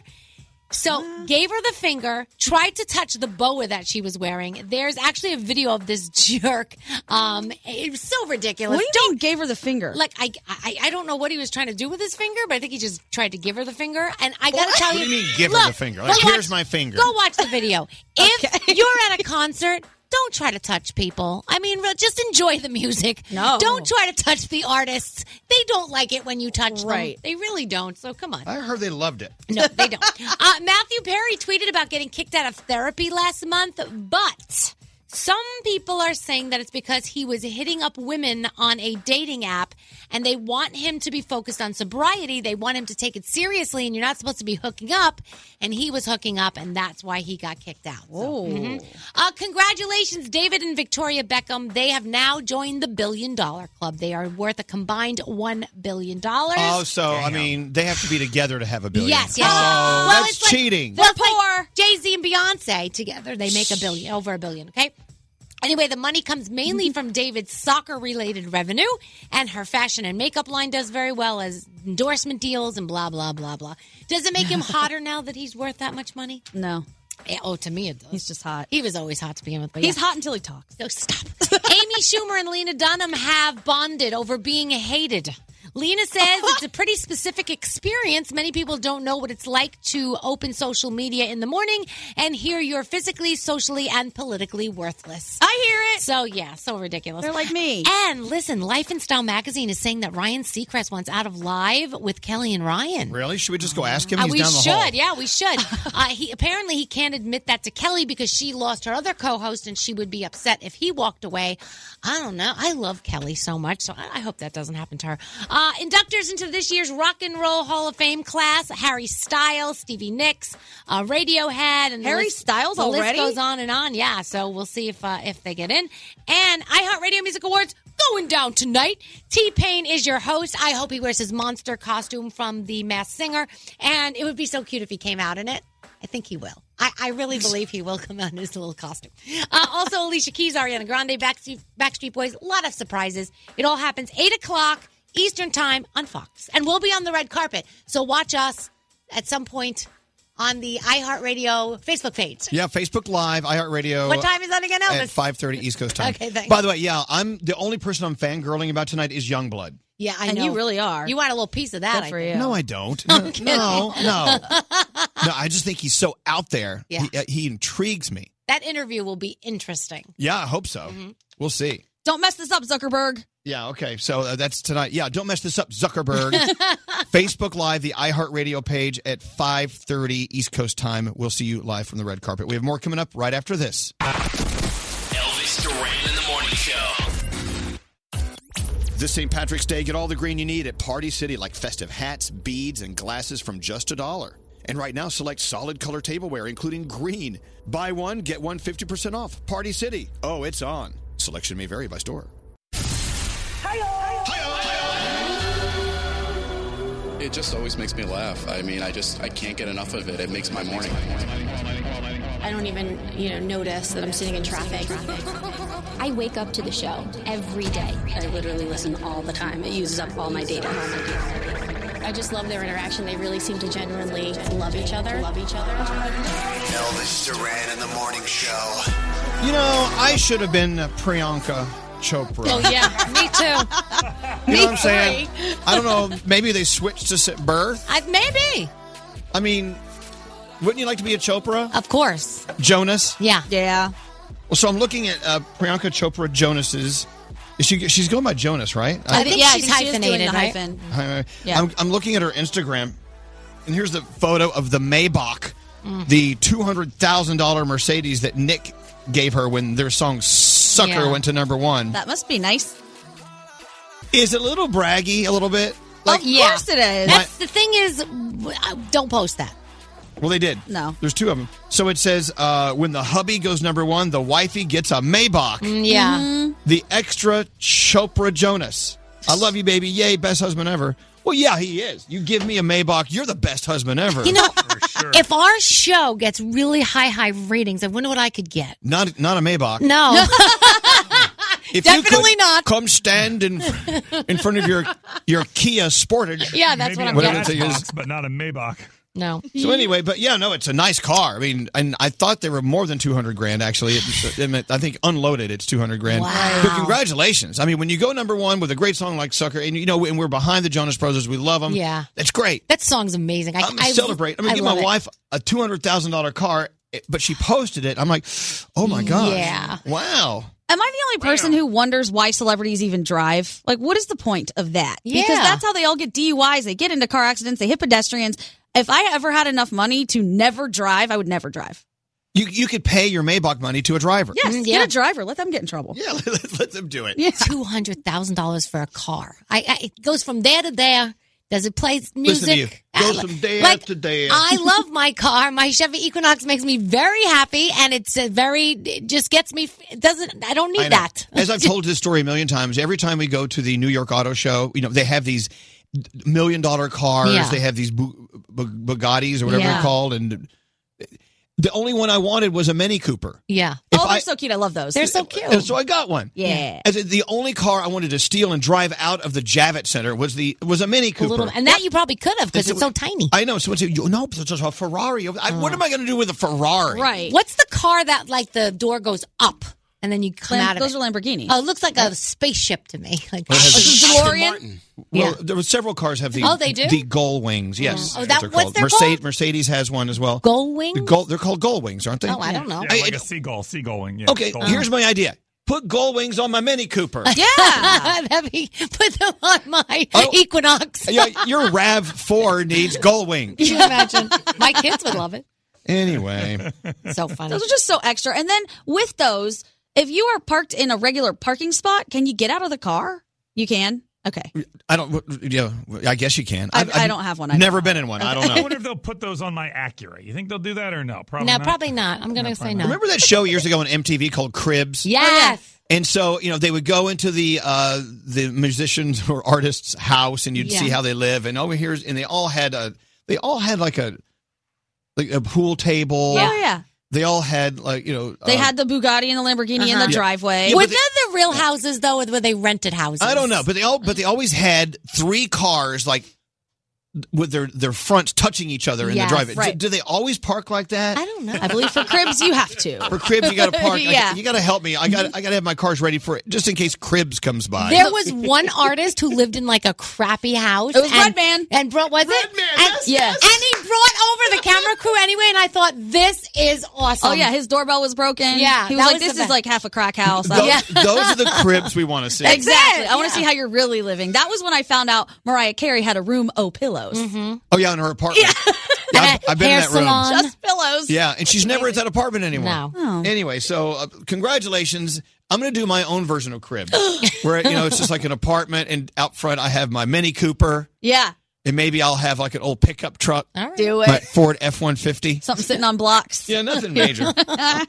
[SPEAKER 8] So
[SPEAKER 5] Ah.
[SPEAKER 8] gave her the finger, tried to touch the boa that she was wearing. There's actually a video of this jerk. Um, it was so ridiculous.
[SPEAKER 5] What do you
[SPEAKER 8] Don't-
[SPEAKER 5] mean gave her the finger?
[SPEAKER 8] Like I, I, I don't know what he was trying to do with his finger, but I think he just tried to give her the finger. And I gotta
[SPEAKER 1] What
[SPEAKER 8] tell
[SPEAKER 1] do
[SPEAKER 8] you,
[SPEAKER 1] you mean give
[SPEAKER 8] look,
[SPEAKER 1] her the finger? Like,
[SPEAKER 8] go watch-
[SPEAKER 1] here's my finger.
[SPEAKER 8] Go watch the video. If you're at a concert, don't try to touch people. I mean, real- just enjoy the music. No. Don't try to touch the artists. They don't like it when you touch
[SPEAKER 1] Right.
[SPEAKER 8] them. They really don't. So come on.
[SPEAKER 1] I heard they loved it.
[SPEAKER 8] No, they don't. uh, Matthew Perry tweeted about getting kicked out of therapy last month, but some people are saying that it's because he was hitting up women on a dating app and they want him to be focused on sobriety. They want him to take it seriously and you're not supposed to be hooking up. And he was hooking up and that's why he got kicked out. So, mhm. uh, congratulations, David and Victoria Beckham. They have now joined the Billion Dollar Club. They are worth a combined $1 billion.
[SPEAKER 1] Oh, so I mean, they have to be together to have a billion.
[SPEAKER 8] Yes, yes.
[SPEAKER 1] Oh,
[SPEAKER 8] Well,
[SPEAKER 1] that's
[SPEAKER 8] it's like-
[SPEAKER 1] cheating.
[SPEAKER 8] Well, like Jay Z and Beyonce together, they make a billion, over a billion. Okay. Anyway, the money comes mainly from David's soccer related revenue, and her fashion and makeup line does very well as endorsement deals and blah, blah, blah, blah. Does it make him hotter now that he's worth that much money?
[SPEAKER 5] No.
[SPEAKER 8] oh, to me it does. He's
[SPEAKER 5] just hot.
[SPEAKER 8] He was always hot to begin with. But
[SPEAKER 5] He's
[SPEAKER 8] yeah.
[SPEAKER 5] hot until he talks.
[SPEAKER 8] No, stop. Amy Schumer and Lena Dunham have bonded over being hated. Lena says it's a pretty specific experience. Many people don't know what it's like to open social media in the morning and hear you're physically, socially, and politically worthless. I hear it. So, yeah, so ridiculous.
[SPEAKER 5] They're like me.
[SPEAKER 8] And listen, Life and Style magazine is saying that Ryan Seacrest wants out of live with Kelly and Ryan.
[SPEAKER 1] Really? Should we just go ask him?
[SPEAKER 8] Uh,
[SPEAKER 1] He's
[SPEAKER 8] we
[SPEAKER 1] down the
[SPEAKER 8] should,
[SPEAKER 1] hall.
[SPEAKER 8] yeah, we should. uh, he apparently he can't admit that to Kelly because she lost her other co-host, and she would be upset if he walked away. I don't know. I love Kelly so much, so I, I hope that doesn't happen to her. Uh, inductors into this year's Rock and Roll Hall of Fame class: Harry Styles, Stevie Nicks, uh, Radiohead, and the
[SPEAKER 5] Harry
[SPEAKER 8] list-
[SPEAKER 5] Styles
[SPEAKER 8] the list
[SPEAKER 5] already?
[SPEAKER 8] goes on and on. Yeah, so we'll see if uh, if they get in. And iHeartRadio Music Awards going down tonight. T Pain is your host. I hope he wears his monster costume from The Masked Singer, and it would be so cute if he came out in it. I think he will. I, I really believe he will come out in his little costume. Uh, also, Alicia Keys, Ariana Grande, Backstreet, Backstreet Boys, a lot of surprises. It all happens 8 o'clock Eastern Time on Fox. And we'll be on the red carpet. So watch us at some point on the iHeartRadio Facebook page.
[SPEAKER 1] Yeah, Facebook Live, iHeartRadio.
[SPEAKER 8] What time is that again, Elvis?
[SPEAKER 1] At 5.30 East Coast time.
[SPEAKER 8] Okay, thanks.
[SPEAKER 1] By the way, yeah, I'm the only person I'm fangirling about tonight is Youngblood.
[SPEAKER 8] Yeah, I
[SPEAKER 5] And
[SPEAKER 8] know.
[SPEAKER 5] you really are.
[SPEAKER 8] You want a little piece of that.
[SPEAKER 5] Good for
[SPEAKER 8] I
[SPEAKER 5] you.
[SPEAKER 8] think.
[SPEAKER 1] No, I don't. No,
[SPEAKER 8] kidding.
[SPEAKER 1] no, no. No, I just think he's so out there.
[SPEAKER 8] Yeah.
[SPEAKER 1] He, uh, he intrigues me.
[SPEAKER 8] That interview will be interesting.
[SPEAKER 1] Yeah, I hope so.
[SPEAKER 8] Mm-hmm.
[SPEAKER 1] We'll see.
[SPEAKER 5] Don't mess this up, Zuckerberg.
[SPEAKER 1] Yeah, okay. So uh, that's tonight. Yeah, don't mess this up, Zuckerberg. Facebook Live, the iHeartRadio page at 5.30 East Coast time. We'll see you live from the red carpet. We have more coming up right after this.
[SPEAKER 4] Elvis Duran in the morning show.
[SPEAKER 1] This St. Patrick's Day, get all the green you need at Party City, like festive hats, beads, and glasses from just a dollar. And right now, select solid color tableware, including green. Buy one, get one 50% off. Party City. Oh, it's on. Selection may vary by store.
[SPEAKER 12] It just always makes me laugh. I mean, I just I can't get enough of it. It makes my morning.
[SPEAKER 16] I don't even, you know, notice that I'm sitting in traffic. I wake up to the show every day. I literally listen all the time. It uses up all my data. I just love their interaction. They really seem to genuinely love each other. Love each other.
[SPEAKER 3] Elvis Duran in the morning show.
[SPEAKER 1] You know, I should have been uh, Priyanka Chopra.
[SPEAKER 3] Oh, yeah.
[SPEAKER 8] Me too.
[SPEAKER 1] You know
[SPEAKER 8] Me
[SPEAKER 1] what I'm saying?
[SPEAKER 8] three.
[SPEAKER 1] I don't know. Maybe they switched us at birth.
[SPEAKER 8] I, maybe.
[SPEAKER 1] I mean, wouldn't you like to be a Chopra?
[SPEAKER 8] Of course.
[SPEAKER 1] Jonas?
[SPEAKER 8] Yeah.
[SPEAKER 5] Yeah.
[SPEAKER 1] Well, so I'm looking at uh, Priyanka Chopra Jonas's. Is she, she's going by Jonas, right?
[SPEAKER 5] I think,
[SPEAKER 8] yeah, I
[SPEAKER 5] she's
[SPEAKER 8] think she is doing
[SPEAKER 5] hyphenated,
[SPEAKER 8] the
[SPEAKER 5] right?
[SPEAKER 8] hyphen.
[SPEAKER 1] I-
[SPEAKER 5] Yeah.
[SPEAKER 1] I'm, I'm looking at her Instagram, and here's the photo of the Maybach,
[SPEAKER 8] Mm.
[SPEAKER 1] the $200,000 Mercedes that Nick gave her when their song Sucker
[SPEAKER 5] Yeah.
[SPEAKER 1] went to number one.
[SPEAKER 5] That must be nice.
[SPEAKER 1] Is it a little braggy, a little bit?
[SPEAKER 8] of course
[SPEAKER 5] it is.
[SPEAKER 8] That's the thing is, w- uh, don't post that.
[SPEAKER 1] Well, they did.
[SPEAKER 8] No.
[SPEAKER 1] There's two of them. So it says uh, when the hubby goes number one, the wifey gets a Maybach.
[SPEAKER 8] Mm, yeah.
[SPEAKER 1] The extra Chopra Jonas. I love you, baby. Yay, best husband ever. Well, yeah, he is. You give me a Maybach, you're the best husband ever.
[SPEAKER 8] You know, if our show gets really high, high ratings, I wonder what I could get.
[SPEAKER 1] not not a Maybach.
[SPEAKER 8] No.
[SPEAKER 1] If
[SPEAKER 8] Definitely not.
[SPEAKER 1] Come stand in in front of your your Kia Sportage.
[SPEAKER 8] Yeah, that's
[SPEAKER 9] Maybe
[SPEAKER 8] what I'm
[SPEAKER 1] Whatever
[SPEAKER 8] getting.
[SPEAKER 1] the thing is.
[SPEAKER 9] but not a Maybach.
[SPEAKER 8] No.
[SPEAKER 1] So anyway, but yeah, no, it's a nice car. I mean, and I thought they were more than two hundred grand. Actually, it, it meant- I think unloaded, it's two hundred grand.
[SPEAKER 18] Wow.
[SPEAKER 1] But congratulations! I mean, when you go number one with a great song like "Sucker," and you know, and we're behind the Jonas Brothers, we love them.
[SPEAKER 8] Yeah.
[SPEAKER 1] Um, that's great.
[SPEAKER 8] That song's amazing. I,
[SPEAKER 1] I'm gonna celebrate. I'm gonna give my
[SPEAKER 8] love it.
[SPEAKER 1] wife a two hundred thousand dollar car, it- but she posted it. I'm like, oh my gosh,
[SPEAKER 5] Yeah.
[SPEAKER 1] wow.
[SPEAKER 5] Am I the only person who wonders why celebrities even drive? Like, what is the point of that? Because
[SPEAKER 8] Yeah.
[SPEAKER 5] that's how they all get DUIs. They get into car accidents. They hit pedestrians. If I ever had enough money to never drive, I would never drive.
[SPEAKER 1] You you could pay your Maybach money to a driver.
[SPEAKER 5] Yes, get a driver. Let them get in trouble.
[SPEAKER 1] Yeah, let, them do it.
[SPEAKER 8] Two hundred thousand dollars for a car. I, I it goes from there to there. Does it play music?
[SPEAKER 1] Listen to you.
[SPEAKER 8] I
[SPEAKER 1] Go
[SPEAKER 8] lo-
[SPEAKER 1] from there
[SPEAKER 8] like,
[SPEAKER 1] to there.
[SPEAKER 8] I love my car. My Chevy Equinox makes me very happy, and it's a very it just gets me. It doesn't. I don't need
[SPEAKER 1] I know.
[SPEAKER 8] that.
[SPEAKER 1] As I've told this story a million times, every time we go to the New York Auto Show, you know, they have these million dollar cars,
[SPEAKER 18] Yeah.
[SPEAKER 1] they have these Bu- Bu- Bugattis or whatever
[SPEAKER 5] Yeah.
[SPEAKER 1] they're called. And the only one I wanted was a Mini Cooper.
[SPEAKER 8] Yeah.
[SPEAKER 5] oh, they're so cute. I love those.
[SPEAKER 1] They're so And so I got one.
[SPEAKER 5] Yeah.
[SPEAKER 1] As in, the only car I wanted to steal and drive out of the Javits Center was the was a Mini Cooper.
[SPEAKER 8] little- and that you probably could have because
[SPEAKER 1] That's
[SPEAKER 8] it's
[SPEAKER 1] what-
[SPEAKER 8] so tiny. Oh.
[SPEAKER 1] I know. Someone said, "You- "No, it's just a Ferrari." I, What am I going to do with a Ferrari?
[SPEAKER 8] What's the car that like the door goes up and then you come
[SPEAKER 5] Lam-
[SPEAKER 8] out of
[SPEAKER 5] those
[SPEAKER 8] it?
[SPEAKER 5] are Lamborghini.
[SPEAKER 8] Oh, it looks like a spaceship to me. Like
[SPEAKER 1] Well, it has-
[SPEAKER 8] It's a DeLorean.
[SPEAKER 1] Well,
[SPEAKER 8] Yeah.
[SPEAKER 1] there were several cars have the
[SPEAKER 8] Oh, they do?
[SPEAKER 1] the gull wings. Yes,
[SPEAKER 8] Oh,
[SPEAKER 1] that's
[SPEAKER 8] that-
[SPEAKER 1] what they're
[SPEAKER 8] what's
[SPEAKER 1] called.
[SPEAKER 8] they're
[SPEAKER 1] Merced-
[SPEAKER 8] called?
[SPEAKER 1] Mercedes has one as well.
[SPEAKER 8] Gull wings?
[SPEAKER 1] The gull, they're called gull wings, aren't they?
[SPEAKER 8] Oh, I don't know.
[SPEAKER 9] Yeah,
[SPEAKER 1] I-
[SPEAKER 9] like
[SPEAKER 1] it-
[SPEAKER 9] a seagull, seagull wing. Yeah,
[SPEAKER 1] okay,
[SPEAKER 9] gull
[SPEAKER 1] here's
[SPEAKER 9] wing.
[SPEAKER 1] my idea: put gull wings on my Mini Cooper.
[SPEAKER 8] Yeah, that'd be, put them on my Equinox.
[SPEAKER 1] Oh. yeah, your Rav Four needs gull wings.
[SPEAKER 8] Can you imagine? My kids would love it.
[SPEAKER 1] Anyway,
[SPEAKER 8] so funny.
[SPEAKER 5] Those are just so extra. And then with those, if you are parked in a regular parking spot, can you get out of the car? You can. Okay.
[SPEAKER 1] I don't. Yeah, I guess you can.
[SPEAKER 5] I-
[SPEAKER 1] I've-
[SPEAKER 5] I
[SPEAKER 1] I've
[SPEAKER 5] don't have one. I don't
[SPEAKER 1] never
[SPEAKER 5] have
[SPEAKER 1] been in one. I don't know.
[SPEAKER 9] wonder if they'll put those on my Acura. You think they'll do that or no? Probably
[SPEAKER 8] no,
[SPEAKER 9] not.
[SPEAKER 8] probably not. I'm going to say no.
[SPEAKER 1] Remember that show years ago on MTV called Cribs?
[SPEAKER 5] Oh,
[SPEAKER 8] Yes.
[SPEAKER 1] And so, you know, they would go into the uh, the musicians or artists' house, and you'd
[SPEAKER 18] Yeah.
[SPEAKER 1] see how they live. And over here's, and they all had a, they all had like a, like a pool table.
[SPEAKER 5] Yeah. Oh, yeah.
[SPEAKER 1] They all had like you know.
[SPEAKER 5] They
[SPEAKER 1] uh,
[SPEAKER 5] had the Bugatti and the Lamborghini in
[SPEAKER 1] Uh-huh.
[SPEAKER 5] the
[SPEAKER 1] Yeah.
[SPEAKER 5] driveway.
[SPEAKER 1] Yeah, but
[SPEAKER 8] Were
[SPEAKER 1] they-
[SPEAKER 8] there the real houses though, or were they rented houses?
[SPEAKER 1] I don't know, but they all, but they always had three cars like with their their fronts touching each other in
[SPEAKER 8] Yes,
[SPEAKER 1] the driveway.
[SPEAKER 8] right.
[SPEAKER 1] Do, do they always park like that? I
[SPEAKER 8] don't know.
[SPEAKER 5] I believe for cribs you have to.
[SPEAKER 1] For cribs, you got to Mhm. park. I-
[SPEAKER 5] yeah.
[SPEAKER 1] you got to help me. I got I got to have my cars ready for it, just in case cribs comes by.
[SPEAKER 8] There was one artist who lived in like a crappy house.
[SPEAKER 5] It was
[SPEAKER 8] and,
[SPEAKER 5] Redman.
[SPEAKER 8] And brought was it? and, yes. And he brought over the camera crew anyway, and I thought this is awesome.
[SPEAKER 5] Oh yeah, his doorbell was broken.
[SPEAKER 8] Yeah,
[SPEAKER 5] he was
[SPEAKER 8] that
[SPEAKER 5] like,
[SPEAKER 8] was
[SPEAKER 5] "This
[SPEAKER 8] the
[SPEAKER 5] is
[SPEAKER 8] best.
[SPEAKER 5] like half a crack house."
[SPEAKER 1] Those, those are the cribs we want to see.
[SPEAKER 5] Exactly. I want to see how you're really living. That was when I found out Mariah Carey had a room o pillows.
[SPEAKER 8] Mm-hmm.
[SPEAKER 1] Oh yeah, in her apartment. Yeah. I've, I've been in that room.
[SPEAKER 5] Just pillows.
[SPEAKER 1] Yeah, and she's never at that apartment anymore.
[SPEAKER 5] No. Oh.
[SPEAKER 1] Anyway, so uh, congratulations. I'm going to do my own version of crib, where you know it's just like an apartment, and out front I have my Mini Cooper,
[SPEAKER 5] Yeah.
[SPEAKER 1] and maybe I'll have like an old pickup truck,
[SPEAKER 5] Do it.
[SPEAKER 1] my Ford F150.
[SPEAKER 5] Something sitting on blocks.
[SPEAKER 1] Yeah, nothing major.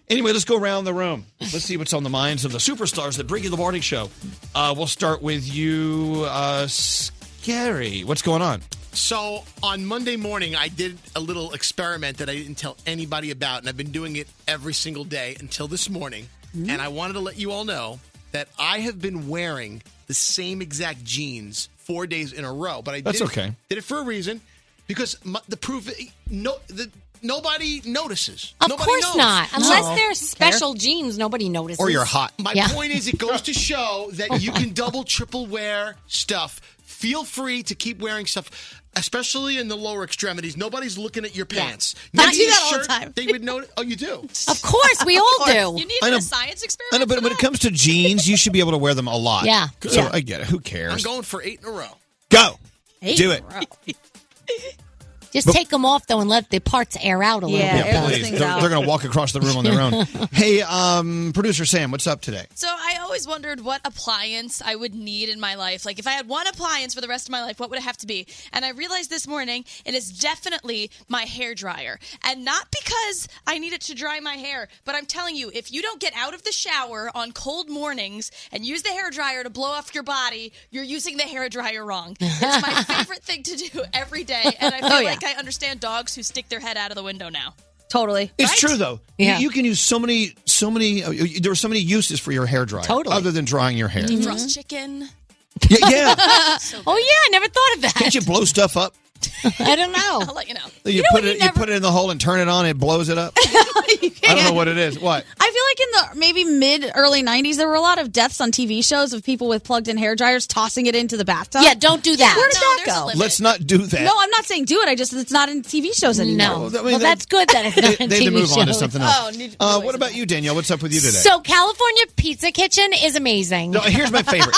[SPEAKER 1] Anyway, let's go around the room. Let's see what's on the minds of the superstars that bring you the morning show. Uh, we'll start with you, uh, Scary. What's going on?
[SPEAKER 11] So on Monday morning, I did a little experiment that I didn't tell anybody about, and I've been doing it every single day until this morning. And I wanted to let you all know that I have been wearing the same exact jeans four days in a row. But I
[SPEAKER 1] That's
[SPEAKER 11] did it-
[SPEAKER 1] okay.
[SPEAKER 11] did it for a reason because my, the proof no the, nobody notices.
[SPEAKER 8] Of
[SPEAKER 11] Nobody
[SPEAKER 8] course
[SPEAKER 11] knows.
[SPEAKER 8] not. Unless they're special jeans, nobody notices.
[SPEAKER 11] My
[SPEAKER 8] Yeah.
[SPEAKER 11] point is, it goes to show that you can double, triple wear stuff. Feel free to keep wearing stuff, especially in the lower extremities. Nobody's looking at your pants.
[SPEAKER 8] I
[SPEAKER 11] Maybe
[SPEAKER 8] do that
[SPEAKER 11] a
[SPEAKER 8] all the
[SPEAKER 11] shirt,
[SPEAKER 8] time.
[SPEAKER 11] They would know. Oh, you do.
[SPEAKER 8] Of course, we all do.
[SPEAKER 1] You need I know- a
[SPEAKER 5] science
[SPEAKER 1] I know, but when it comes to jeans, you should be able to wear them a lot.
[SPEAKER 11] Yeah.
[SPEAKER 1] So
[SPEAKER 11] Yeah.
[SPEAKER 1] I get it. Who
[SPEAKER 11] I'm
[SPEAKER 1] cares?
[SPEAKER 11] going for eight in a row.
[SPEAKER 1] Go.
[SPEAKER 11] Eight
[SPEAKER 1] Do
[SPEAKER 11] in
[SPEAKER 1] it.
[SPEAKER 11] a
[SPEAKER 8] Just take them off though and let the parts air out a little
[SPEAKER 1] Yeah,
[SPEAKER 8] bit.
[SPEAKER 1] please. They're, they're going to walk across the room on their own. hey, um, producer Sam, what's up today?
[SPEAKER 19] So I
[SPEAKER 18] always wondered what appliance I would need in my life. Like, if I had one appliance for the rest of my life, what would it have to be? And I realized this morning it is definitely my hair dryer. And not because I need it to dry my hair, but I'm telling you, if you don't get out of the shower on cold mornings and use the hair dryer to blow off your body, you're using the hair dryer wrong. It's my favorite thing to do every day. And I feel
[SPEAKER 5] Oh, yeah.
[SPEAKER 18] like I understand dogs who stick their head out of the window now.
[SPEAKER 5] Totally.
[SPEAKER 1] It's true though. You- You, can use so many, so many. Uh, you- there are so many uses for your hair dryer,
[SPEAKER 18] Totally.
[SPEAKER 1] other than drying your hair.
[SPEAKER 18] Defrost
[SPEAKER 5] Mm-hmm.
[SPEAKER 18] chicken.
[SPEAKER 1] Yeah, yeah.
[SPEAKER 18] oh, yeah. I never thought of that.
[SPEAKER 1] Can't you blow stuff up?
[SPEAKER 18] I don't know. I'll let you know.
[SPEAKER 1] You, put it, you put it in the hole and turn it on. It blows it up. I don't know what it is. What?
[SPEAKER 5] I feel like in the maybe mid early 90s, there were a lot of deaths on TV shows of people with plugged in hair dryers tossing it into the bathtub.
[SPEAKER 8] Yeah, don't do that.
[SPEAKER 5] Where did
[SPEAKER 8] No,
[SPEAKER 5] that
[SPEAKER 8] there's a
[SPEAKER 5] go?
[SPEAKER 8] limit.
[SPEAKER 1] Let's not do that.
[SPEAKER 5] No, I'm not saying do it. I just, it's not in TV shows anymore.
[SPEAKER 8] No. well, that's good that it's not
[SPEAKER 1] They
[SPEAKER 8] on
[SPEAKER 1] need to
[SPEAKER 8] TV
[SPEAKER 1] move on to
[SPEAKER 8] shows.
[SPEAKER 1] something
[SPEAKER 5] Oh,
[SPEAKER 1] else. uh, what about you, Danielle? What's up with you today?
[SPEAKER 8] So California Pizza Kitchen is amazing.
[SPEAKER 1] No, here's my favorite.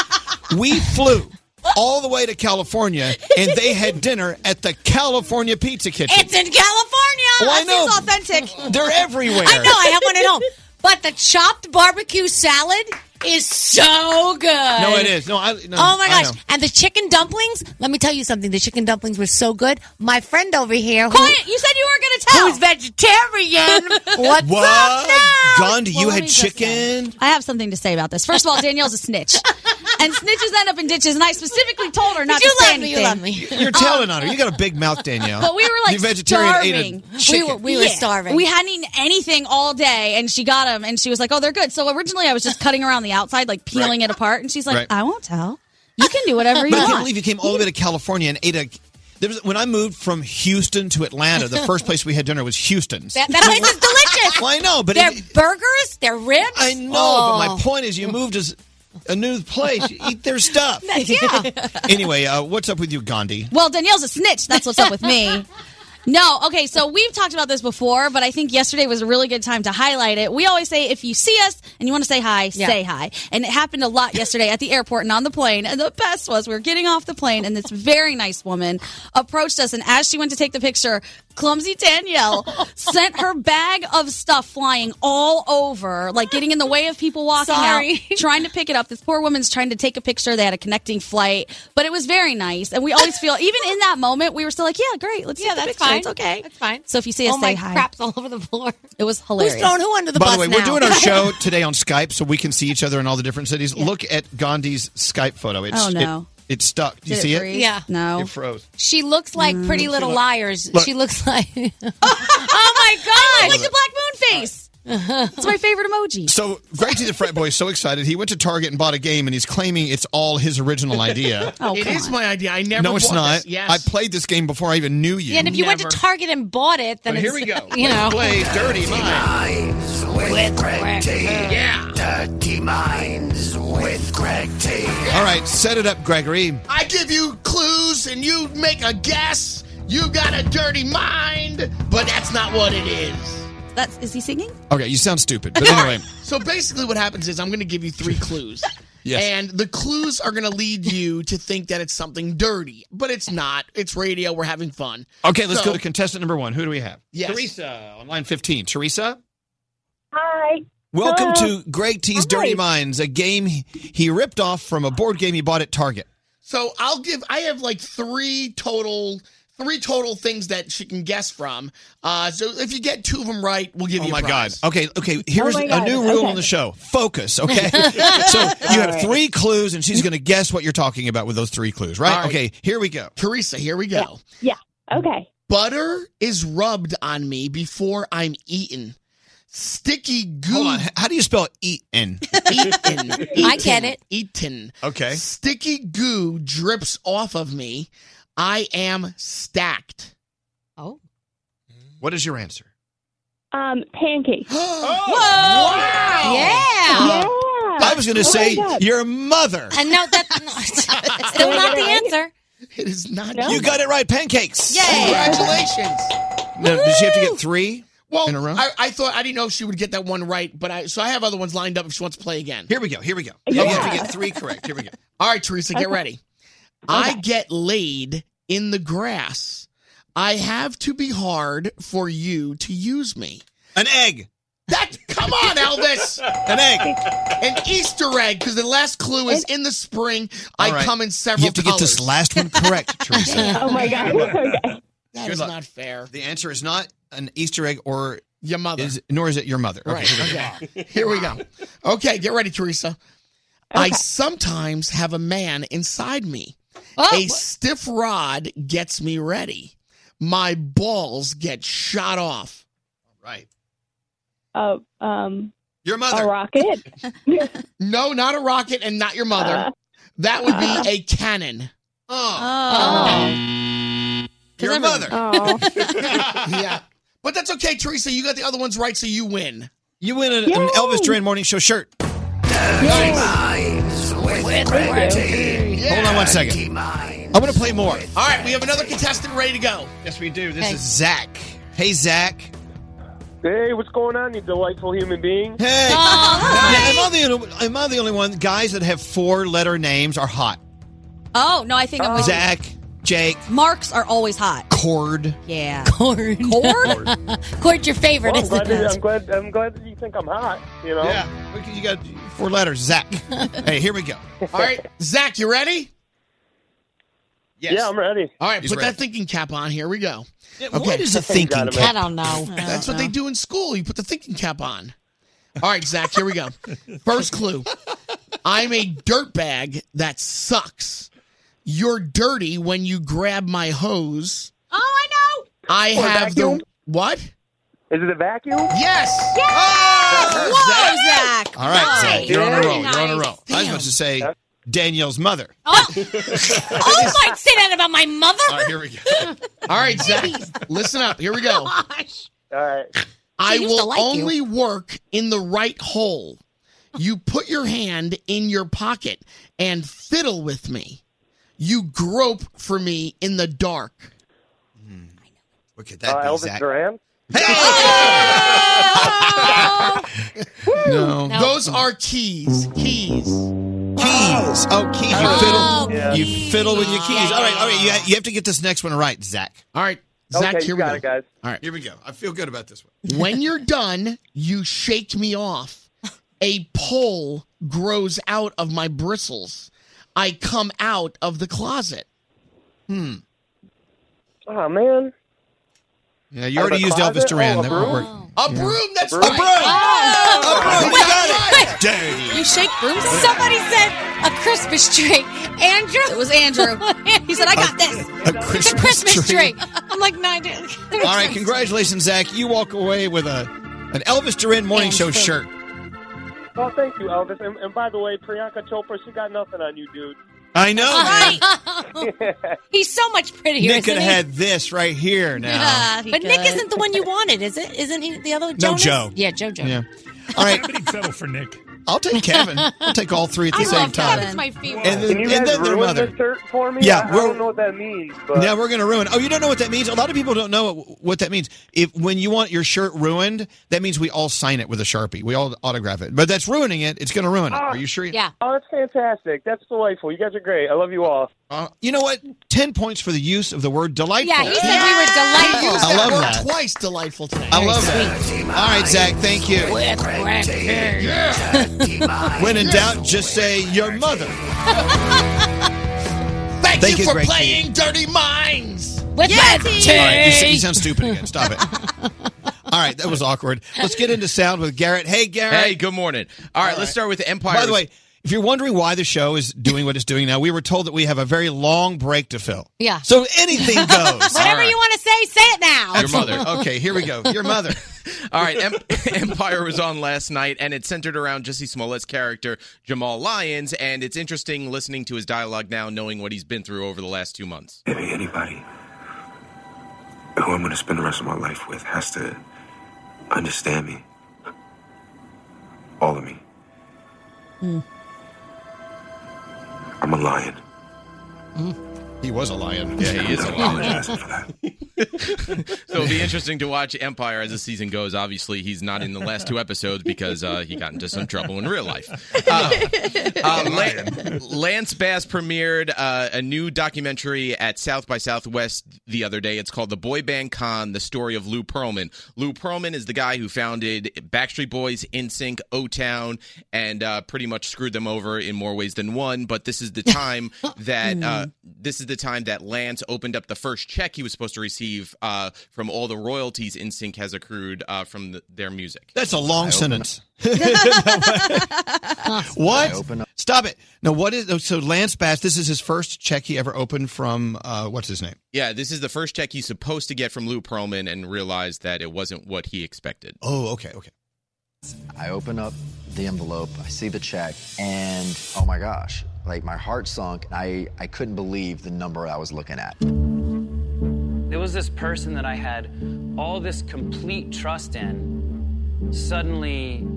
[SPEAKER 1] we flew all the way to California, and they had dinner at the California Pizza Kitchen.
[SPEAKER 8] It's in California.
[SPEAKER 1] Well, I That know. seems
[SPEAKER 8] authentic.
[SPEAKER 1] They're everywhere.
[SPEAKER 8] I know. I have one at home. But the chopped barbecue salad is so good.
[SPEAKER 1] No, it is. No, I. No,
[SPEAKER 8] oh my
[SPEAKER 1] I
[SPEAKER 8] gosh!
[SPEAKER 1] know.
[SPEAKER 8] And the chicken dumplings. Let me tell you something. The chicken dumplings were so good. My friend over here, who,
[SPEAKER 5] Quiet! You said you weren't going to tell.
[SPEAKER 8] who's vegetarian, what's
[SPEAKER 1] What?
[SPEAKER 8] up now?
[SPEAKER 1] Gandhi, you had chicken.
[SPEAKER 5] I have something to say about this. First of all, Danielle's a snitch. and snitches end up in ditches, and I specifically told her not
[SPEAKER 8] you
[SPEAKER 5] to say
[SPEAKER 8] love me, you
[SPEAKER 5] anything.
[SPEAKER 8] love me.
[SPEAKER 1] You're telling on her. You got a big mouth, Danielle.
[SPEAKER 5] But we were like
[SPEAKER 1] you vegetarian
[SPEAKER 5] starving.
[SPEAKER 1] Ate a chicken.
[SPEAKER 5] Yeah. We hadn't eaten anything all day, and she got them, and she was like, "Oh, they're good." So originally, I was just cutting around the outside, like peeling it apart, and she's like,
[SPEAKER 1] Right.
[SPEAKER 5] "I won't tell. You can do whatever
[SPEAKER 1] But
[SPEAKER 5] you
[SPEAKER 1] I can't
[SPEAKER 5] want."
[SPEAKER 1] believe you came all the way to California and ate a. There was, when I moved from Houston to Atlanta, the first place we had dinner was Houston's.
[SPEAKER 8] That, that place is delicious.
[SPEAKER 1] Well, I know, but
[SPEAKER 8] their
[SPEAKER 1] it-
[SPEAKER 8] burgers, their ribs.
[SPEAKER 1] I know, but my point is, you moved to a new place. You eat their stuff.
[SPEAKER 5] Yeah.
[SPEAKER 1] Anyway, uh, what's up with you, Gandhi?
[SPEAKER 5] Well, Danielle's a snitch. That's what's up with me. No, okay, so we've talked about this before, but I think yesterday was a really good time to highlight it. We always say if you see us and you want to say hi,
[SPEAKER 8] Yeah.
[SPEAKER 5] say hi. And it happened a lot yesterday at the airport and on the plane. And the best was we were getting off the plane and this very nice woman approached us and as she went to take the picture, clumsy Danielle sent her bag of stuff flying all over, like getting in the way of people walking
[SPEAKER 8] Sorry.
[SPEAKER 5] out trying to pick it up. This poor woman's trying to take a picture. They had a connecting flight, but it was very nice. And we always feel, even in that moment, we were still like, yeah, great. Let's
[SPEAKER 8] Yeah,
[SPEAKER 5] take the
[SPEAKER 8] that's
[SPEAKER 5] picture.
[SPEAKER 8] fine.
[SPEAKER 5] It's okay.
[SPEAKER 8] That's fine.
[SPEAKER 5] So if you see us,
[SPEAKER 8] oh
[SPEAKER 5] say
[SPEAKER 8] my
[SPEAKER 5] hi.
[SPEAKER 8] crap's all over the floor.
[SPEAKER 5] It was hilarious.
[SPEAKER 8] Who's throwing who under the
[SPEAKER 1] By
[SPEAKER 8] bus
[SPEAKER 1] the way,
[SPEAKER 8] now?
[SPEAKER 1] we're doing our show today on Skype, so we can see each other in all the different cities. Look at Gandhi's Skype photo. It's,
[SPEAKER 5] Oh, no.
[SPEAKER 1] It, it's stuck. Do you
[SPEAKER 5] Did it
[SPEAKER 1] see it?
[SPEAKER 5] freeze? Yeah. No.
[SPEAKER 1] It froze.
[SPEAKER 8] She looks like Pretty Little
[SPEAKER 1] look-
[SPEAKER 8] Liars.
[SPEAKER 1] look.
[SPEAKER 8] She looks like. oh my
[SPEAKER 5] I
[SPEAKER 8] gosh!
[SPEAKER 5] like the black moon face. It's my favorite emoji.
[SPEAKER 1] So Reggie the Frat Boy is so excited. He went to Target and bought a game, and he's claiming it's all his original idea.
[SPEAKER 5] Oh.
[SPEAKER 15] it is my idea. I never.
[SPEAKER 1] no, it's
[SPEAKER 15] bought
[SPEAKER 1] not.
[SPEAKER 15] This. Yes.
[SPEAKER 1] I played this game before I even knew you.
[SPEAKER 8] Yeah, and if you went to Target and bought it, then
[SPEAKER 1] But here
[SPEAKER 8] it's,
[SPEAKER 1] we go.
[SPEAKER 8] You know,
[SPEAKER 1] Play Dirty
[SPEAKER 10] Mind. With Greg T.
[SPEAKER 15] Yeah.
[SPEAKER 10] Dirty Minds with Greg T.
[SPEAKER 1] All right, set it up, Gregory.
[SPEAKER 15] I give you clues and you make a guess. You got a dirty mind, but that's not what it is.
[SPEAKER 5] That's is he singing?
[SPEAKER 1] Okay, you sound stupid, but anyway.
[SPEAKER 15] So basically, what happens is I'm going to give you three clues.
[SPEAKER 1] Yes.
[SPEAKER 15] And the clues are going to lead you to think that it's something dirty, but it's not. It's radio. We're having fun.
[SPEAKER 1] Okay, let's
[SPEAKER 15] So-
[SPEAKER 1] go to contestant number one. Who do we have?
[SPEAKER 15] Yes.
[SPEAKER 1] Teresa on line 15. Teresa?
[SPEAKER 13] Hi.
[SPEAKER 1] Welcome
[SPEAKER 13] Hello.
[SPEAKER 1] to Greg T's Dirty Minds, a game he- he ripped off from a board game he bought at Target.
[SPEAKER 15] So I'll give. I have like three total, three total things that she can guess from. Uh, so if you get two of them right, we'll give
[SPEAKER 1] Oh
[SPEAKER 15] you.
[SPEAKER 1] my
[SPEAKER 15] a
[SPEAKER 1] God.
[SPEAKER 15] prize. Oh,
[SPEAKER 1] Okay, okay. Here's
[SPEAKER 15] my
[SPEAKER 1] a
[SPEAKER 15] God,
[SPEAKER 1] new rule
[SPEAKER 15] okay.
[SPEAKER 1] on the show focus, okay? so you have three clues, and she's going to guess what you're talking about with those three clues, right?
[SPEAKER 15] All right.
[SPEAKER 1] Okay, here we go.
[SPEAKER 15] Teresa, here we go.
[SPEAKER 13] Yeah. Okay.
[SPEAKER 15] Butter is rubbed on me before I'm eaten. Sticky goo.
[SPEAKER 1] Hold on. H- How do you spell eaten?
[SPEAKER 15] Eaten.
[SPEAKER 8] I get it.
[SPEAKER 15] Eaten.
[SPEAKER 1] Okay.
[SPEAKER 15] Sticky goo drips off of me. I am stacked.
[SPEAKER 8] Oh.
[SPEAKER 1] What is your answer?
[SPEAKER 13] Um, pancakes.
[SPEAKER 15] Oh! Wow.
[SPEAKER 8] Yeah.
[SPEAKER 1] I was going to
[SPEAKER 13] Oh my
[SPEAKER 1] say
[SPEAKER 13] God.
[SPEAKER 1] your mother.
[SPEAKER 8] And no, that's not, still not the answer.
[SPEAKER 15] It is not.
[SPEAKER 1] You got it right. Pancakes.
[SPEAKER 15] Congratulations.
[SPEAKER 1] Now, did she have to get three
[SPEAKER 15] Well,
[SPEAKER 1] in a row?
[SPEAKER 15] I, I thought I didn't know if she would get that one right, but I so I have other ones lined up if she wants to play again.
[SPEAKER 1] Here we go. Here we go.
[SPEAKER 13] Yeah.
[SPEAKER 1] You have to get three correct. Here we go.
[SPEAKER 15] All right, Teresa, get
[SPEAKER 13] Okay.
[SPEAKER 15] ready. I get laid in the grass. I have to be hard for you to use me.
[SPEAKER 1] An egg.
[SPEAKER 15] That come on, Elvis.
[SPEAKER 1] An egg.
[SPEAKER 15] An Easter egg, because the last clue is in the spring. I
[SPEAKER 1] All right.
[SPEAKER 15] come in several.
[SPEAKER 1] You have to get this
[SPEAKER 15] colors.
[SPEAKER 1] last one correct, Teresa.
[SPEAKER 15] Oh, my God. Okay. That
[SPEAKER 1] Good
[SPEAKER 15] is
[SPEAKER 1] luck.
[SPEAKER 15] not fair.
[SPEAKER 1] The answer is not an Easter egg or
[SPEAKER 15] your mother,
[SPEAKER 1] nor is it your mother.
[SPEAKER 15] Right.
[SPEAKER 1] here we go.
[SPEAKER 15] Okay. Here we go. Okay, get ready, Teresa. I sometimes have a man inside me. a stiff rod gets me ready. My balls get shot off.
[SPEAKER 1] Right.
[SPEAKER 15] Uh, um,
[SPEAKER 1] your mother.
[SPEAKER 15] A rocket? Uh, no, not a rocket and not your mother. that would be a cannon.
[SPEAKER 10] Oh.
[SPEAKER 15] Oh.
[SPEAKER 13] Oh.
[SPEAKER 15] Uh,
[SPEAKER 1] Your mother.
[SPEAKER 15] yeah. But that's okay, Teresa. You got the other ones right, so you win.
[SPEAKER 1] You win an, an Elvis Duran Morning Show shirt. Hold on one second. I'm going to play more.
[SPEAKER 15] All right, we have another contestant ready to go.
[SPEAKER 1] Yes, we do. This is Zach. Hey, Zach.
[SPEAKER 19] Hey, what's going on, you delightful human being?
[SPEAKER 1] Hey.
[SPEAKER 15] Oh,
[SPEAKER 1] Yeah, am, I the, am I the only one? Guys that have four letter names are hot. Uh,
[SPEAKER 5] Oh no, I think I'm with you.
[SPEAKER 1] Zach, Jake,
[SPEAKER 5] Marks are always hot.
[SPEAKER 1] Cord.
[SPEAKER 5] Yeah.
[SPEAKER 2] Cord.
[SPEAKER 5] Cord.
[SPEAKER 2] Cord, your favorite,
[SPEAKER 19] Well, I'm,
[SPEAKER 2] isn't
[SPEAKER 19] glad that,
[SPEAKER 2] it?
[SPEAKER 19] I'm glad. I'm glad that you think I'm hot. You know.
[SPEAKER 1] Yeah. You got four letters, Zach. hey, here we go.
[SPEAKER 15] All right, Zach, you ready?
[SPEAKER 1] Yes.
[SPEAKER 19] Yeah, I'm ready.
[SPEAKER 15] All right,
[SPEAKER 19] He's
[SPEAKER 15] put
[SPEAKER 19] ready.
[SPEAKER 15] that thinking cap on. Here we go.
[SPEAKER 19] what is a thinking Got him, cap? man. I don't know. I don't
[SPEAKER 15] That's what
[SPEAKER 19] know.
[SPEAKER 15] they do in school. You put the thinking cap on. All right, Zach, here we go. First clue I'm a dirtbag that sucks. You're dirty when you grab my hose.
[SPEAKER 5] Oh, I know.
[SPEAKER 15] I
[SPEAKER 19] Or a
[SPEAKER 15] have
[SPEAKER 19] vacuum?
[SPEAKER 15] the. What?
[SPEAKER 19] Is it a vacuum?
[SPEAKER 15] Yes. Oh,
[SPEAKER 19] Yeah.
[SPEAKER 5] Whoa, Zach.
[SPEAKER 1] All right,
[SPEAKER 19] Nice.
[SPEAKER 1] Zach. You're on a roll. You're on a
[SPEAKER 19] Nice.
[SPEAKER 1] roll. I was about to say Danielle's mother.
[SPEAKER 8] Oh, I'd say that about Oh my mother.
[SPEAKER 1] All right, here we go.
[SPEAKER 15] All right, Zach, listen up. Here we go.
[SPEAKER 19] All right.
[SPEAKER 15] I
[SPEAKER 19] She used to
[SPEAKER 15] will
[SPEAKER 19] like you.
[SPEAKER 15] only work in the right hole. You put your hand in your pocket and fiddle with me. You grope for me in the dark.
[SPEAKER 1] What could
[SPEAKER 19] Uh, Elvis Duran. Oh!
[SPEAKER 1] No.
[SPEAKER 15] Those are keys. Keys.
[SPEAKER 1] Keys. Oh, keys. You
[SPEAKER 15] Oh,
[SPEAKER 1] fiddle. You fiddle with your keys. All right, all right. You, ha- you have to get this next one right, Zach.
[SPEAKER 15] All right, Zach, here we go. All right.
[SPEAKER 1] Here we go. I feel good about this one.
[SPEAKER 15] when you're done, you shake me off. A pole grows out of my bristles. I come out of the closet. Hmm.
[SPEAKER 19] Oh man.
[SPEAKER 1] Yeah,
[SPEAKER 19] Out
[SPEAKER 1] you
[SPEAKER 19] of
[SPEAKER 1] already
[SPEAKER 19] the
[SPEAKER 1] used
[SPEAKER 19] closet?
[SPEAKER 1] Elvis Duran.
[SPEAKER 19] Oh, a
[SPEAKER 1] that won't work.
[SPEAKER 19] broom?
[SPEAKER 15] A broom. That's
[SPEAKER 1] A broom.
[SPEAKER 15] right.
[SPEAKER 24] Oh,
[SPEAKER 1] A broom. We
[SPEAKER 15] got
[SPEAKER 1] it. Dirty.
[SPEAKER 5] Oh, You shake brooms.
[SPEAKER 2] Somebody said a Christmas tree. Andrew?
[SPEAKER 5] It was Andrew.
[SPEAKER 2] he said, I got this.
[SPEAKER 1] A
[SPEAKER 2] It's a
[SPEAKER 1] Christmas,
[SPEAKER 2] Christmas
[SPEAKER 1] tree.
[SPEAKER 2] tree. I'm like, no, I didn't.
[SPEAKER 1] All right, congratulations, Zach. You walk away with a an Elvis Duran Morning Show shirt.
[SPEAKER 19] Well, Oh, thank you, Elvis. And, and by the way, Priyanka Chopra, she got nothing on you, dude.
[SPEAKER 1] I know.
[SPEAKER 2] Oh, He's so much prettier.
[SPEAKER 1] Nick could
[SPEAKER 2] isn't
[SPEAKER 1] have
[SPEAKER 2] he?
[SPEAKER 1] had this right here now.
[SPEAKER 2] but Nick isn't the one you wanted, is it? Isn't he the other?
[SPEAKER 1] No,
[SPEAKER 2] Jonas?
[SPEAKER 1] Joe.
[SPEAKER 2] Yeah, JoJo.
[SPEAKER 1] Yeah. All right.
[SPEAKER 9] settle for Nick.
[SPEAKER 1] I'll take Kevin. I'll take all three at the
[SPEAKER 2] I
[SPEAKER 1] same
[SPEAKER 2] love
[SPEAKER 1] time.
[SPEAKER 2] Kevin's my favorite.
[SPEAKER 1] And then,
[SPEAKER 19] Can you
[SPEAKER 1] and
[SPEAKER 19] guys
[SPEAKER 1] then their
[SPEAKER 19] ruin
[SPEAKER 1] mother.
[SPEAKER 19] this shirt for me?
[SPEAKER 1] Yeah,
[SPEAKER 19] I, I
[SPEAKER 1] we're-
[SPEAKER 19] don't know what that means. But
[SPEAKER 1] Now we're gonna ruin. Oh, you don't know what that means. A lot of people don't know what, what that means. If when you want your shirt ruined, that means we all sign it with a sharpie. We all autograph it. But that's ruining it. It's gonna ruin it. Are you sure?
[SPEAKER 2] Yeah.
[SPEAKER 19] Oh, that's fantastic. That's delightful. You guys are great. I love you all.
[SPEAKER 1] Uh, you know what? Ten points for the use of the word delightful.
[SPEAKER 2] Yeah, he said we were
[SPEAKER 15] You
[SPEAKER 2] delightful.
[SPEAKER 15] used
[SPEAKER 1] I
[SPEAKER 15] that
[SPEAKER 1] love
[SPEAKER 15] word
[SPEAKER 1] that.
[SPEAKER 15] Twice delightful today.
[SPEAKER 1] I love that. All right, Zach. Thank you. When in doubt, just say your mother.
[SPEAKER 15] Thank,
[SPEAKER 1] Thank
[SPEAKER 15] you,
[SPEAKER 1] you,
[SPEAKER 15] for
[SPEAKER 1] Greg T.
[SPEAKER 15] playing Dirty Minds.
[SPEAKER 2] With
[SPEAKER 15] that
[SPEAKER 1] All right, you, s- you sound stupid again. Stop it. All right, that was awkward. Let's get into sound with Garrett. Hey, Garrett.
[SPEAKER 22] Hey, good morning. All right, let's start with the Empire.
[SPEAKER 1] By the way, if you're wondering why the show is doing what it's doing now, we were told that we have a very long break to fill.
[SPEAKER 2] Yeah.
[SPEAKER 1] So anything goes.
[SPEAKER 2] Whatever you want to say, say it now.
[SPEAKER 22] Your mother.
[SPEAKER 1] Okay, here we go. Your mother.
[SPEAKER 22] All right, Em- Empire was on last night, and it's centered around Jesse Smollett's character Jamal Lyons, and it's interesting listening to his dialogue now, knowing what he's been through over the last two months.
[SPEAKER 24] Any, anybody who I'm going to spend the rest of my life with has to understand me. All of me.
[SPEAKER 1] Mm.
[SPEAKER 24] I'm a lion.
[SPEAKER 1] He was a lion. Yeah,
[SPEAKER 22] he is a lion. So it'll be interesting to watch Empire as the season goes. Obviously, he's not in the last two episodes because uh, he got into some trouble in real life. Uh, uh, Lan- Lance Bass premiered uh, a new documentary at South by Southwest the other day. It's called The Boy Band Con: The Story of Lou Pearlman. Lou Pearlman is the guy who founded Backstreet Boys, NSYNC, O Town, and uh, pretty much screwed them over in more ways than one. But this is the time that uh, this is the time that Lance opened up the first check he was supposed to receive uh, from all the royalties NSYNC has accrued uh, from the, their music.
[SPEAKER 1] That's a long
[SPEAKER 22] I open-
[SPEAKER 1] sentence. what? Stop it. No, what is so Lance Bass, this is his first check he ever opened from uh, what's his name?
[SPEAKER 22] Yeah, this is the first check he's supposed to get from Lou Pearlman and realized that it wasn't what he expected.
[SPEAKER 1] Oh, okay, okay.
[SPEAKER 2] I open up the envelope, I see the check, and oh my gosh, like my heart sunk. I, I couldn't believe the number I was looking at.
[SPEAKER 4] There was this person that I had all this complete trust in. Suddenly,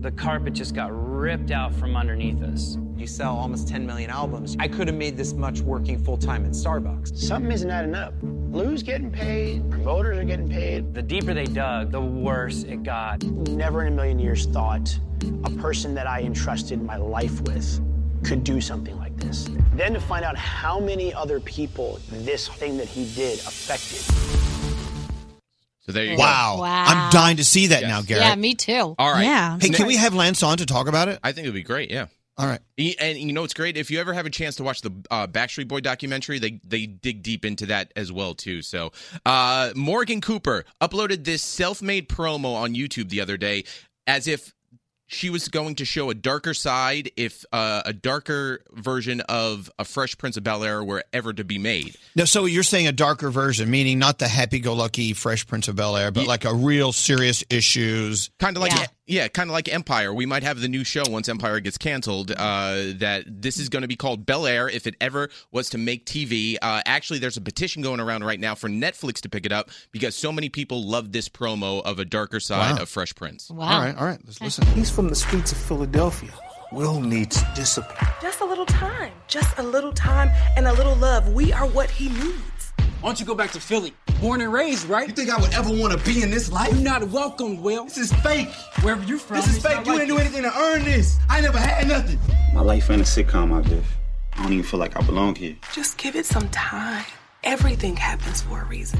[SPEAKER 4] the carpet just got ripped out from underneath us. You sell almost 10 million albums. I could have made this much working full time at Starbucks.
[SPEAKER 12] Something isn't adding up. Lou's getting paid, promoters are getting paid.
[SPEAKER 4] The deeper they dug, the worse it got.
[SPEAKER 12] Never in a million years thought a person that I entrusted my life with could do something like this. Then to find out how many other people this thing that he did affected.
[SPEAKER 22] So there you go.
[SPEAKER 1] Wow.
[SPEAKER 4] Wow.
[SPEAKER 1] I'm dying to see that now, Garrett.
[SPEAKER 4] me too.
[SPEAKER 22] All right.
[SPEAKER 1] Hey, can we have Lance on to talk about it?
[SPEAKER 22] I think it would be great. Yeah.
[SPEAKER 1] All right.
[SPEAKER 22] E- And you know it's great if you ever have a chance to watch the uh, Backstreet Boy documentary. They they dig deep into that as well too. So uh, Morgan Cooper uploaded this self-made promo on YouTube the other day, as if she was going to show a darker side, if uh, a darker version of a Fresh Prince of Bel Air were ever to be made.
[SPEAKER 1] No, so you're saying a darker version, meaning not the happy-go-lucky Fresh Prince of Bel Air, but like a real serious issues.
[SPEAKER 22] Kind of like E-, yeah, kind of like Empire. We might have the new show once Empire gets canceled. Uh, that this is going to be called Bel Air if it ever was to make TV. Uh, actually, there's a petition going around right now for Netflix to pick it up because so many people love this promo of a darker side
[SPEAKER 21] Wow.
[SPEAKER 22] of Fresh Prince.
[SPEAKER 21] All right, all right, let's listen. He's from the streets of Philadelphia. Will needs discipline.
[SPEAKER 30] Just a little time. Just a little time and a little love. We are what he needs.
[SPEAKER 31] Why don't you go back to Philly? Born and raised, right? You think I would ever want to be in this life? You're not welcome, Will. This is fake. Wherever you from,
[SPEAKER 17] This is
[SPEAKER 31] it's
[SPEAKER 17] fake.
[SPEAKER 31] not
[SPEAKER 17] You
[SPEAKER 31] like
[SPEAKER 17] didn't do
[SPEAKER 31] this.
[SPEAKER 17] anything to earn this. I never had nothing.
[SPEAKER 18] My life ain't a sitcom I live. I don't even feel like I belong here.
[SPEAKER 30] Just give it some time. Everything happens for a reason.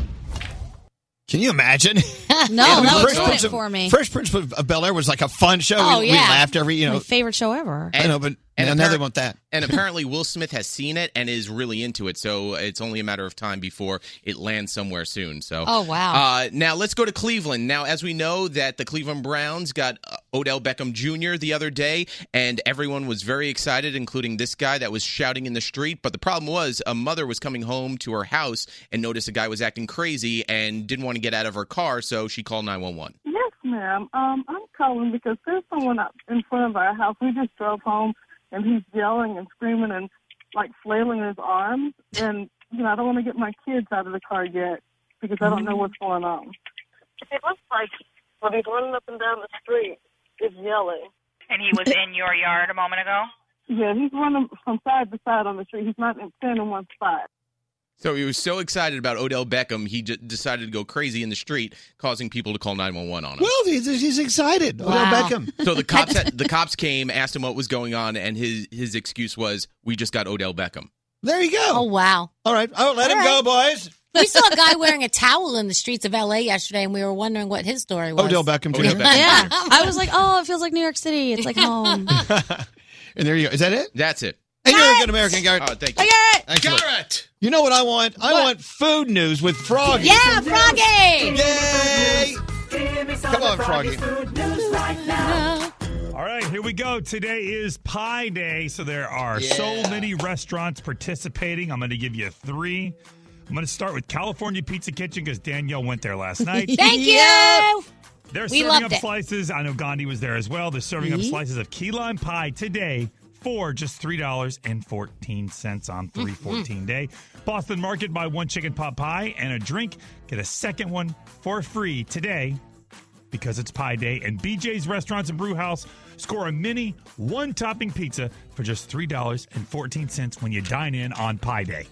[SPEAKER 1] Can you imagine?
[SPEAKER 5] No,
[SPEAKER 1] I mean,
[SPEAKER 5] that would
[SPEAKER 1] Fresh
[SPEAKER 5] do
[SPEAKER 1] Prince
[SPEAKER 5] it
[SPEAKER 1] of-
[SPEAKER 5] for me.
[SPEAKER 1] Fresh Prince of Bel Air was like a fun show.
[SPEAKER 5] Oh,
[SPEAKER 1] we, we
[SPEAKER 5] yeah.
[SPEAKER 1] laughed every, you
[SPEAKER 5] My
[SPEAKER 1] know.
[SPEAKER 5] favorite show ever.
[SPEAKER 1] I know, but
[SPEAKER 22] and
[SPEAKER 1] now they
[SPEAKER 22] apparent-
[SPEAKER 1] want that.
[SPEAKER 22] And apparently, Will Smith has seen it and is really into it. So it's only a matter of time before it lands somewhere soon. So,
[SPEAKER 32] Oh, wow.
[SPEAKER 22] Uh, now let's go to Cleveland. Now, as we know that the Cleveland Browns got uh, Odell Beckham Jr. the other day, and everyone was very excited, including this guy that was shouting in the street. But the problem was, a mother was coming home to her house and noticed a guy was acting crazy and didn't want to get out of her car, so she called nine one one.
[SPEAKER 29] Yes, ma'am. Um, I'm calling because there's someone up in front of our house. We just drove home, and he's yelling and screaming and like flailing his arms. And you know, I don't want to get my kids out of the car yet because I don't
[SPEAKER 8] Mm-hmm.
[SPEAKER 29] know what's going on.
[SPEAKER 16] It looks like when he's running up and down the street, is yelling. And he was in your yard a moment ago?
[SPEAKER 29] Yeah, he's running from side to side on the street. He's not standing in one spot.
[SPEAKER 22] So he was so excited about Odell Beckham, he j- decided to go crazy in the street, causing people to call 911 on him.
[SPEAKER 1] Well, he's, he's excited. Odell
[SPEAKER 18] Wow.
[SPEAKER 1] Beckham.
[SPEAKER 22] So the cops had, the cops came, asked him what was going on, and his his excuse was, "We just got Odell Beckham."
[SPEAKER 1] There you go.
[SPEAKER 8] Oh wow.
[SPEAKER 1] All right. Oh, let
[SPEAKER 8] All
[SPEAKER 1] him go,
[SPEAKER 8] right.
[SPEAKER 1] boys.
[SPEAKER 8] We saw a guy wearing a towel in the streets of LA yesterday and we were wondering what his story was.
[SPEAKER 1] Odell Beckham Jr.
[SPEAKER 5] Yeah. I was like, oh, it feels like New York City. It's like home.
[SPEAKER 1] And there you go. Is that it?
[SPEAKER 22] That's it.
[SPEAKER 1] And you're a good American, Garrett.
[SPEAKER 22] Oh, thank you.
[SPEAKER 1] Excellent. You know what I want? I want food news with Froggy.
[SPEAKER 8] Yeah, Froggy!
[SPEAKER 1] Yay! Come on, Froggy.
[SPEAKER 9] All right, here we go. Today is Pie Day, so there are so many restaurants participating. I'm going to give you three. I'm going to start with California Pizza Kitchen because Danielle went there last night.
[SPEAKER 8] Thank you.
[SPEAKER 9] They're
[SPEAKER 8] We
[SPEAKER 9] serving
[SPEAKER 8] loved
[SPEAKER 9] up
[SPEAKER 8] it.
[SPEAKER 9] slices. I know Gandhi was there as well. They're serving up
[SPEAKER 8] Mhm.
[SPEAKER 9] slices of key lime pie today for just three dollars and fourteen cents on three fourteen day. Boston Market buy one chicken pot pie and a drink. Get a second one for free today because it's Pie Day. And BJ's Restaurants and Brewhouse score a mini one topping pizza for just three dollars and fourteen cents when you dine in on Pie Day.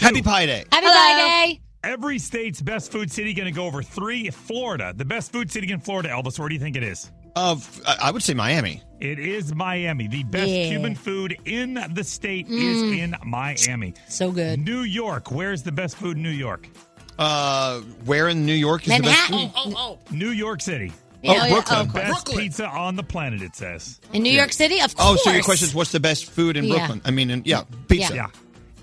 [SPEAKER 1] Happy Pie Day.
[SPEAKER 2] Happy Pie Day.
[SPEAKER 9] Every state's best food city going to go over three. Florida, the best food city in Florida, Elvis. Where do you think it is?
[SPEAKER 1] Of, I I would say Miami.
[SPEAKER 9] It is Miami. The best
[SPEAKER 1] Yeah.
[SPEAKER 9] Cuban food in the state
[SPEAKER 1] Mm.
[SPEAKER 9] is in Miami. So good. New York. Where's the best food in New York?
[SPEAKER 1] Uh, where in New York is the best?
[SPEAKER 9] oh, oh, oh. New York City.
[SPEAKER 1] Oh, Yeah, Brooklyn.
[SPEAKER 9] The
[SPEAKER 1] oh,
[SPEAKER 9] best
[SPEAKER 1] Brooklyn.
[SPEAKER 9] pizza on the planet, it says.
[SPEAKER 8] In New York City? Of
[SPEAKER 1] Oh,
[SPEAKER 8] course.
[SPEAKER 1] so your question is what's the best food in
[SPEAKER 8] Yeah.
[SPEAKER 1] Brooklyn? I mean, in, yeah, pizza.
[SPEAKER 9] Yeah.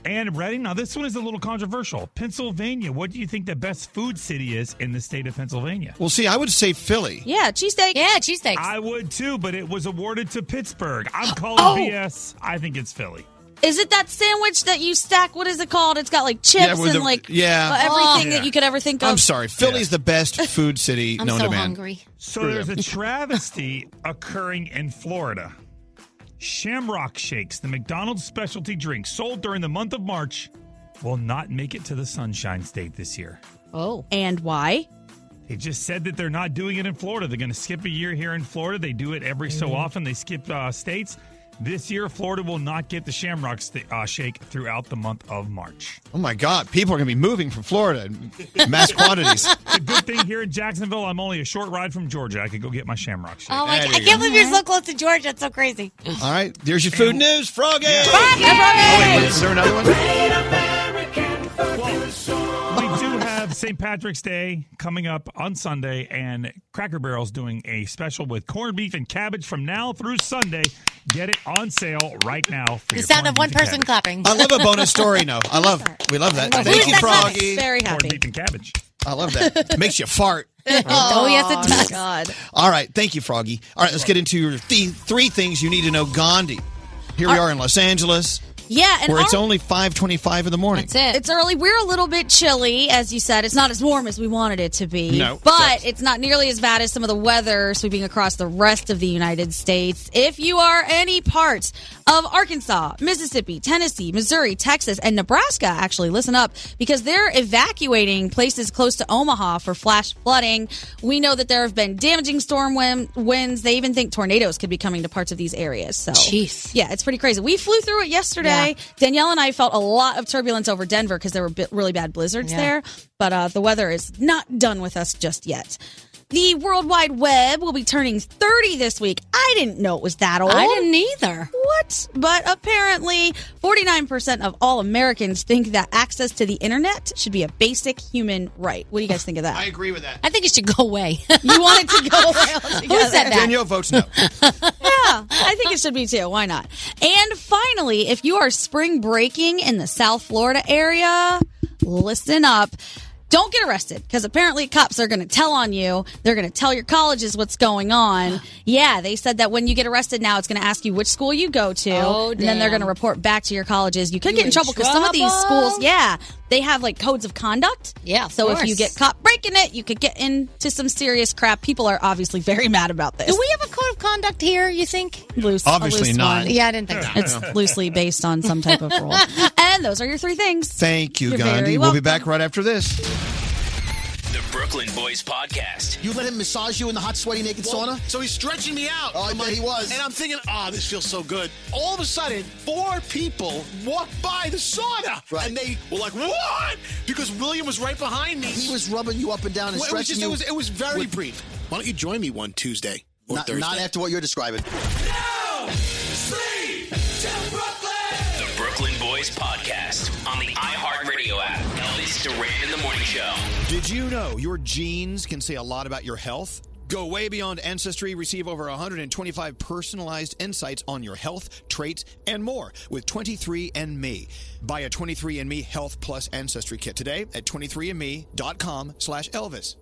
[SPEAKER 9] And Reading, now this one is a little controversial. Pennsylvania, what do you think the best food city is in the state of Pennsylvania?
[SPEAKER 1] Well, see, I would say Philly.
[SPEAKER 5] Yeah, cheesesteak.
[SPEAKER 8] Yeah, cheesesteak.
[SPEAKER 9] I would too, but it was awarded to Pittsburgh. I'm calling
[SPEAKER 5] Oh.
[SPEAKER 9] BS. I think it's Philly.
[SPEAKER 5] Is it that sandwich that you stack? What is it called? It's got like chips
[SPEAKER 1] Yeah, with
[SPEAKER 5] and
[SPEAKER 1] the-
[SPEAKER 5] like uh,
[SPEAKER 1] yeah.
[SPEAKER 5] everything
[SPEAKER 1] Oh.
[SPEAKER 5] that you could ever think of.
[SPEAKER 1] I'm sorry. Philly's the best food city known to man.
[SPEAKER 9] So
[SPEAKER 1] Screw
[SPEAKER 9] there's
[SPEAKER 1] them.
[SPEAKER 9] a travesty occurring in Florida. Shamrock Shakes, the McDonald's specialty drink sold during the month of March, will not make it to the Sunshine State this year.
[SPEAKER 5] Oh. And why?
[SPEAKER 9] They just said that they're not doing it in Florida. They're going to skip a year here in Florida. They do it every so often. They skip uh, states. This year, Florida will not get the Shamrock st- uh, Shake throughout the month of March.
[SPEAKER 1] Oh my God! People are going to be moving from Florida in mass quantities.
[SPEAKER 9] It's a good thing here in Jacksonville, I'm only a short ride from Georgia. I could go get my Shamrock Shake.
[SPEAKER 8] Oh, my,
[SPEAKER 1] There
[SPEAKER 8] I
[SPEAKER 1] you
[SPEAKER 8] can't
[SPEAKER 1] go.
[SPEAKER 8] believe you're so close to Georgia. That's so crazy.
[SPEAKER 1] All right, there's your food news, Froggy.
[SPEAKER 9] Froggy!
[SPEAKER 1] Oh, wait, is there another one?
[SPEAKER 9] we do have St. Patrick's Day coming up on Sunday, and Cracker Barrel's doing a special with corned beef and cabbage from now through Sunday. Get it on sale right now. For
[SPEAKER 8] The
[SPEAKER 9] your
[SPEAKER 8] sound
[SPEAKER 9] corned
[SPEAKER 8] of one
[SPEAKER 9] beef and
[SPEAKER 8] person
[SPEAKER 9] cabbage.
[SPEAKER 8] clapping.
[SPEAKER 1] I love a bonus story. No, I love. We love that.
[SPEAKER 8] I
[SPEAKER 1] Thank
[SPEAKER 8] love that.
[SPEAKER 1] you,
[SPEAKER 8] Who's that
[SPEAKER 1] Froggy.
[SPEAKER 8] clapping? Very happy.
[SPEAKER 9] Corned beef and cabbage.
[SPEAKER 1] I love that. Makes you fart.
[SPEAKER 8] oh, yes, it does.
[SPEAKER 1] All right, thank you, Froggy. All right, let's get into your th- three things you need to know, Gandhi. Here we are in Los Angeles.
[SPEAKER 5] Yeah, and
[SPEAKER 1] where it's
[SPEAKER 5] our-
[SPEAKER 1] only five twenty-five in the morning.
[SPEAKER 5] it. It's early. We're a little bit chilly, as you said. It's not as warm as we wanted it to be.
[SPEAKER 1] No,
[SPEAKER 5] But it's not nearly as bad as some of the weather sweeping across the rest of the United States. If you are any parts of Arkansas, Mississippi, Tennessee, Missouri, Texas, and Nebraska, actually, listen up because they're evacuating places close to Omaha for flash flooding. We know that there have been damaging storm win- winds. They even think tornadoes could be coming to parts of these areas. So,
[SPEAKER 8] Jeez.
[SPEAKER 5] yeah, it's pretty crazy. We flew through it yesterday. Danielle and I felt a lot of turbulence over Denver because there were bi- really bad blizzards
[SPEAKER 8] Yeah.
[SPEAKER 5] there. But uh, the weather is not done with us just yet. The World Wide Web will be turning 30 this week. I didn't know it was that old.
[SPEAKER 8] I didn't either.
[SPEAKER 5] What? But apparently, 49% of all Americans think that access to the internet should be a basic human right. What do you guys think of that? I
[SPEAKER 1] agree with that.
[SPEAKER 8] I think it should go away.
[SPEAKER 5] You want it to go away
[SPEAKER 8] Who said that?
[SPEAKER 1] Danielle votes no.
[SPEAKER 5] yeah, I think it should be too. Why not? And finally, if you are spring breaking in the South Florida area, listen up. Don't get arrested because apparently cops are going to tell on you. They're going to tell your colleges what's going on. Yeah, they said that when you get arrested now, it's going to ask you which school you go to.
[SPEAKER 8] Oh,
[SPEAKER 5] and then they're
[SPEAKER 8] damn.
[SPEAKER 5] going to report back to your colleges. You could
[SPEAKER 8] You
[SPEAKER 5] get in
[SPEAKER 8] in
[SPEAKER 5] trouble because some of these
[SPEAKER 8] trouble?
[SPEAKER 5] schools, yeah, they have like codes of conduct. Yeah. So if you
[SPEAKER 8] course.
[SPEAKER 5] get caught breaking it, you could get into some serious crap. People are obviously very mad about this
[SPEAKER 8] Do we have a code of conduct here, you think?
[SPEAKER 5] loose,
[SPEAKER 1] Obviously
[SPEAKER 5] a loose
[SPEAKER 1] not.
[SPEAKER 5] one.
[SPEAKER 8] Yeah, I didn't think so.
[SPEAKER 5] It's loosely based on some type of rule. and those are your three things.
[SPEAKER 1] Thank you,
[SPEAKER 5] You're
[SPEAKER 1] Gandhi.
[SPEAKER 5] very
[SPEAKER 1] We'll be
[SPEAKER 5] welcome.
[SPEAKER 1] back right after this.
[SPEAKER 3] The Brooklyn Boys Podcast.
[SPEAKER 14] You let him massage you in the hot, sweaty, naked sauna? So he's stretching me out. Oh, I bet he was. And I'm thinking, oh, this feels so good. All of a sudden, four people walked by the sauna. And they were like, what? Because William was right behind me. He was rubbing you up and down and
[SPEAKER 3] Well, it was
[SPEAKER 14] stretching
[SPEAKER 3] just- it was-
[SPEAKER 14] you.
[SPEAKER 3] it was very
[SPEAKER 14] brief. Why don't you join me one Tuesday
[SPEAKER 3] or
[SPEAKER 14] not,
[SPEAKER 3] Thursday?
[SPEAKER 14] Not after what you're describing.
[SPEAKER 3] The Brooklyn Boys Podcast on the iHeartRadio app. Elvis Duran in the Morning Show.
[SPEAKER 1] Did you know your genes can say a lot about your health? Go way beyond ancestry. Receive over 125 personalized insights on your health, traits, and more with 23andMe. Buy a 23andMe Health Plus Ancestry Kit today at 23andMe.com slash Elvis.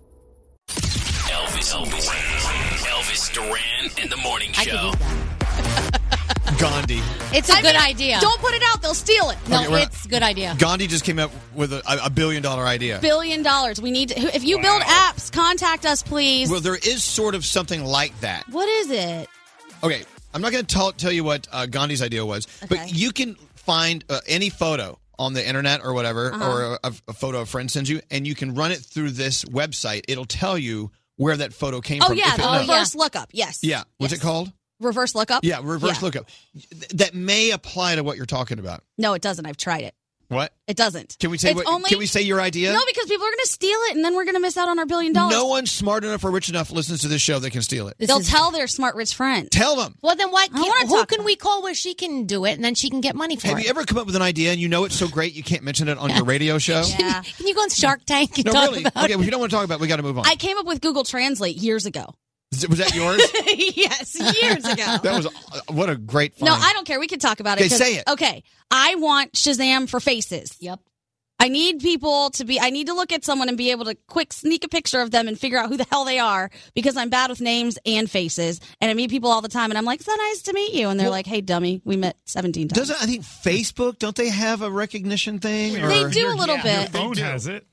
[SPEAKER 3] Elvis, Elvis, Elvis Duran in the Morning
[SPEAKER 1] I could
[SPEAKER 3] Show.
[SPEAKER 1] eat Gandhi.
[SPEAKER 8] It's a good idea.
[SPEAKER 5] Don't put it out; they'll steal it.
[SPEAKER 8] No,
[SPEAKER 1] Okay, we're-
[SPEAKER 8] it's a good idea.
[SPEAKER 1] Gandhi just came up with a, a billion dollar idea.
[SPEAKER 5] Billion dollars. We need. To, if you build apps, contact us, please.
[SPEAKER 1] Well, there is sort of something like that.
[SPEAKER 5] what is it?
[SPEAKER 1] Okay, I'm not going to tell tell you what uh, Gandhi's idea was, but you can find uh, any photo on the internet or whatever,
[SPEAKER 5] Uh-huh.
[SPEAKER 1] or a, a photo a friend sends you, and you can run it through this website. It'll tell you where that photo came
[SPEAKER 5] Oh
[SPEAKER 1] from.
[SPEAKER 5] yeah,
[SPEAKER 1] if it
[SPEAKER 5] the
[SPEAKER 1] knows.
[SPEAKER 5] reverse lookup. Yes.
[SPEAKER 1] Yeah, what's it called?
[SPEAKER 5] Reverse lookup.
[SPEAKER 1] Yeah, reverse
[SPEAKER 5] Yeah.
[SPEAKER 1] lookup. Th- That may apply to what you're talking about.
[SPEAKER 5] No, it doesn't. I've tried it.
[SPEAKER 1] What?
[SPEAKER 5] It doesn't.
[SPEAKER 1] Can we say?
[SPEAKER 5] It's
[SPEAKER 1] What,
[SPEAKER 5] only-
[SPEAKER 1] can we say your idea?
[SPEAKER 5] No, because people are going to steal it, and then we're going to miss out on our billion dollars.
[SPEAKER 1] no one smart enough or rich enough listens to this show that can steal it.
[SPEAKER 5] They'll tell their smart rich friend.
[SPEAKER 1] Tell them.
[SPEAKER 8] Well, then what?
[SPEAKER 5] I don't
[SPEAKER 8] Can,
[SPEAKER 5] wanna
[SPEAKER 8] who
[SPEAKER 5] talk
[SPEAKER 8] can we call where she can do it and then she can get money for
[SPEAKER 1] Have
[SPEAKER 8] it?
[SPEAKER 1] you ever come up with an idea and you know it's so great you can't mention it on your radio show?
[SPEAKER 8] can you go on Shark Tank and
[SPEAKER 1] No,
[SPEAKER 8] talk
[SPEAKER 1] really.
[SPEAKER 8] about
[SPEAKER 1] okay, well, if you don't want to talk about, it, we got to move on.
[SPEAKER 5] I came up with Google Translate years ago.
[SPEAKER 1] Is it- was that yours?
[SPEAKER 5] yes, years ago.
[SPEAKER 1] that was uh, what a great. Find.
[SPEAKER 5] No, I don't care. We could talk about it.
[SPEAKER 1] Okay,
[SPEAKER 5] 'cause-
[SPEAKER 1] say it.
[SPEAKER 5] Okay. I want Shazam for faces. Yep. I need people to be, I need to look at someone and be able to quick sneak a picture of them and figure out who the hell they are because I'm bad with names and faces. And I meet people all the time and I'm like, so nice to meet you. And they're like, hey, dummy, we met 17 times.
[SPEAKER 1] Doesn't I think Facebook? Don't they have a recognition thing?
[SPEAKER 5] They do a Your- little yeah, your bit.
[SPEAKER 9] phone has it.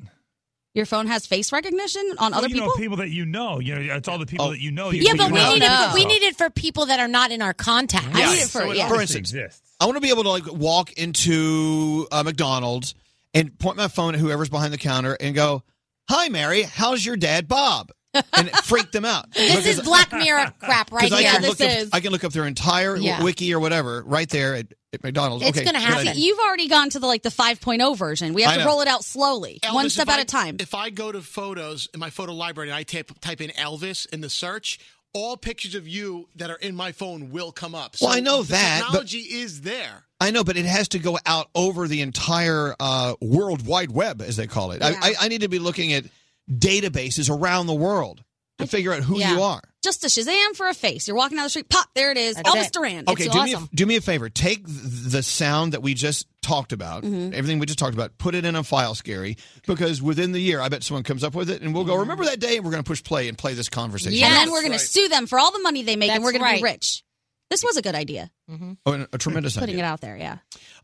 [SPEAKER 5] Your phone has face recognition on
[SPEAKER 9] Well,
[SPEAKER 5] other
[SPEAKER 9] you
[SPEAKER 5] people?
[SPEAKER 9] know people that you know. You know, it's all the
[SPEAKER 1] Oh.
[SPEAKER 9] people that you know.
[SPEAKER 8] Yeah, but we
[SPEAKER 9] know.
[SPEAKER 8] need it. But we need it for people that are not in our contact.
[SPEAKER 1] For instance, I want to be able to like walk into uh, McDonald's and point my phone at whoever's behind the counter and go, "Hi, Mary. How's your dad, Bob?" And it freaked them out.
[SPEAKER 8] This is Black Mirror crap right
[SPEAKER 1] Because I
[SPEAKER 8] here.
[SPEAKER 1] can look up, I can look up their entire
[SPEAKER 5] Yeah.
[SPEAKER 1] wiki or whatever right there at, at McDonald's. okay, good idea.
[SPEAKER 5] You've already gone to the like the 5.0 version. We
[SPEAKER 1] I
[SPEAKER 5] have to
[SPEAKER 1] know.
[SPEAKER 5] roll it out slowly, one
[SPEAKER 14] Elvis,
[SPEAKER 5] step
[SPEAKER 14] if
[SPEAKER 5] at
[SPEAKER 14] I-
[SPEAKER 5] a time.
[SPEAKER 14] If I go to photos in my photo library and I type type in Elvis in the search, all pictures of you that are in my phone will come up.
[SPEAKER 1] Well, I know
[SPEAKER 14] the
[SPEAKER 1] that, but-
[SPEAKER 14] technology is there.
[SPEAKER 1] I know, but it has to go out over the entire uh, World Wide Web, as they call it. I
[SPEAKER 5] Yeah.
[SPEAKER 1] I, I need to be looking at databases around the world to figure out who
[SPEAKER 5] Yeah.
[SPEAKER 1] you are.
[SPEAKER 5] Just a Shazam for a face. You're walking down the street, pop, there it is. Elvis Duran.
[SPEAKER 1] Okay,
[SPEAKER 5] it's
[SPEAKER 1] do
[SPEAKER 5] awesome.
[SPEAKER 1] me a, do me a favor. Take th- the sound that we just talked about,
[SPEAKER 5] Mhm.
[SPEAKER 1] everything we just talked about, put it in a file, Scary, because within the year, I bet someone comes up with it, and we'll
[SPEAKER 5] Mm-hmm.
[SPEAKER 1] go. Remember that day, and we're going to push play and play this conversation.
[SPEAKER 5] And then we're going to sue them for all the money they make and we're going to be rich. This was a good idea.
[SPEAKER 8] Mm-hmm.
[SPEAKER 1] Oh, and a tremendous
[SPEAKER 5] Putting
[SPEAKER 1] idea.
[SPEAKER 5] it out there, yeah.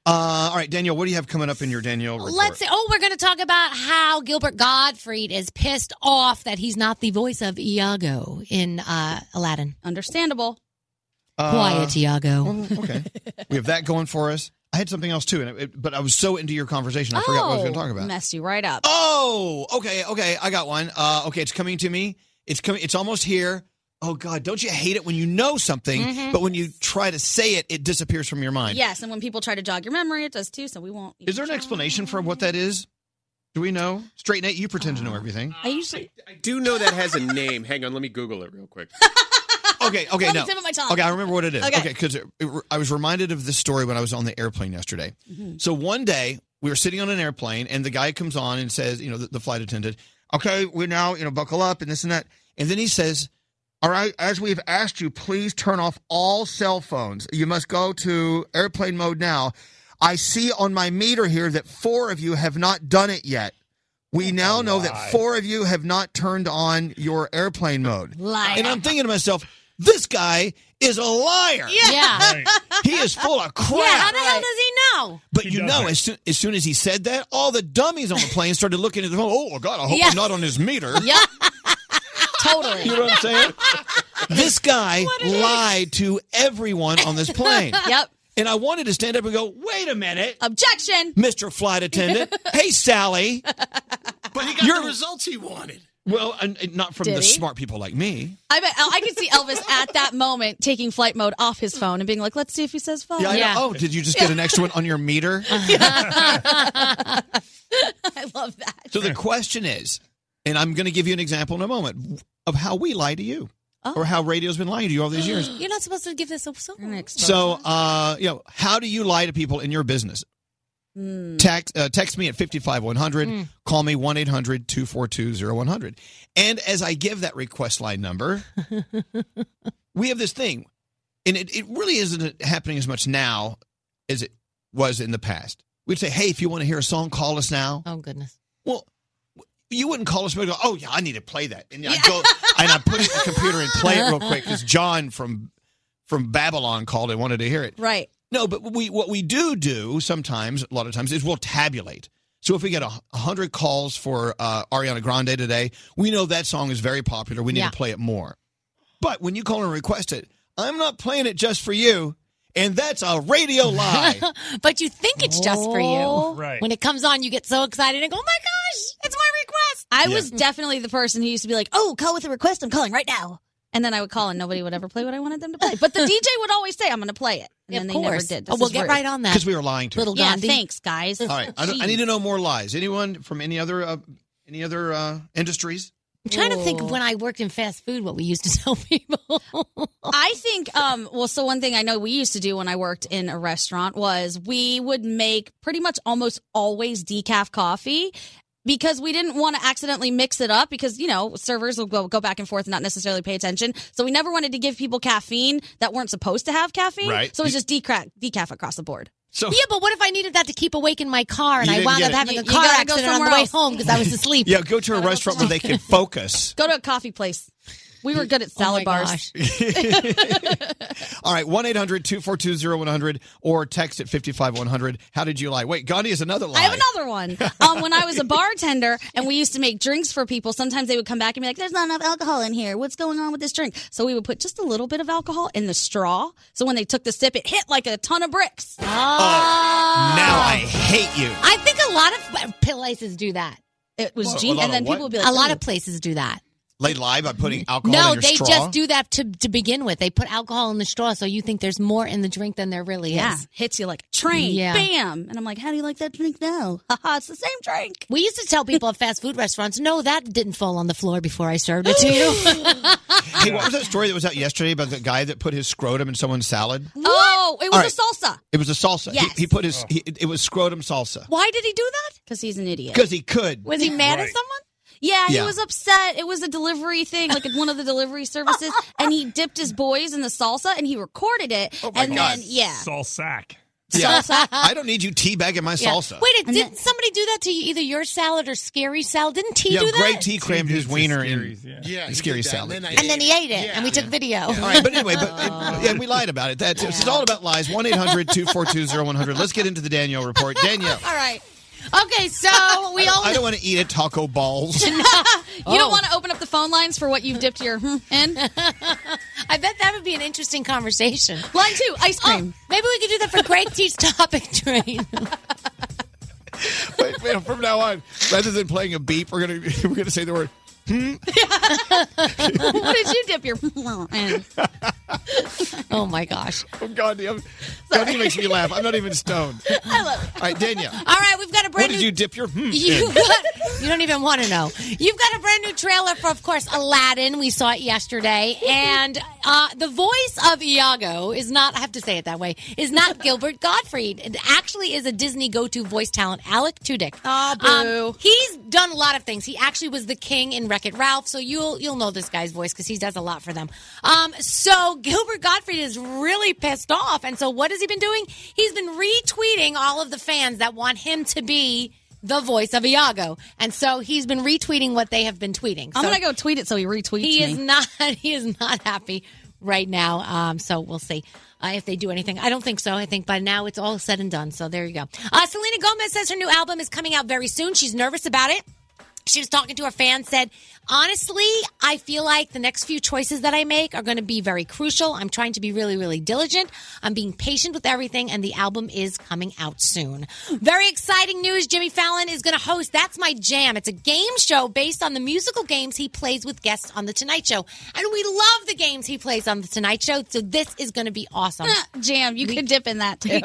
[SPEAKER 1] Uh, all right, Danielle, what do you have coming up in your Danielle report?
[SPEAKER 8] Let's say, oh, we're going to talk about how Gilbert Gottfried is pissed off that he's not the voice of Iago in uh, Aladdin.
[SPEAKER 5] Understandable.
[SPEAKER 1] Uh,
[SPEAKER 8] Quiet, Iago.
[SPEAKER 1] well, okay, we have that going for us. I had something else too, and it, but I was so into your conversation, I forgot what I was going
[SPEAKER 5] Oh,
[SPEAKER 1] to talk about.
[SPEAKER 5] Messed you right up.
[SPEAKER 1] Oh, okay, okay. I got one. Uh, okay, it's coming to me. It's coming. It's almost here. Oh God, don't you hate it when you know something,
[SPEAKER 5] Mhm.
[SPEAKER 1] but when you try to say it, it disappears from your mind.
[SPEAKER 5] Yes, and when people try to jog your memory, it does too, so we won't.
[SPEAKER 1] Is there an explanation for what that is? Do we know? Straight Nate, you pretend to know everything.
[SPEAKER 5] I usually.
[SPEAKER 22] I do know that has a name. Hang on, let me Google it real quick.
[SPEAKER 1] Okay, okay,
[SPEAKER 5] On the
[SPEAKER 1] no.
[SPEAKER 5] tip of my tongue.
[SPEAKER 1] Okay, I remember what it is.
[SPEAKER 5] Okay.
[SPEAKER 1] Okay, because I was reminded of this story when I was on the airplane yesterday.
[SPEAKER 5] Mhm.
[SPEAKER 1] So one day we were sitting on an airplane, and the guy comes on and says, you know, the, the flight attendant, okay, we now, you know, buckle up and this and that. And then he says, all right, as we've asked you, please turn off all cell phones. You must go to airplane mode now. I see on my meter here that four of you have not done it yet. We now know that four of you have not turned on your airplane mode.
[SPEAKER 3] Liar.
[SPEAKER 1] And I'm thinking to myself, this guy is a liar.
[SPEAKER 3] Yeah. Yeah. Right.
[SPEAKER 1] He is full of crap.
[SPEAKER 8] Yeah, how the hell does he know?
[SPEAKER 1] But you know, as soon, as soon as he said that, all the dummies on the plane started looking at the phone. Oh, God, I hope
[SPEAKER 8] Yeah.
[SPEAKER 1] I'm not on his meter.
[SPEAKER 8] Yeah.
[SPEAKER 5] totally.
[SPEAKER 1] You know what I'm saying? this guy lied to everyone on this plane.
[SPEAKER 5] Yep.
[SPEAKER 1] And I wanted to stand up and go, wait a minute,
[SPEAKER 5] Objection.
[SPEAKER 1] Mr. Flight Attendant. hey, Sally.
[SPEAKER 14] But he got
[SPEAKER 1] You're-
[SPEAKER 14] the results he wanted.
[SPEAKER 1] Well, and, and not from
[SPEAKER 5] Did
[SPEAKER 1] the
[SPEAKER 5] he?
[SPEAKER 1] smart people like me.
[SPEAKER 5] I bet I could see Elvis at that moment taking flight mode off his phone and being like, "Let's see if he says phone."
[SPEAKER 1] Yeah, I know. Oh, did you just get an extra one on your meter?
[SPEAKER 5] I love that.
[SPEAKER 1] So the question is, and I'm going to give you an example in a moment of how we lie to you,
[SPEAKER 5] Oh.
[SPEAKER 1] or how radio's been lying to you all these years.
[SPEAKER 8] You're not supposed to give this up so
[SPEAKER 1] so, uh, you know, how do you lie to people in your business? Text, uh, text me at 55100.
[SPEAKER 3] Mm.
[SPEAKER 1] Call me 1 800 242 0100. And as I give that request line number, we have this thing, and it, it really isn't happening as much now as it was in the past. We'd say, hey, if you want to hear a song, call us now.
[SPEAKER 8] Oh, goodness.
[SPEAKER 1] Well, you wouldn't call us, but go, oh, yeah, I need to play that. And I go, and I put it in the computer and play it real quick because John from from Babylon called and wanted to hear it.
[SPEAKER 5] Right.
[SPEAKER 1] No, but we what we do do sometimes, a lot of times, is we'll tabulate. So if we get a h- a hundred calls for uh, Ariana Grande today, we know that song is very popular. We need
[SPEAKER 3] Yeah.
[SPEAKER 1] to play it more. But when you call and request it, I'm not playing it just for you, and that's a radio lie.
[SPEAKER 8] but you think it's just for
[SPEAKER 5] Oh.
[SPEAKER 8] you.
[SPEAKER 1] Right.
[SPEAKER 8] When it comes on, you get so excited and go, oh my gosh, it's my request.
[SPEAKER 5] I
[SPEAKER 1] Yeah.
[SPEAKER 5] was definitely the person who used to be like, "Oh, call with a request. I'm calling right now," and then I would call and nobody would ever play what I wanted them to play. But the DJ would always say, "I'm going to play it." And then
[SPEAKER 8] of
[SPEAKER 5] they never
[SPEAKER 8] course.
[SPEAKER 5] did.
[SPEAKER 8] Oh,
[SPEAKER 5] This
[SPEAKER 8] we'll
[SPEAKER 5] is
[SPEAKER 8] get
[SPEAKER 5] rude.
[SPEAKER 8] right on that.
[SPEAKER 1] Because we were lying to
[SPEAKER 8] Little
[SPEAKER 1] you.
[SPEAKER 5] Yeah,
[SPEAKER 8] Gandhi.
[SPEAKER 5] thanks, guys.
[SPEAKER 1] All right. I, don't- I need to know more lies. Anyone from any other uh, any other uh, industries?
[SPEAKER 8] I'm trying to think of when I worked in fast food, what we used to tell people.
[SPEAKER 5] I think, um, well, so one thing I know we used to do when I worked in a restaurant was we would make pretty much almost always decaf coffee because we didn't want to accidentally mix it up because, you know, servers will go, go back and forth and not necessarily pay attention. So we never wanted to give people caffeine that weren't supposed to have caffeine.
[SPEAKER 8] Right.
[SPEAKER 5] So it was just decaf, decaf across the board.
[SPEAKER 1] So
[SPEAKER 8] yeah, but what if I needed that to keep awake in my car and
[SPEAKER 1] You
[SPEAKER 8] I
[SPEAKER 1] didn't
[SPEAKER 8] wound
[SPEAKER 1] get
[SPEAKER 8] up
[SPEAKER 1] it.
[SPEAKER 8] having
[SPEAKER 5] You-
[SPEAKER 8] a
[SPEAKER 5] you
[SPEAKER 8] car
[SPEAKER 5] gotta go
[SPEAKER 8] accident on the
[SPEAKER 5] somewhere
[SPEAKER 8] way
[SPEAKER 5] else.
[SPEAKER 8] home because I was asleep?
[SPEAKER 1] Yeah, go to a restaurant where they can focus.
[SPEAKER 5] Go to a coffee place. We were
[SPEAKER 8] Oh
[SPEAKER 5] good at salad bars.
[SPEAKER 1] All right, 1 800 242 100 or text at 55100. How did you lie? Wait, Gandhi is another lie.
[SPEAKER 5] I have another one. Um, when I was a bartender and we used to make drinks for people, sometimes they would come back and be like, "There's not enough alcohol in here. What's going on with this drink?" So we would put just a little bit of alcohol in the straw. So when they took the sip, it hit like a ton of bricks.
[SPEAKER 8] Oh.
[SPEAKER 1] Now I hate you.
[SPEAKER 8] I think a lot of places do that.
[SPEAKER 5] It was
[SPEAKER 1] Well, a genius, lot and then of what? people would be like,
[SPEAKER 8] a lot
[SPEAKER 1] "Oh."
[SPEAKER 8] of places do that.
[SPEAKER 1] They lie by putting alcohol in
[SPEAKER 8] No,
[SPEAKER 1] your
[SPEAKER 8] they
[SPEAKER 1] straw?
[SPEAKER 8] just do that to to begin with. They put alcohol in the straw, so you think there's more in the drink than there really
[SPEAKER 5] Yeah,
[SPEAKER 8] is.
[SPEAKER 5] hits you like a train.
[SPEAKER 8] Yeah.
[SPEAKER 5] Bam! And I'm like, "How do you like that drink now? Haha, it's the same drink."
[SPEAKER 8] We used to tell people at fast food restaurants, "No, that didn't fall on the floor before I served it to you."
[SPEAKER 1] Hey, what was that story that was out yesterday about the guy that put his scrotum in someone's salad?
[SPEAKER 5] Oh, it was
[SPEAKER 1] All right.
[SPEAKER 5] a salsa.
[SPEAKER 1] It was a salsa.
[SPEAKER 5] Yes.
[SPEAKER 1] He, he put his, he, it was scrotum salsa.
[SPEAKER 5] Why did he do that? Because he's an idiot.
[SPEAKER 1] Because he could.
[SPEAKER 5] Was he mad at
[SPEAKER 1] Right.
[SPEAKER 5] someone? Yeah, he
[SPEAKER 1] Yeah.
[SPEAKER 5] was upset. It was a delivery thing, like at one of the delivery services, and he dipped his boys in the salsa and he recorded it. and then, yeah.
[SPEAKER 9] Salt sack.
[SPEAKER 1] Oh Yeah.
[SPEAKER 5] Salsa.
[SPEAKER 1] I don't need you teabagging my
[SPEAKER 8] Yeah.
[SPEAKER 1] salsa.
[SPEAKER 8] Wait, did not somebody do that to you? Either your salad or Scary salad? Didn't T
[SPEAKER 1] yeah,
[SPEAKER 8] do that?
[SPEAKER 1] Greg T crammed his wiener in
[SPEAKER 14] Yeah,
[SPEAKER 1] in scary salad.
[SPEAKER 8] and then he ate it, and we took video.
[SPEAKER 1] All right, but anyway, but yeah, we lied about it. That's it's all about lies. 1 800 242 100. Let's get into the Danielle report. Danielle,
[SPEAKER 8] All right. Okay,
[SPEAKER 5] Oh,
[SPEAKER 8] so we
[SPEAKER 1] I don't,
[SPEAKER 8] all.
[SPEAKER 1] I don't want to eat at taco balls.
[SPEAKER 5] You
[SPEAKER 8] Oh.
[SPEAKER 5] don't want to open up the phone lines for what you've dipped your hmm in?
[SPEAKER 8] I bet that would be an interesting conversation. Oh,
[SPEAKER 5] Line two, ice cream.
[SPEAKER 8] maybe we could do that for Greg T's topic train.
[SPEAKER 1] Wait, wait, from now on, rather than playing a beep, we're gonna we're gonna say the word. Hmm?
[SPEAKER 5] what did you dip your hmm in?
[SPEAKER 8] Oh my gosh!
[SPEAKER 1] Oh God, I'm, God, he makes me laugh. I'm not even stoned.
[SPEAKER 8] I love it.
[SPEAKER 1] All right, Danielle,
[SPEAKER 8] All right, we've got a
[SPEAKER 1] what
[SPEAKER 8] brand
[SPEAKER 1] did
[SPEAKER 8] new.
[SPEAKER 1] you dip your hmm
[SPEAKER 8] You
[SPEAKER 1] in?
[SPEAKER 8] got, you don't even want to know. You've got a brand new trailer for, of course, Aladdin. We saw it yesterday, and uh, the voice of Iago is not—I have to say it that way—is not Gilbert Gottfried. It actually is a Disney go-to voice talent, Alec Tudyk. Oh,
[SPEAKER 5] boo.
[SPEAKER 8] he's done a lot of things. He actually was the king in Wreck It Ralph, so you'll you'll know this guy's voice because he does a lot for them. Um, so Gilbert Gottfried is really pissed off, and so what has he been doing? He's been retweeting all of the fans that want him to be the voice of Iago, and so he's been retweeting what they have been tweeting.
[SPEAKER 5] I'm
[SPEAKER 8] So
[SPEAKER 5] going to go tweet it so he retweets
[SPEAKER 8] He
[SPEAKER 5] me.
[SPEAKER 8] is not. He is not happy right now. Um, so we'll see. Uh, if they do anything, I don't think so. I think by now it's all said and done. So there you go. Uh, Selena Gomez says her new album is coming out very soon. She's nervous about it she was talking to her fan said honestly i feel like the next few choices that i make are going to be very crucial i'm trying to be really really diligent i'm being patient with everything and the album is coming out soon very exciting news jimmy fallon is going to host that's my jam it's a game show based on the musical games he plays with guests on the tonight show and we love the games he plays on the tonight show so this is going to be awesome
[SPEAKER 5] Jam, you could dip in that too.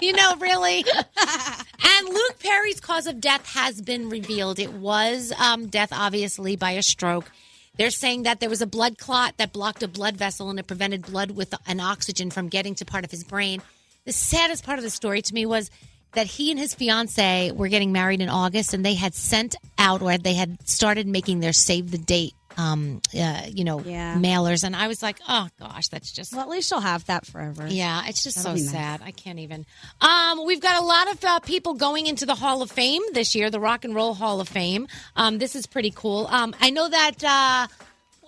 [SPEAKER 8] you know, really. and Luke Perry's cause of death has been revealed. It was um, death, obviously, by a stroke. They're saying that there was a blood clot that blocked a blood vessel and it prevented blood with an oxygen from getting to part of his brain. The saddest part of the story to me was that he and his fiance were getting married in August and they had sent out or they had started making their save the date um uh, you know mailers and I was like, "Oh gosh, that's just
[SPEAKER 5] Well, at least she'll have that forever.
[SPEAKER 8] yeah, it's just
[SPEAKER 5] That'll be
[SPEAKER 8] so
[SPEAKER 5] nice.
[SPEAKER 8] sad. I can't even. Um, we've got a lot of uh, people going into the Hall of Fame this year, the Rock and Roll Hall of Fame. Um, this is pretty cool. Um, I know that. Uh,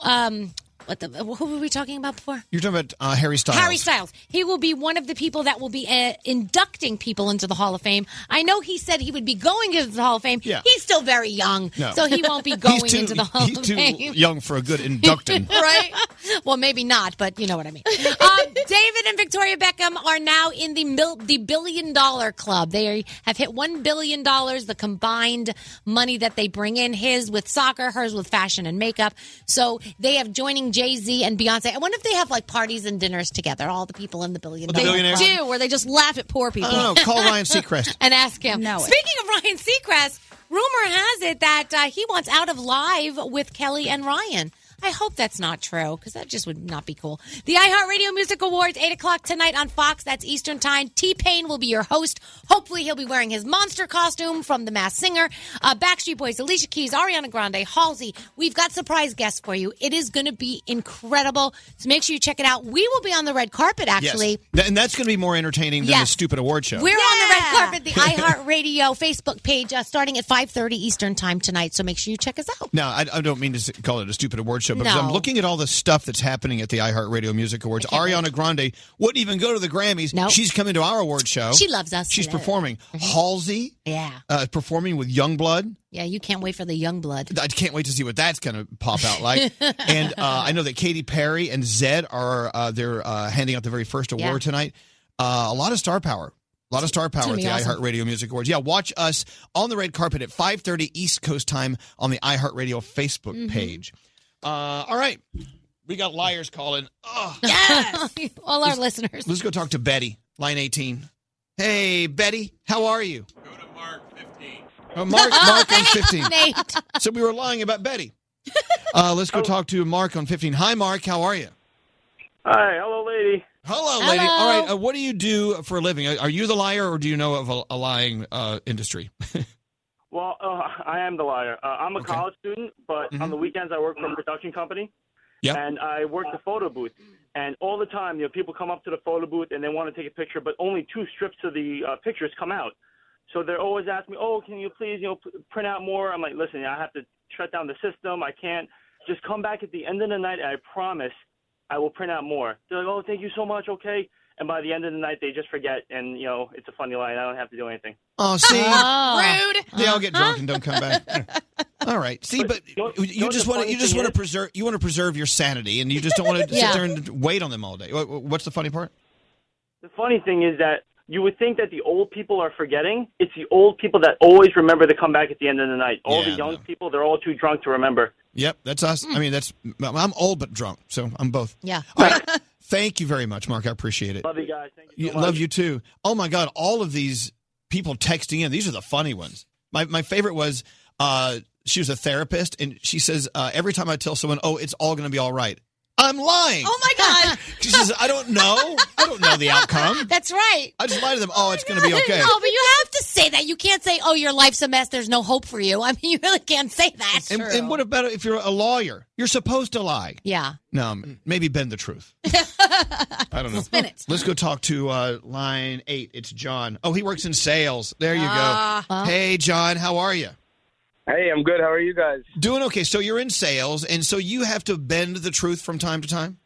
[SPEAKER 8] um, what the? Who were we talking about before?
[SPEAKER 1] You're talking about uh, Harry Styles.
[SPEAKER 8] Harry Styles. He will be one of the people that will be uh, inducting people into the Hall of Fame. I know he said he would be going into the Hall of Fame.
[SPEAKER 1] Yeah.
[SPEAKER 8] He's still very young,
[SPEAKER 1] No.
[SPEAKER 8] so he won't be going
[SPEAKER 1] he's too,
[SPEAKER 8] into the Hall
[SPEAKER 1] He's
[SPEAKER 8] of
[SPEAKER 1] too
[SPEAKER 8] Fame
[SPEAKER 1] young for a good inducting.
[SPEAKER 8] right? Well, maybe not, but you know what I mean. Um, David and Victoria Beckham are now in the mil- the billion dollar club. They have hit one billion dollars, the combined money that they bring in. His with soccer, hers with fashion and makeup. So they have joining Jay Z and Beyonce. I wonder if they have like parties and dinners together. All the people in the billion
[SPEAKER 33] They
[SPEAKER 8] dollar club.
[SPEAKER 33] do, where they just laugh at poor people.
[SPEAKER 8] No, no, call Ryan
[SPEAKER 1] Seacrest.
[SPEAKER 8] and ask him.
[SPEAKER 33] No.
[SPEAKER 8] Speaking of Ryan Seacrest, rumor has it that uh, he wants out of live with Kelly and Ryan. I hope that's not true because that just would not be cool. The iHeartRadio Music Awards, 8 o'clock tonight on Fox. That's Eastern Time. T Pain will be your host. Hopefully, he'll be wearing his monster costume from The Masked Singer. Uh, Backstreet Boys, Alicia Keys, Ariana Grande, Halsey. We've got surprise guests for you. It is going to be incredible. So make sure you check it out. We will be on the red carpet, actually.
[SPEAKER 1] Yes. Th- and that's going to be more entertaining than the
[SPEAKER 8] Yes.
[SPEAKER 1] stupid award show.
[SPEAKER 8] We're on the red carpet, the iHeartRadio Facebook page, uh, starting at 5.30 Eastern Time tonight. So make sure you check us out.
[SPEAKER 1] Now, I, I don't mean to s- call it a stupid award show, but because I'm
[SPEAKER 8] No.
[SPEAKER 1] looking at all the stuff that's happening at the iHeartRadio Music Awards. Ariana Grande wouldn't even go to the Grammys. She's coming to our award show.
[SPEAKER 8] She loves us.
[SPEAKER 1] Oh. She's
[SPEAKER 8] Yeah.
[SPEAKER 1] performing. Halsey
[SPEAKER 8] Yeah.
[SPEAKER 1] uh, performing with Youngblood.
[SPEAKER 8] Yeah, you can't wait for the young blood.
[SPEAKER 1] I can't wait to see what that's going to pop out like. and uh, I know that Katy Perry and Zed are uh, they're uh, handing out the very first award
[SPEAKER 15] Yeah.
[SPEAKER 1] tonight. Uh, a lot of star power. A lot of star
[SPEAKER 15] gonna
[SPEAKER 1] power at
[SPEAKER 15] be
[SPEAKER 1] the
[SPEAKER 15] awesome.
[SPEAKER 1] iHeartRadio Music Awards. Yeah, watch us on the red carpet at 5:30 East Coast time on the iHeartRadio Facebook
[SPEAKER 15] Mhm.
[SPEAKER 1] page. Uh, all right, we got liars calling. Oh.
[SPEAKER 8] Yes! All our
[SPEAKER 1] Let's-
[SPEAKER 8] listeners.
[SPEAKER 1] Let's go talk to Betty, line 18. Hey, Betty, how are you? Go to Mark 15. Mark, Mark on 15.
[SPEAKER 8] Nate.
[SPEAKER 1] So we were lying about Betty. Uh, let's go talk to Mark on 15. Hi, Mark. How are you?
[SPEAKER 34] Hi, hello, lady.
[SPEAKER 1] Hello, lady. All right. Uh, what do you do for a living? Are- Are you the liar, or do you know of a, a lying uh, industry?
[SPEAKER 34] Well, uh, I am the liar. Uh, I'm a college student, but on the weekends I work for a production company.
[SPEAKER 1] Yeah.
[SPEAKER 34] And I work the photo booth. And all the time, you know, people come up to the photo booth and they want to take a picture, but only two strips of the uh, pictures come out. So they're always asking me, "Oh, can you please, you know, p- print out more?" I'm like, "Listen, I have to shut down the system. I can't. Just come back at the end of the night, and I promise I will print out more." They're like, "Oh, thank you so much. Okay." And by the end of the night, they just forget, and you know, it's a funny line. I don't have to do anything.
[SPEAKER 1] Oh, see,
[SPEAKER 34] Oh.
[SPEAKER 1] rude. They all get drunk and don't come back. All right. See, but you just want to you just want to preserve you want to preserve your sanity, and you just don't want to
[SPEAKER 34] Yeah.
[SPEAKER 1] sit there and wait on them all day. What, what's the funny part?
[SPEAKER 34] The funny thing is that you would think that the old people are forgetting. It's the old people that always remember to come back at the end of the night. All
[SPEAKER 1] Yeah,
[SPEAKER 34] the young people, they're all too drunk to remember.
[SPEAKER 1] Yep, that's us. I mean, that's I'm old but drunk, so I'm both.
[SPEAKER 8] Yeah.
[SPEAKER 1] All right. Thank you very much, Mark. I appreciate it.
[SPEAKER 34] Love you guys. Thank you
[SPEAKER 1] You-
[SPEAKER 34] so much.
[SPEAKER 1] love you too. Oh my God, all of these people texting in. These are the funny ones. My my favorite was uh, she was a therapist, and she says uh, every time I tell someone, "Oh, it's all going to be all right," I'm lying.
[SPEAKER 8] Oh, my God.
[SPEAKER 1] She says, "I don't know. I don't know the outcome.
[SPEAKER 8] That's right.
[SPEAKER 1] I just lie to them. Oh, it's going to be okay."
[SPEAKER 8] No, but you have to say that. You can't say, oh, your life's a mess. There's no hope for you. I mean, you really can't say that.
[SPEAKER 1] and, and what about if you're a lawyer? You're supposed to lie.
[SPEAKER 8] yeah.
[SPEAKER 1] No, um, maybe bend the truth. I don't know.
[SPEAKER 8] Spin it.
[SPEAKER 1] Let's go talk to uh, line eight. It's John. Oh, he works in sales. There you
[SPEAKER 35] Ah.
[SPEAKER 1] go. Hey, John, how are you?
[SPEAKER 35] Hey, I'm good. How are you guys?
[SPEAKER 1] Doing okay. So you're in sales, and so you have to bend the truth from time to time.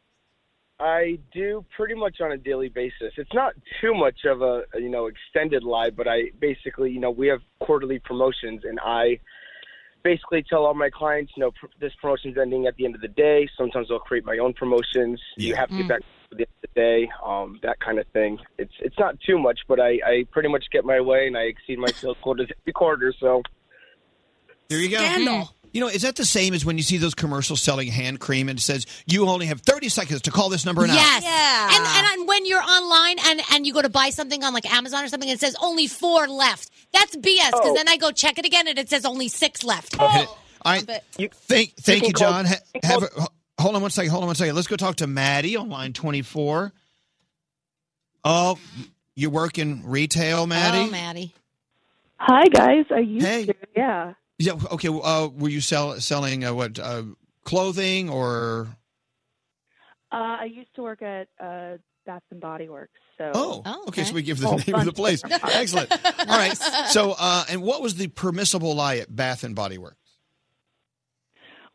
[SPEAKER 35] I do pretty much on a daily basis. It's not too much of a you know extended lie, but I basically you know we have quarterly promotions, and I basically tell all my clients, you know, pr- this promotion's ending at the end of the day. Sometimes I'll create my own promotions. You have to get
[SPEAKER 36] Mm.
[SPEAKER 35] back at the end of the day, um, that kind of thing. It's it's not too much, but I, I pretty much get my way, and I exceed my sales quotas every quarter. So
[SPEAKER 1] There you go.
[SPEAKER 35] Scandal.
[SPEAKER 1] Mm-hmm. You know, is that the same as when you see those commercials selling hand cream and it says you only have 30 seconds to call this number and
[SPEAKER 8] Yes.
[SPEAKER 1] out?
[SPEAKER 8] And, and and when you're online and, and you go to buy something on like Amazon or something and it says only four left, that's BS because
[SPEAKER 1] Oh.
[SPEAKER 8] then I go check it again and it says only six left.
[SPEAKER 1] Hit it. All right. Thank, thank
[SPEAKER 35] You
[SPEAKER 1] you,
[SPEAKER 35] can call-
[SPEAKER 1] John. Ha- have a, hold on one second. Hold on one second. Let's go talk to Maddie on line 24. Oh, you work in retail, Maddie?
[SPEAKER 8] Oh, Maddie.
[SPEAKER 37] Hi guys, I used to. Yeah.
[SPEAKER 1] Yeah. Okay. Uh, were you sell, selling uh, what uh, clothing or?
[SPEAKER 37] Uh, I used to work at uh, Bath and Body Works. So.
[SPEAKER 1] Oh, okay. So we give the
[SPEAKER 37] Oh,
[SPEAKER 1] name of the place.
[SPEAKER 37] fun.
[SPEAKER 1] Excellent. All right. So, uh, and what was the permissible lie at Bath and Body Works?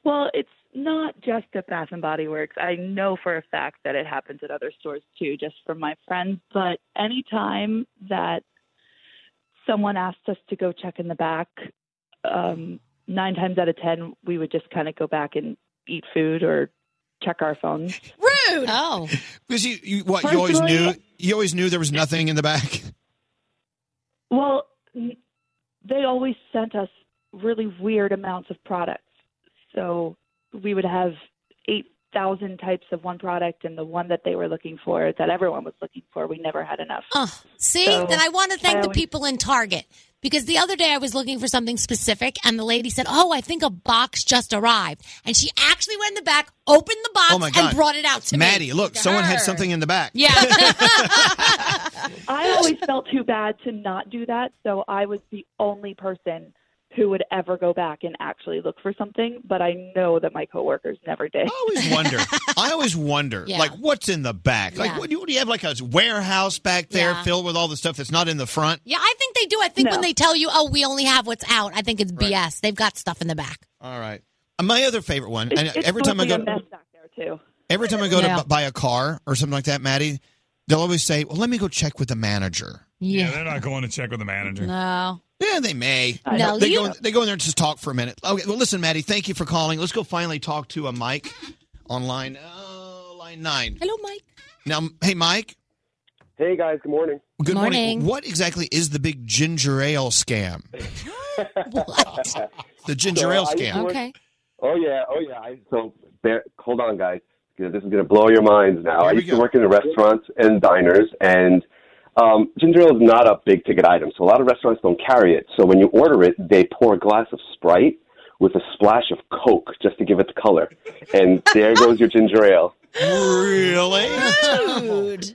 [SPEAKER 37] Well, it's not just at Bath and Body Works. I know for a fact that it happens at other stores too, just from my friends. But anytime that someone asked us to go check in the back, um, nine times out of ten, we would just kind of go back and eat food or check our phones.
[SPEAKER 8] Rude.
[SPEAKER 5] rude.
[SPEAKER 8] Oh.
[SPEAKER 1] Because you, you what you always
[SPEAKER 37] Personally-
[SPEAKER 1] knew you always knew there was nothing in the back.
[SPEAKER 37] Well, n- they always sent us really weird amounts of products. So we would have 8,000 types of one product, and the one that they were looking for, that everyone was looking for, we never had enough.
[SPEAKER 8] See,
[SPEAKER 37] So
[SPEAKER 8] then I want to thank
[SPEAKER 37] I
[SPEAKER 8] the
[SPEAKER 37] always-
[SPEAKER 8] people in Target because the other day I was looking for something specific and the lady said, "Oh, I think a box just arrived," and she actually went in the back, opened the box,
[SPEAKER 1] oh my god!
[SPEAKER 8] and brought it out to
[SPEAKER 1] Maddie,
[SPEAKER 8] me.
[SPEAKER 1] look, someone had something in the back. Yeah.
[SPEAKER 37] I always felt too bad to not do that, so I was the only person who would ever go back and actually look for something, but I know that my coworkers never did.
[SPEAKER 1] wonder. I always wonder,
[SPEAKER 37] Yeah.
[SPEAKER 1] like, what's in the back? Like,
[SPEAKER 8] Yeah.
[SPEAKER 1] what do you, what do you have? Like a warehouse back there
[SPEAKER 8] Yeah.
[SPEAKER 1] filled with all the stuff that's not in the front.
[SPEAKER 8] Yeah, I think they do. I think when they tell you, "Oh, we only have what's out," I think it's BS. They've got stuff in the back.
[SPEAKER 1] All right. Uh, My other favorite one, and
[SPEAKER 37] It's
[SPEAKER 1] every time I go,
[SPEAKER 37] totally a mess back there too.
[SPEAKER 1] every time I go
[SPEAKER 37] Yeah.
[SPEAKER 1] to bu- buy a car or something like that, Maddie, they'll always say, "Well, let me go check with the manager."
[SPEAKER 9] Yeah, they're not going to check with the manager.
[SPEAKER 8] No.
[SPEAKER 1] Yeah, they may.
[SPEAKER 9] No,
[SPEAKER 1] they
[SPEAKER 9] you-
[SPEAKER 1] go. in- They go in there and just talk for a minute. Okay. Well, listen, Maddie, thank you for calling. Let's go finally talk to a Mike on line uh, line nine.
[SPEAKER 8] Hello, Mike.
[SPEAKER 1] Now, hey, Mike.
[SPEAKER 35] Hey guys, good morning.
[SPEAKER 1] Good morning. What exactly is the big ginger ale scam? The ginger
[SPEAKER 35] So
[SPEAKER 1] ale
[SPEAKER 35] I used to
[SPEAKER 1] scam.
[SPEAKER 35] work- Oh yeah, oh yeah. I, so bear, hold on, guys. You know, This is going to blow your minds now. I used to work in the restaurants and diners, and um, ginger ale is not a big ticket item, so a lot of restaurants don't carry it. So when you order it, they pour a glass of Sprite with a splash of Coke just to give it the color, and there goes your ginger ale.
[SPEAKER 1] Really?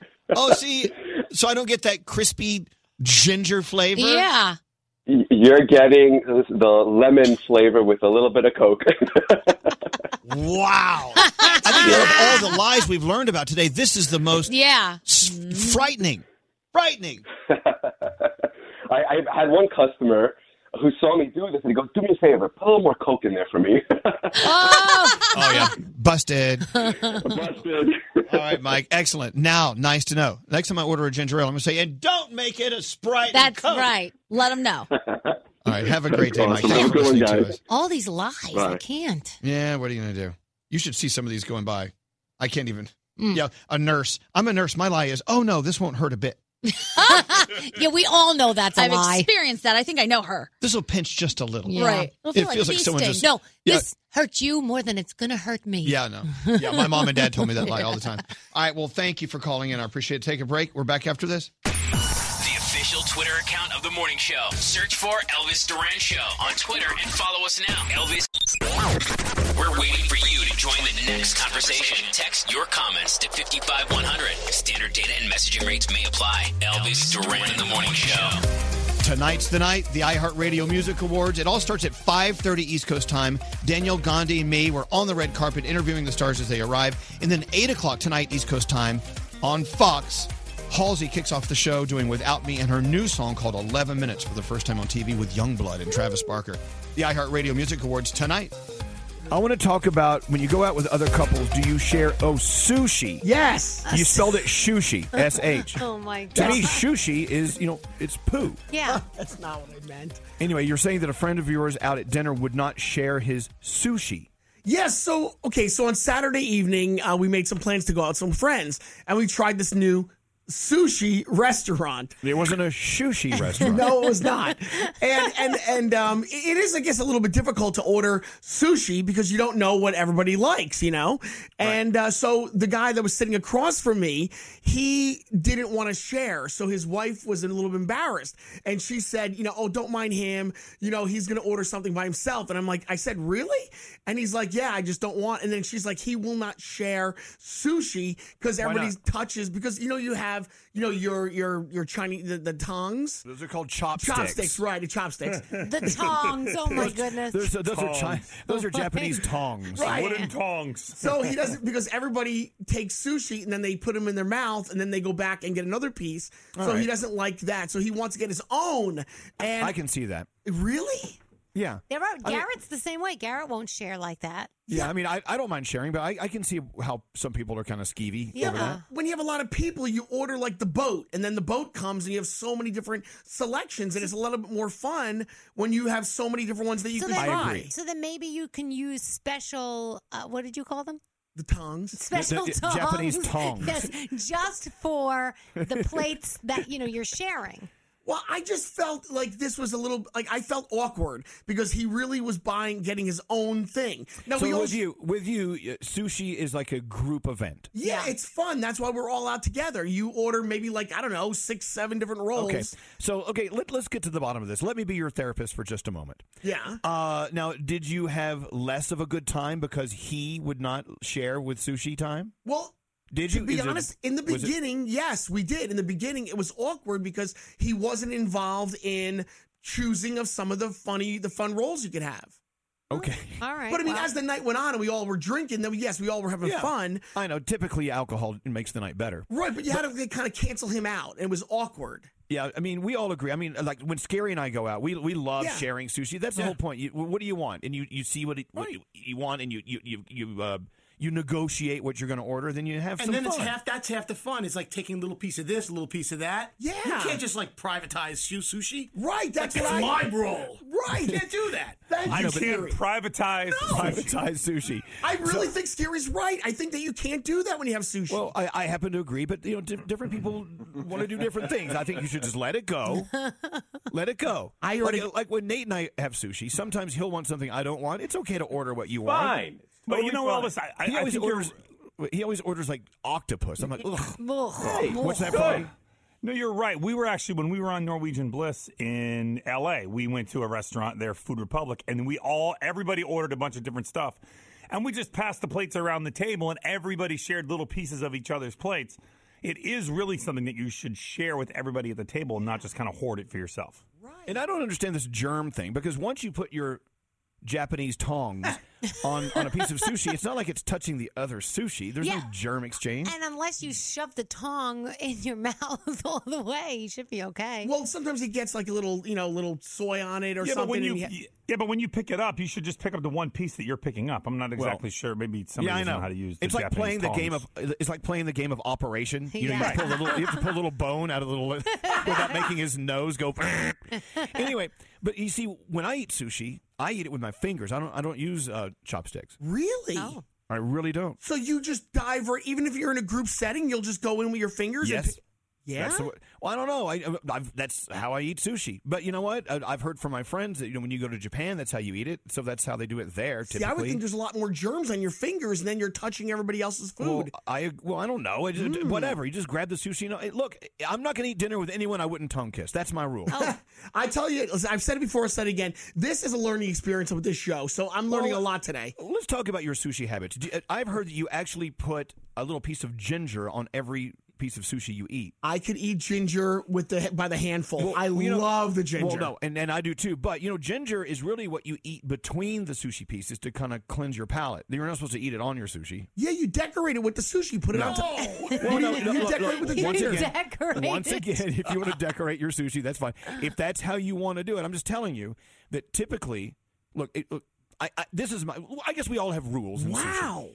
[SPEAKER 1] Oh, see, so I don't get that crispy ginger flavor.
[SPEAKER 8] Yeah.
[SPEAKER 35] Y- You're getting the lemon flavor with a little bit of Coke.
[SPEAKER 1] Wow. I think out of all the lies we've learned about today, this is the most
[SPEAKER 8] Yeah.
[SPEAKER 1] frightening. Frightening.
[SPEAKER 35] I, I had one customer who saw me do this, and he goes, "Do me a favor, put a little more Coke in there for me."
[SPEAKER 1] Oh yeah. Busted.
[SPEAKER 35] Busted.
[SPEAKER 1] All right, Mike. Excellent. Now, nice to know. Next time I order a ginger ale, I'm gonna say, and don't make it a Sprite.
[SPEAKER 5] That's right. Let them know.
[SPEAKER 1] All right. Have a great day, Mike.
[SPEAKER 35] Awesome.
[SPEAKER 1] Thanks
[SPEAKER 35] Have a
[SPEAKER 1] for
[SPEAKER 35] good one,
[SPEAKER 1] listening to
[SPEAKER 35] guys.
[SPEAKER 1] us.
[SPEAKER 8] All these lies, I
[SPEAKER 1] Bye.
[SPEAKER 8] can't.
[SPEAKER 1] Yeah. What are you gonna do? You should see some of these going by. I can't even.
[SPEAKER 8] Hmm.
[SPEAKER 1] Yeah. A nurse. I'm a nurse. My lie is, oh no, this won't hurt a bit.
[SPEAKER 8] yeah, we all know that's a
[SPEAKER 5] I've
[SPEAKER 8] lie.
[SPEAKER 5] experienced that. I think I know her.
[SPEAKER 1] This will pinch just a little.
[SPEAKER 8] Yeah.
[SPEAKER 1] It feels like someone just
[SPEAKER 8] no.
[SPEAKER 1] Yeah.
[SPEAKER 8] This hurts you more than it's gonna hurt me.
[SPEAKER 1] Yeah, no. Yeah, my mom and dad told me that lie all the time. All right, well, thank you for calling in. I appreciate it. Take a break. We're back after this.
[SPEAKER 4] The official Twitter account of the morning show. Search for Elvis Duran Show on Twitter and follow us now. Elvis. We're waiting for you to join the next conversation. Text your comments to 55100. Standard data and messaging rates may apply. Elvis Duran in the morning show.
[SPEAKER 1] Tonight's the night, the iHeartRadio Music Awards. It all starts at 5.30 East Coast time. Daniel, Gandhi, and me, we're on the red carpet interviewing the stars as they arrive. And then 8 o'clock tonight, East Coast time, on Fox, Halsey kicks off the show doing Without Me and her new song called 11 Minutes for the first time on TV with Youngblood and Travis Barker. The iHeartRadio Music Awards tonight. I want to talk about when you go out with other couples, do you share, oh, sushi?
[SPEAKER 15] Yes.
[SPEAKER 11] You spelled it shushi, S H.
[SPEAKER 15] Oh my
[SPEAKER 11] To me,
[SPEAKER 15] God.
[SPEAKER 11] shushi is you know it's poo.
[SPEAKER 15] Yeah. That's not what I meant.
[SPEAKER 11] Anyway, you're saying that a friend of yours out at dinner would not share his sushi.
[SPEAKER 15] Yes. So, okay. So on Saturday evening, uh, we made some plans to go out with some friends and we tried this new sushi restaurant.
[SPEAKER 11] It wasn't a sushi restaurant.
[SPEAKER 15] no, it was not. And, and, and, um, it- it is, I guess, a little bit difficult to order sushi because you don't know what everybody likes, you know? And, uh, so the guy that was sitting across from me, he didn't want to share. So his wife was a little bit embarrassed and she said, you know, oh, don't mind him. You know, he's going to order something by himself. And I'm like, I said, really? And he's like, yeah, I just don't want. And then she's like, he will not share sushi because
[SPEAKER 11] Why not?
[SPEAKER 15] everybody's touches because you know you have you know your your your Chinese the, the tongs.
[SPEAKER 11] Those are called chopsticks.
[SPEAKER 15] Chopsticks, right? The chopsticks.
[SPEAKER 11] The tongs, oh my goodness. Those are- those are Chi-
[SPEAKER 15] Tongs.
[SPEAKER 11] those are Japanese tongs.
[SPEAKER 15] Right.
[SPEAKER 11] Wooden
[SPEAKER 9] tongs.
[SPEAKER 15] So he doesn't because everybody takes sushi and then they put them in their mouth and then they go back and get another piece.
[SPEAKER 11] All
[SPEAKER 15] so he
[SPEAKER 11] right.
[SPEAKER 15] doesn't like that. So he wants to get his own. And
[SPEAKER 11] I can see that.
[SPEAKER 15] really.
[SPEAKER 11] Yeah.
[SPEAKER 8] They're out-
[SPEAKER 11] I mean-
[SPEAKER 8] Garrett's the same way. Garrett won't share like that.
[SPEAKER 11] Yeah, I mean, I, I don't mind sharing, but I, I can see how some people are kind of skeevy over that.
[SPEAKER 15] When you have a lot of people, you order like the boat, and then the boat comes, and you have so many different selections, and it's a little bit more fun when you have so many different ones that you
[SPEAKER 8] So
[SPEAKER 15] can
[SPEAKER 8] then,
[SPEAKER 15] try.
[SPEAKER 8] so then maybe you can use special. Uh, what did you call them?
[SPEAKER 15] The tongs.
[SPEAKER 8] special
[SPEAKER 1] uh,
[SPEAKER 8] tongs. yes, just for the plates that you know you're sharing.
[SPEAKER 15] Well, I just felt like this was a little like I felt awkward because he really was buying, getting his own thing. Now
[SPEAKER 1] so
[SPEAKER 15] we all
[SPEAKER 1] with you, with you, uh, sushi is like a group event.
[SPEAKER 15] Yeah, it's fun. That's why we're all out together. You order maybe like I don't know six, seven different rolls.
[SPEAKER 1] Okay. So okay, let, let's get to the bottom of this. Let me be your therapist for just a moment.
[SPEAKER 15] Yeah.
[SPEAKER 1] Uh, now, did you have less of a good time because he would not share with sushi time?
[SPEAKER 15] Well,
[SPEAKER 1] Did you
[SPEAKER 15] To be
[SPEAKER 1] is it-
[SPEAKER 15] honest, in the
[SPEAKER 1] was it-
[SPEAKER 15] beginning, yes, we did. In the beginning, it was awkward because he wasn't involved in choosing of some of the funny, the fun roles you could have.
[SPEAKER 1] Okay.
[SPEAKER 8] All right.
[SPEAKER 15] But I mean,
[SPEAKER 8] well.
[SPEAKER 15] as the night went on and we all were drinking, then yes, we all were having
[SPEAKER 1] Yeah.
[SPEAKER 15] fun.
[SPEAKER 1] I know. Typically, alcohol makes the night better.
[SPEAKER 15] Right, but you had to kind of cancel him out. It was awkward.
[SPEAKER 1] Yeah, I mean, we all agree. I mean, like when Scary and I go out, we we love
[SPEAKER 15] Yeah.
[SPEAKER 1] sharing sushi. That's the
[SPEAKER 15] Yeah.
[SPEAKER 1] whole point. You, what do you want? And you, you see what, it, what you, you want, and you you you you, uh, you negotiate what you're going to order. Then you have
[SPEAKER 11] And
[SPEAKER 1] some
[SPEAKER 11] then it's
[SPEAKER 1] fun.
[SPEAKER 11] half that's half the fun. It's like taking a little piece of this, a little piece of that. Yeah. You can't just like privatize su- sushi.
[SPEAKER 15] Right, that's
[SPEAKER 11] like,
[SPEAKER 15] what I-
[SPEAKER 11] my role. Right. You can't do that.
[SPEAKER 15] Thank
[SPEAKER 1] I
[SPEAKER 15] you,
[SPEAKER 1] know, but-
[SPEAKER 15] Scary.
[SPEAKER 9] privatize
[SPEAKER 1] privatize sushi.
[SPEAKER 15] I really
[SPEAKER 1] So-
[SPEAKER 15] think Scary's right. I think that you can't do that when you have sushi.
[SPEAKER 1] Well, I, I happen to agree, but you know, di- different people want to do different things. I think you should just let it go. Let it go. I
[SPEAKER 15] already-
[SPEAKER 1] like, like when Nate and I have sushi. Sometimes he'll want something I don't want. It's okay to order what you
[SPEAKER 9] Fine.
[SPEAKER 1] want.
[SPEAKER 9] It's But you totally know, fine. Elvis, I- I-
[SPEAKER 1] he
[SPEAKER 9] I
[SPEAKER 1] always
[SPEAKER 9] think you're-
[SPEAKER 1] orders. He always orders like octopus. I'm like, ugh.
[SPEAKER 8] Hey,
[SPEAKER 1] what's that
[SPEAKER 9] Good.
[SPEAKER 1] for?
[SPEAKER 9] No, you're right. We were actually when we were on Norwegian Bliss in L.A. We went to a restaurant there, Food Republic, and we all everybody ordered a bunch of different stuff, and we just passed the plates around the table, and everybody shared little pieces of each other's plates. It is really something that you should share with everybody at the table, and not just kind of hoard it for yourself.
[SPEAKER 1] And I don't understand this germ thing because once you put your Japanese tongs on, on a piece of sushi, it's not like it's touching the other sushi. There's no
[SPEAKER 8] Yeah.
[SPEAKER 1] germ exchange.
[SPEAKER 8] And unless you shove the tong in your mouth all the way, you should be okay.
[SPEAKER 15] Well, sometimes he gets like a little, you know, a little soy on it or
[SPEAKER 9] yeah,
[SPEAKER 15] something.
[SPEAKER 9] but when you
[SPEAKER 15] and he-
[SPEAKER 9] yeah, but when you pick it up, you should just pick up the one piece that you're picking up. I'm not exactly sure. Maybe somebody
[SPEAKER 1] yeah, I
[SPEAKER 9] doesn't know.
[SPEAKER 1] know.
[SPEAKER 9] how to use. The
[SPEAKER 1] It's like
[SPEAKER 9] Japanese
[SPEAKER 1] playing
[SPEAKER 9] tongs.
[SPEAKER 1] the game of. uh, It's like playing the game of Operation. You, know, you,
[SPEAKER 9] Yeah.
[SPEAKER 1] just pull a little, you have to pull a little bone out of the little without making his nose go. anyway, but you see, when I eat sushi, I eat it with my fingers. I don't. I don't use uh, chopsticks.
[SPEAKER 15] Really?
[SPEAKER 1] I really don't.
[SPEAKER 15] So you just dive right, even if you're in a group setting, you'll just go in with your fingers?
[SPEAKER 1] Yes.
[SPEAKER 15] And Yeah?
[SPEAKER 1] That's the way- well, I don't know. I, uh, I've, that's how I eat sushi. But you know what? I, I've heard from my friends that you know when you go to Japan, that's how you eat it. So that's how they do it there. Typically,
[SPEAKER 15] See, I would think there's a lot more germs on your fingers, and then you're touching everybody else's food. Hmm.
[SPEAKER 1] Well, I well, I don't know. I just, Whatever. You just grab the sushi. And, hey, look, I'm not going to eat dinner with anyone I wouldn't tongue kiss. That's my rule.
[SPEAKER 15] Oh. I tell you, listen, I've said it before, I'll say it again. This is a learning experience with this show, so I'm learning a
[SPEAKER 1] Well,
[SPEAKER 15] lot today.
[SPEAKER 1] Let's talk about your sushi habits. Do- I've heard that you actually put a little piece of ginger on every piece of sushi you eat.
[SPEAKER 15] I could eat ginger with the by the handful. I
[SPEAKER 1] you know-
[SPEAKER 15] love the ginger.
[SPEAKER 1] Well, no, and, and I do too. But you know, ginger is really what you eat between the sushi pieces to kind of cleanse your palate. You're not supposed to eat it on your sushi.
[SPEAKER 15] Yeah, you decorate it with the sushi. Put it
[SPEAKER 1] No.
[SPEAKER 15] on top.
[SPEAKER 1] Well, no,
[SPEAKER 15] you
[SPEAKER 1] no,
[SPEAKER 15] you
[SPEAKER 1] look,
[SPEAKER 15] decorate
[SPEAKER 1] look,
[SPEAKER 15] with the
[SPEAKER 1] once
[SPEAKER 15] ginger.
[SPEAKER 1] again, once again, if you want to decorate your sushi, that's fine. If that's how you want to do it, I'm just telling you that typically, look, it, look I, I, this is my. I guess we all have rules. In wow.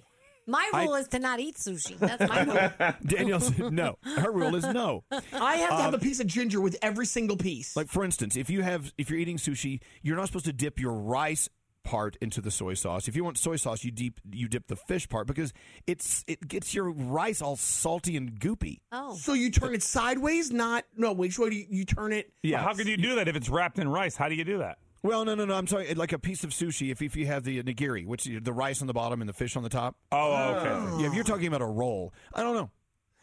[SPEAKER 8] My
[SPEAKER 1] I-
[SPEAKER 8] rule is to not eat sushi. That's my rule.
[SPEAKER 1] Danielle said no. Her rule is no.
[SPEAKER 15] I have to have
[SPEAKER 1] Um,
[SPEAKER 15] a piece of ginger with every single piece.
[SPEAKER 1] Like for instance, if you have if you're eating sushi, you're not supposed to dip your rice part into the soy sauce. If you want soy sauce, you deep you dip the fish part because it's it gets your rice all salty and goopy.
[SPEAKER 8] Oh.
[SPEAKER 15] So you turn it sideways, not no. Which way do you, you turn it?
[SPEAKER 9] Well, how could you do that if it's wrapped in rice? How do you do that?
[SPEAKER 1] Well, no, no, no. I'm sorry. Like a piece of sushi, if, if you have the nigiri, which is the rice on the bottom and the fish on the top.
[SPEAKER 9] Oh, okay.
[SPEAKER 1] Yeah, if you're talking about a roll, I don't know.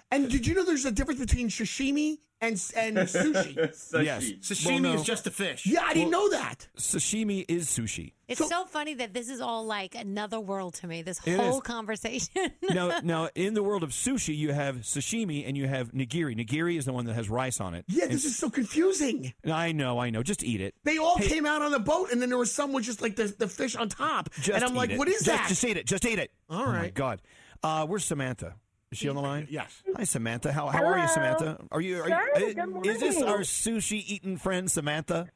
[SPEAKER 15] And did you know there's a difference between sashimi and and sushi?
[SPEAKER 1] Yes.
[SPEAKER 11] Sashimi
[SPEAKER 1] Well, no.
[SPEAKER 11] is just a fish.
[SPEAKER 15] Yeah, I didn't
[SPEAKER 1] Well-
[SPEAKER 15] know that.
[SPEAKER 1] Sashimi is sushi.
[SPEAKER 8] It's so, funny that this is all like another world to me, this
[SPEAKER 1] It is.
[SPEAKER 8] whole conversation.
[SPEAKER 1] now, now, in the world of sushi, you have sashimi and you have nigiri. Nigiri is the one that has rice on it.
[SPEAKER 15] Yeah, this is so confusing.
[SPEAKER 1] I know, I know. Just eat it.
[SPEAKER 15] They all came out on a boat, and then there was some with just like the, the fish on top.
[SPEAKER 1] Just
[SPEAKER 15] and I'm
[SPEAKER 1] eat
[SPEAKER 15] like,
[SPEAKER 1] it.
[SPEAKER 15] what is
[SPEAKER 1] Just-
[SPEAKER 15] that?
[SPEAKER 1] Just eat it. Just eat it.
[SPEAKER 15] All
[SPEAKER 1] Oh my
[SPEAKER 15] right.
[SPEAKER 1] God. Uh, where's Samantha? Is she on the line? Yes. Hi, Samantha. How, how are you,
[SPEAKER 16] Hello.
[SPEAKER 1] Samantha? Are you? Are
[SPEAKER 16] Good,
[SPEAKER 1] you?
[SPEAKER 16] good
[SPEAKER 1] is this
[SPEAKER 16] morning.
[SPEAKER 1] our sushi eating friend, Samantha?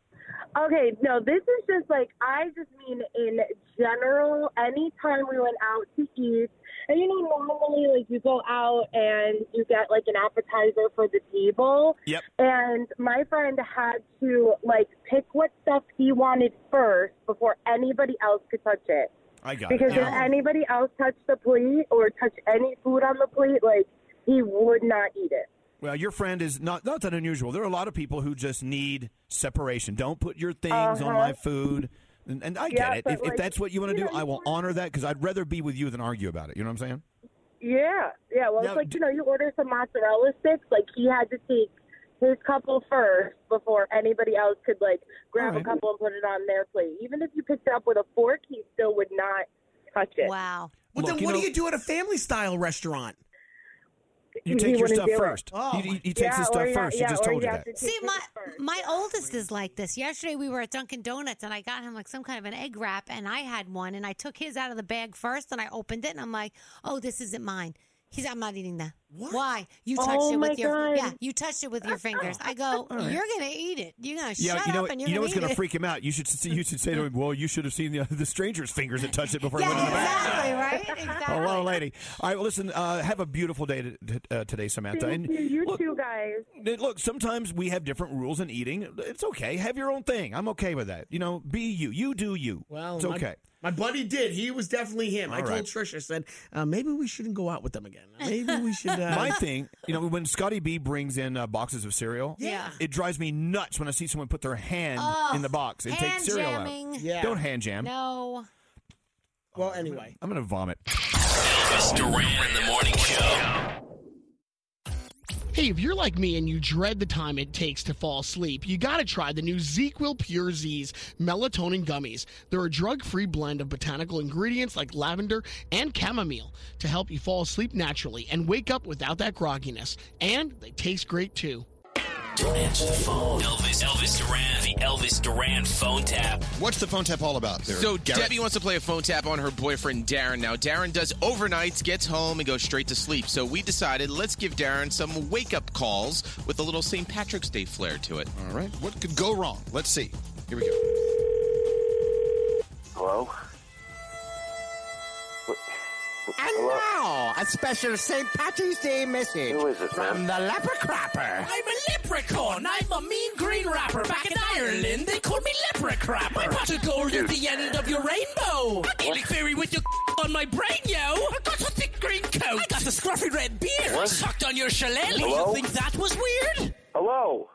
[SPEAKER 16] Okay, no, this is just like I just mean in general. Anytime we went out to eat, and you know, normally like you go out and you get like an appetizer for the table.
[SPEAKER 38] Yep.
[SPEAKER 16] And my friend had to like pick what stuff he wanted first before anybody else could touch it.
[SPEAKER 1] I got
[SPEAKER 16] because
[SPEAKER 1] it.
[SPEAKER 16] if anybody else touched the plate or touched any food on the plate, like he would not eat it.
[SPEAKER 1] Well, your friend is not not that unusual. There are a lot of people who just need separation. Don't put your things
[SPEAKER 16] Uh-huh.
[SPEAKER 1] on my food. And, and I
[SPEAKER 16] Yeah,
[SPEAKER 1] get it.
[SPEAKER 16] but,
[SPEAKER 1] If, if
[SPEAKER 16] like,
[SPEAKER 1] that's what you want to
[SPEAKER 16] you
[SPEAKER 1] do,
[SPEAKER 16] know,
[SPEAKER 1] I will honor that because I'd rather be with you than argue about it. You know what I'm saying?
[SPEAKER 16] Yeah, yeah. Well,
[SPEAKER 1] Now,
[SPEAKER 16] it's like you know, you order some mozzarella sticks. Like he had to take his couple first before anybody else could like grab a couple and put it on their plate. Even if you picked it up with a fork, he still would not touch it.
[SPEAKER 39] Wow.
[SPEAKER 9] Well, then what do you do at a family style restaurant?
[SPEAKER 1] You take your stuff first.
[SPEAKER 15] Oh
[SPEAKER 1] he, he- he takes his stuff first. she just told you that.
[SPEAKER 8] See, my my oldest is like this. Yesterday we were at Dunkin' Donuts and I got him like some kind of an egg wrap and I had one and I took his out of the bag first and I opened it and I'm like, oh, this isn't mine. He's, I'm not eating that. Why? You touched
[SPEAKER 16] Oh,
[SPEAKER 8] it
[SPEAKER 16] my
[SPEAKER 8] with your
[SPEAKER 16] God.
[SPEAKER 8] yeah. You touched it with your fingers. I go,
[SPEAKER 1] All right.
[SPEAKER 8] you're gonna eat it. You're gonna
[SPEAKER 1] yeah,
[SPEAKER 8] shut
[SPEAKER 1] you know,
[SPEAKER 8] up
[SPEAKER 1] what-
[SPEAKER 8] and
[SPEAKER 1] you
[SPEAKER 8] you're
[SPEAKER 1] know what's
[SPEAKER 8] gonna
[SPEAKER 1] going to
[SPEAKER 8] eat it.
[SPEAKER 1] freak him out. You should you should say to him, "Well, you should have seen the, the stranger's fingers that touched it before he went in the back."
[SPEAKER 8] Exactly right. Exactly.
[SPEAKER 1] Hello, lady. All right, well, listen. Uh, have a beautiful day to, to- uh, today, Samantha.
[SPEAKER 16] Thank
[SPEAKER 1] And
[SPEAKER 16] you, you two guys.
[SPEAKER 1] Th- Look, sometimes we have different rules in eating. It's okay. Have your own thing. I'm okay with that. You know, be you. You do you.
[SPEAKER 9] Well,
[SPEAKER 1] it's
[SPEAKER 9] my-
[SPEAKER 1] okay.
[SPEAKER 9] My, buddy did. He was definitely him. I
[SPEAKER 1] All
[SPEAKER 9] told
[SPEAKER 1] right.
[SPEAKER 9] Trisha, I said, uh, maybe we shouldn't go out with them again. Maybe we should. Uh,
[SPEAKER 1] My thing, you know, when Scotty B brings in uh, boxes of cereal,
[SPEAKER 9] Yeah.
[SPEAKER 1] it drives me nuts when I see someone put their hand
[SPEAKER 8] Oh,
[SPEAKER 1] in the box and take
[SPEAKER 8] hand
[SPEAKER 1] cereal
[SPEAKER 8] jamming.
[SPEAKER 1] out.
[SPEAKER 8] Yeah.
[SPEAKER 1] Don't hand jam.
[SPEAKER 8] No.
[SPEAKER 9] Well, anyway.
[SPEAKER 1] I'm gonna vomit.
[SPEAKER 4] Elvis Duran in the morning show.
[SPEAKER 15] Hey, if you're like me and you dread the time it takes to fall asleep, you gotta try the new ZQL Pure Z's melatonin gummies. They're a drug free blend of botanical ingredients like lavender and chamomile to help you fall asleep naturally and wake up without that grogginess. And they taste great too.
[SPEAKER 4] Don't answer the phone. Elvis, Elvis Duran, the Elvis Duran phone tap.
[SPEAKER 11] What's the phone tap all about there?
[SPEAKER 22] So
[SPEAKER 11] Garrett?
[SPEAKER 22] Debbie wants to play a phone tap on her boyfriend Darren. Now Darren does overnights, gets home, and goes straight to sleep. So we decided let's give Darren some wake up calls with a little St. Patrick's Day flair to it.
[SPEAKER 11] All right. What could go wrong? Let's see. Here we go.
[SPEAKER 40] Hello?
[SPEAKER 13] And now, a special St. Patrick's Day message from the Leprocrapper.
[SPEAKER 24] I'm a leprechaun. I'm a mean green rapper. Back in Ireland, they call me leprechaun. My pot of gold is the end of your rainbow. I can't look fairy with your on my brain, yo. I got a thick green coat. I got the scruffy red beard.
[SPEAKER 13] What?
[SPEAKER 24] Sucked on your shillelagh.
[SPEAKER 13] Hello?
[SPEAKER 24] You think that was weird?
[SPEAKER 13] Hello?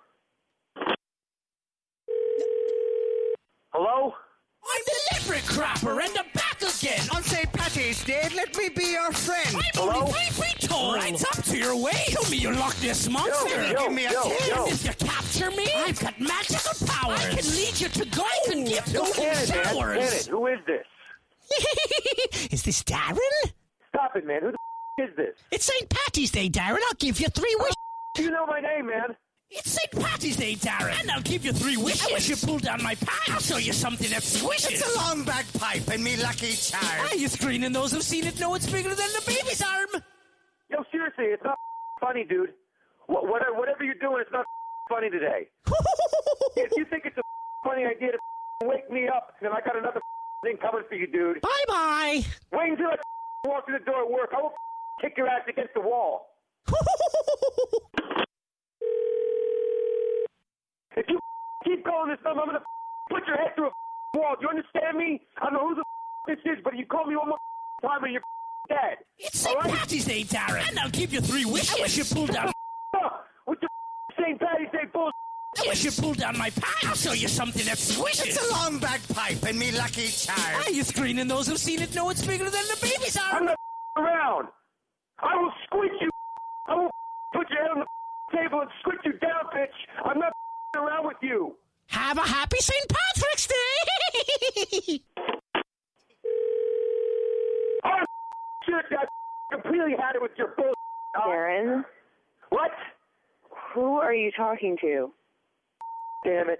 [SPEAKER 13] Hello?
[SPEAKER 24] I'm the leprechaun and I'm back again.
[SPEAKER 13] On St. Patrick's Day, let me be your friend.
[SPEAKER 24] I'm only five feet tall. Right up to your way. Show me your Loch Ness monster.
[SPEAKER 13] Yo, yo,
[SPEAKER 24] Give me a
[SPEAKER 13] yo,
[SPEAKER 24] kiss.
[SPEAKER 13] yo.
[SPEAKER 24] If you capture me, I've got magical powers. I can lead you to golden gifts,
[SPEAKER 13] No
[SPEAKER 24] golden
[SPEAKER 13] kidding, man.
[SPEAKER 24] showers.
[SPEAKER 13] Get it. Who is this?
[SPEAKER 24] is this Darren?
[SPEAKER 13] Stop it, man. Who the is this?
[SPEAKER 24] It's St. Patty's Day, Darren. I'll give you three wishes.
[SPEAKER 13] You know my name, man.
[SPEAKER 24] It's St. Patty's Day, Darren. And I'll give you three wishes. I wish you pulled down my pants. I'll show you something that swishes.
[SPEAKER 13] It's a long
[SPEAKER 24] bagpipe and me lucky charm. Ah, you screening those who've seen it know it's bigger than the baby's arm.
[SPEAKER 13] Yo, seriously, it's not funny, dude. What, what, whatever you're doing, it's not funny today. if you think it's a funny idea to wake me up, then I got another thing coming for you, dude.
[SPEAKER 24] Bye bye.
[SPEAKER 13] Wait until I walk through the door at work. I will kick your ass against the wall. if you keep calling this number, I'm gonna put your head through a wall. Do you understand me? I don't know who the this is, but if you call me one more time, and you're dead.
[SPEAKER 24] It's St. Patty's Day, Darren. And I'll give you three wishes. I wish you pulled down.
[SPEAKER 13] With the St. Patty's Day bullshit.
[SPEAKER 24] I wish you pulled down my pants. I'll show you something that swishes.
[SPEAKER 13] It's a
[SPEAKER 24] long bagpipe and me lucky charm. Ah, you screening those who've seen it know it's bigger than the baby's arm.
[SPEAKER 13] I'm not around. I will squeak you. I will Oh, put your head on the table and squeak you down, bitch. I'm not around with you.
[SPEAKER 24] Have a happy St. Patrick's Day!
[SPEAKER 13] Oh, shit, I completely had it with your bull.
[SPEAKER 26] Darren?
[SPEAKER 13] What?
[SPEAKER 26] Who are you talking to?
[SPEAKER 13] Damn it.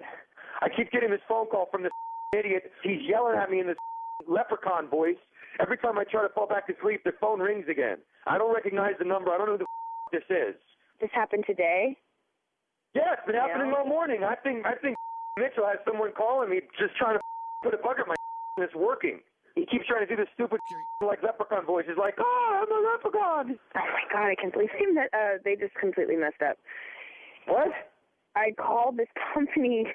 [SPEAKER 13] I keep getting this phone call from this idiot. He's yelling at me in this leprechaun voice. Every time I try to fall back to sleep, the phone rings again. I don't recognize the number. I don't know who the this is.
[SPEAKER 26] This happened today?
[SPEAKER 13] Yeah, it's been happening all morning. I think I think Mitchell has someone calling me just trying to put a bucket in my and it's working. He keeps trying to do this stupid like leprechaun voice. He's like, oh, I'm a leprechaun.
[SPEAKER 26] Oh my god, I can't believe that uh, they just completely messed up. What? I called this company.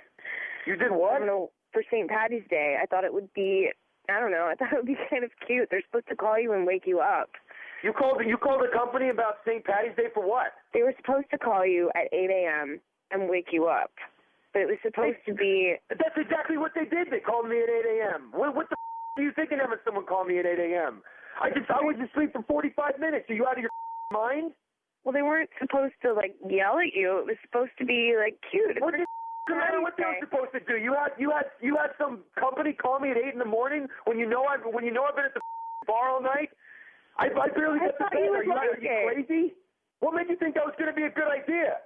[SPEAKER 13] You did what?
[SPEAKER 26] I don't know, for St. Patty's Day. I thought it would be I don't know. I thought it would be kind of cute. They're supposed to call you and wake you up.
[SPEAKER 13] You called you called the company about St. Patty's Day for what?
[SPEAKER 26] They were supposed to call you at 8 a.m. and wake you up, but it was supposed to be.
[SPEAKER 13] That's exactly what they did. They called me at 8 a.m. What, what the f- are you thinking having someone call me at 8 a.m.? I just I was asleep for 45 minutes. Are you out of your f- mind?
[SPEAKER 26] Well, they weren't supposed to like yell at you. It was supposed to be like cute.
[SPEAKER 13] What the f- no matter what they were supposed to do. You had you had you had some company call me at eight in the morning when you know I've when you know I've been at the f- bar all night. I, I barely got to
[SPEAKER 26] I thought
[SPEAKER 13] bed.
[SPEAKER 26] you
[SPEAKER 13] Are
[SPEAKER 26] would
[SPEAKER 13] you, are
[SPEAKER 26] like
[SPEAKER 13] you
[SPEAKER 26] it.
[SPEAKER 13] crazy? What made you think that was going to be a good idea?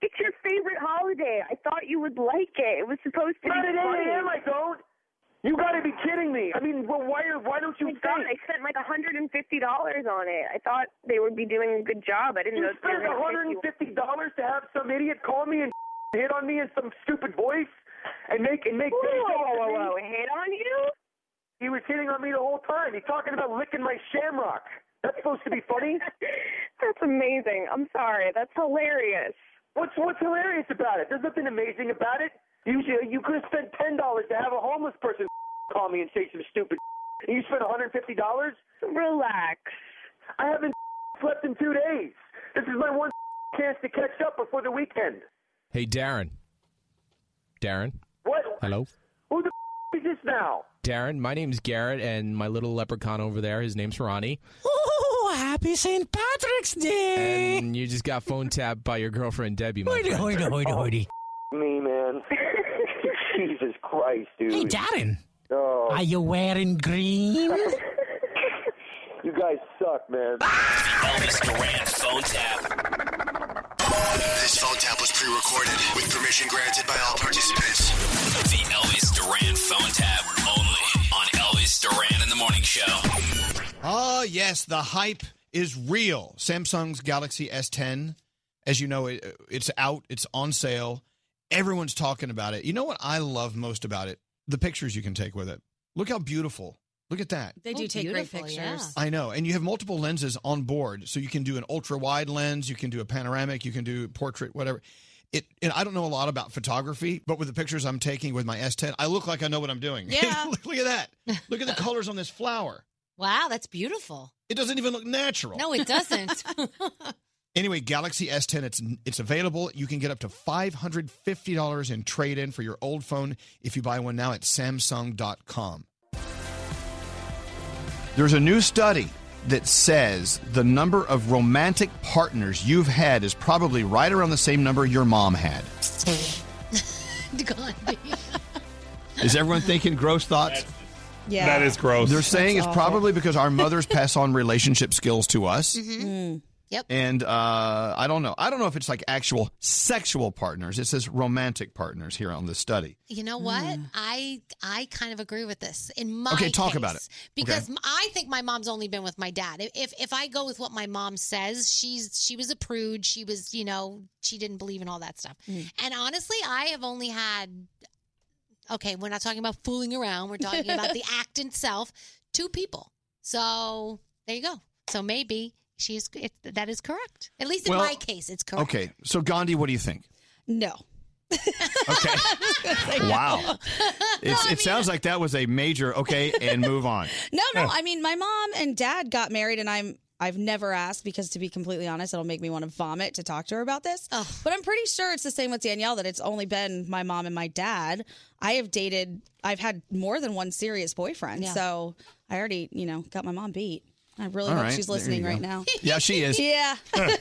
[SPEAKER 26] It's your favorite holiday. I thought you would like it. It was supposed to
[SPEAKER 13] Not at
[SPEAKER 26] be
[SPEAKER 13] 8
[SPEAKER 26] funny.
[SPEAKER 13] a.m. I don't. You got to be kidding me. I mean, well, why are why don't you
[SPEAKER 26] Oh my God, I
[SPEAKER 13] think?
[SPEAKER 26] spent like $150 on it. I thought they would be doing a good job. I didn't
[SPEAKER 13] You
[SPEAKER 26] know
[SPEAKER 13] spent
[SPEAKER 26] they were
[SPEAKER 13] $150 to have some idiot call me and hit on me in some stupid voice and make and make
[SPEAKER 26] Whoa,
[SPEAKER 13] big
[SPEAKER 26] whoa,
[SPEAKER 13] jokes
[SPEAKER 26] whoa,
[SPEAKER 13] at me?
[SPEAKER 26] whoa, hit on you?
[SPEAKER 13] He was hitting on me the whole time. He's talking about licking my shamrock. That's supposed to be funny.
[SPEAKER 26] That's amazing. I'm sorry. That's hilarious.
[SPEAKER 13] What's what's hilarious about it? There's nothing amazing about it. You should, you could have spent ten dollars to have a homeless person call me and say some stupid. And you spent 150 dollars.
[SPEAKER 26] Relax.
[SPEAKER 13] I haven't slept in two days. This is my one chance to catch up before the weekend.
[SPEAKER 14] Hey, Darren. Darren.
[SPEAKER 13] What?
[SPEAKER 14] Hello.
[SPEAKER 13] Who the is this now?
[SPEAKER 14] Darren, my name's Garrett, and my little leprechaun over there, his name's Ronnie.
[SPEAKER 19] Oh, happy St. Patrick's Day!
[SPEAKER 14] And you just got phone tapped by your girlfriend, Debbie. My
[SPEAKER 19] Hoity,
[SPEAKER 14] friend.
[SPEAKER 19] hoity, hoity, hoity.
[SPEAKER 13] Me, man. Jesus Christ, dude.
[SPEAKER 19] Hey, Darren.
[SPEAKER 13] Oh.
[SPEAKER 19] Are you wearing green?
[SPEAKER 13] you guys suck, man.
[SPEAKER 19] Ah!
[SPEAKER 3] Elvis Duran phone tap.
[SPEAKER 41] This phone tap was pre-recorded with permission granted by all participants.
[SPEAKER 3] The Elvis Duran phone tap only on Elvis Duran in the Morning Show.
[SPEAKER 1] Ah, yes, the hype is real. Samsung's Galaxy S10, as you know, it, it's out, it's on sale. Everyone's talking about it. You know what I love most about it? The pictures you can take with it. Look how beautiful. Look at that.
[SPEAKER 5] They do
[SPEAKER 8] Oh,
[SPEAKER 5] take great
[SPEAKER 8] beautiful,
[SPEAKER 5] pictures.
[SPEAKER 8] yeah.
[SPEAKER 1] I know. And you have multiple lenses on board. So you can do an ultra wide lens, you can do a panoramic, you can do portrait, whatever. It, and I don't know a lot about photography, but with the pictures I'm taking with my S10, I look like I know what I'm doing.
[SPEAKER 8] Yeah.
[SPEAKER 1] look, look at that. Look at the colors on this flower.
[SPEAKER 8] Wow, that's beautiful.
[SPEAKER 1] It doesn't even look natural.
[SPEAKER 8] No, it doesn't.
[SPEAKER 1] Anyway, Galaxy S10 it's it's available. You can get up to $550 in trade-in for your old phone if you buy one now at samsung.com. There's a new study that says the number of romantic partners you've had is probably right around the same number your mom had.
[SPEAKER 8] Gandhi.
[SPEAKER 1] Is everyone thinking gross thoughts?
[SPEAKER 8] Yeah.
[SPEAKER 1] They're saying
[SPEAKER 8] That's
[SPEAKER 1] it's
[SPEAKER 8] awful.
[SPEAKER 1] probably because our mothers pass on relationship skills to us.
[SPEAKER 5] Mm-hmm.
[SPEAKER 8] Mhm. Yep.
[SPEAKER 1] And uh, I don't know. I don't know if it's like actual sexual partners. It says romantic partners here on this study.
[SPEAKER 8] You know what? I I kind of agree with this. In my
[SPEAKER 1] Okay, talk about
[SPEAKER 8] case,
[SPEAKER 1] it.
[SPEAKER 8] because
[SPEAKER 1] Okay.
[SPEAKER 8] m- I think my mom's only been with my dad. If- If if I go with what my mom says, she's she was a prude. She was you know she didn't believe in all that stuff. And honestly, I have only had. Okay, we're not talking about fooling around. We're talking about the act itself. Two people. So there you go. So maybe she's it, that is correct. At least in
[SPEAKER 1] Well,
[SPEAKER 8] my case, it's correct.
[SPEAKER 1] Okay. So, Gandhi, what do you think?
[SPEAKER 5] No. Okay.
[SPEAKER 1] Wow. It's, it sounds like that was a major, okay, and move on.
[SPEAKER 5] No, no. I mean, my mom and dad got married, and I'm I've never asked because, to be completely honest, it'll make me want to vomit to talk to her about this. But I'm pretty sure it's the same with Danielle that it's only been my mom and my dad. I have dated. I've had more than one serious boyfriend,
[SPEAKER 8] Yeah.
[SPEAKER 5] so I already, you know, got my mom beat. I really
[SPEAKER 1] All
[SPEAKER 5] hope
[SPEAKER 1] right,
[SPEAKER 5] she's
[SPEAKER 1] there you
[SPEAKER 5] listening
[SPEAKER 1] go.
[SPEAKER 5] right now.
[SPEAKER 1] Yeah, she is.
[SPEAKER 5] yeah.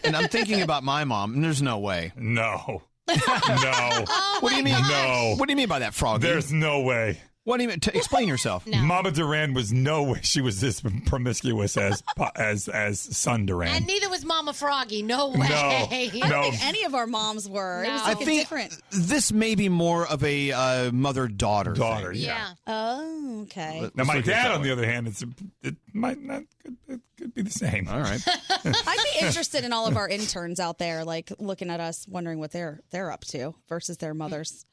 [SPEAKER 1] and I'm thinking about my mom, and there's no way. No. no.
[SPEAKER 8] Oh,
[SPEAKER 1] what do you mean? No. What do you mean by that, Froggy?
[SPEAKER 9] There's no way.
[SPEAKER 1] What do you mean? T- explain yourself.
[SPEAKER 9] Mama Duran was no way she was this promiscuous as po- as as son Duran.
[SPEAKER 8] And neither was Mama Froggy. No way.
[SPEAKER 9] No. I
[SPEAKER 5] I
[SPEAKER 9] No.
[SPEAKER 5] don't think any of our moms were. It was
[SPEAKER 1] I
[SPEAKER 5] like a
[SPEAKER 1] think-
[SPEAKER 5] different.
[SPEAKER 1] This may be more of a uh, mother daughter. Daughter,
[SPEAKER 5] Oh, okay.
[SPEAKER 9] Now, my
[SPEAKER 1] Let's look at it
[SPEAKER 9] dad,
[SPEAKER 1] that
[SPEAKER 9] on the other hand, it's it might not could, it could be the same. All
[SPEAKER 1] right.
[SPEAKER 5] I'd be interested in all of our interns out there, like looking at us, wondering what they're they're up to versus their mothers.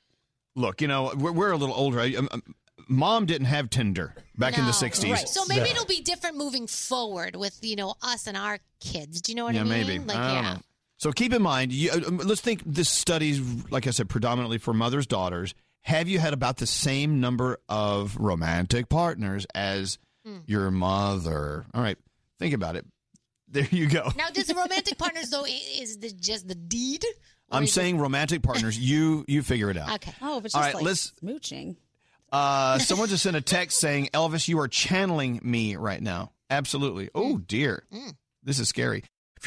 [SPEAKER 1] Look, you know, we're, we're a little older. I, um, um, Mom didn't have Tinder back in the 60s.
[SPEAKER 8] So maybe it'll be different moving forward with you know us and our kids. Do you know what
[SPEAKER 1] yeah,
[SPEAKER 8] I mean?
[SPEAKER 1] maybe.
[SPEAKER 8] Like
[SPEAKER 1] I don't
[SPEAKER 8] yeah.
[SPEAKER 1] know. So keep in mind, you, uh, um, let's think this study's, like I said, predominantly for mothers, daughters. have you had about the same number of romantic partners as
[SPEAKER 8] Hmm.
[SPEAKER 1] your mother? All right, think about it. There you go.
[SPEAKER 42] Now, does the romantic partners though i- is the, just the deed? Or
[SPEAKER 1] I'm
[SPEAKER 42] is it-
[SPEAKER 1] saying romantic partners. You you figure it out.
[SPEAKER 42] Okay.
[SPEAKER 5] Oh, if it's just
[SPEAKER 1] All right,
[SPEAKER 5] like
[SPEAKER 1] let's-
[SPEAKER 5] smooching.
[SPEAKER 1] Uh, someone just sent a text saying, "Elvis, you are channeling me right now." Absolutely. Oh dear, this is scary.
[SPEAKER 43] If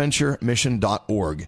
[SPEAKER 1] stbonaventuremission.org.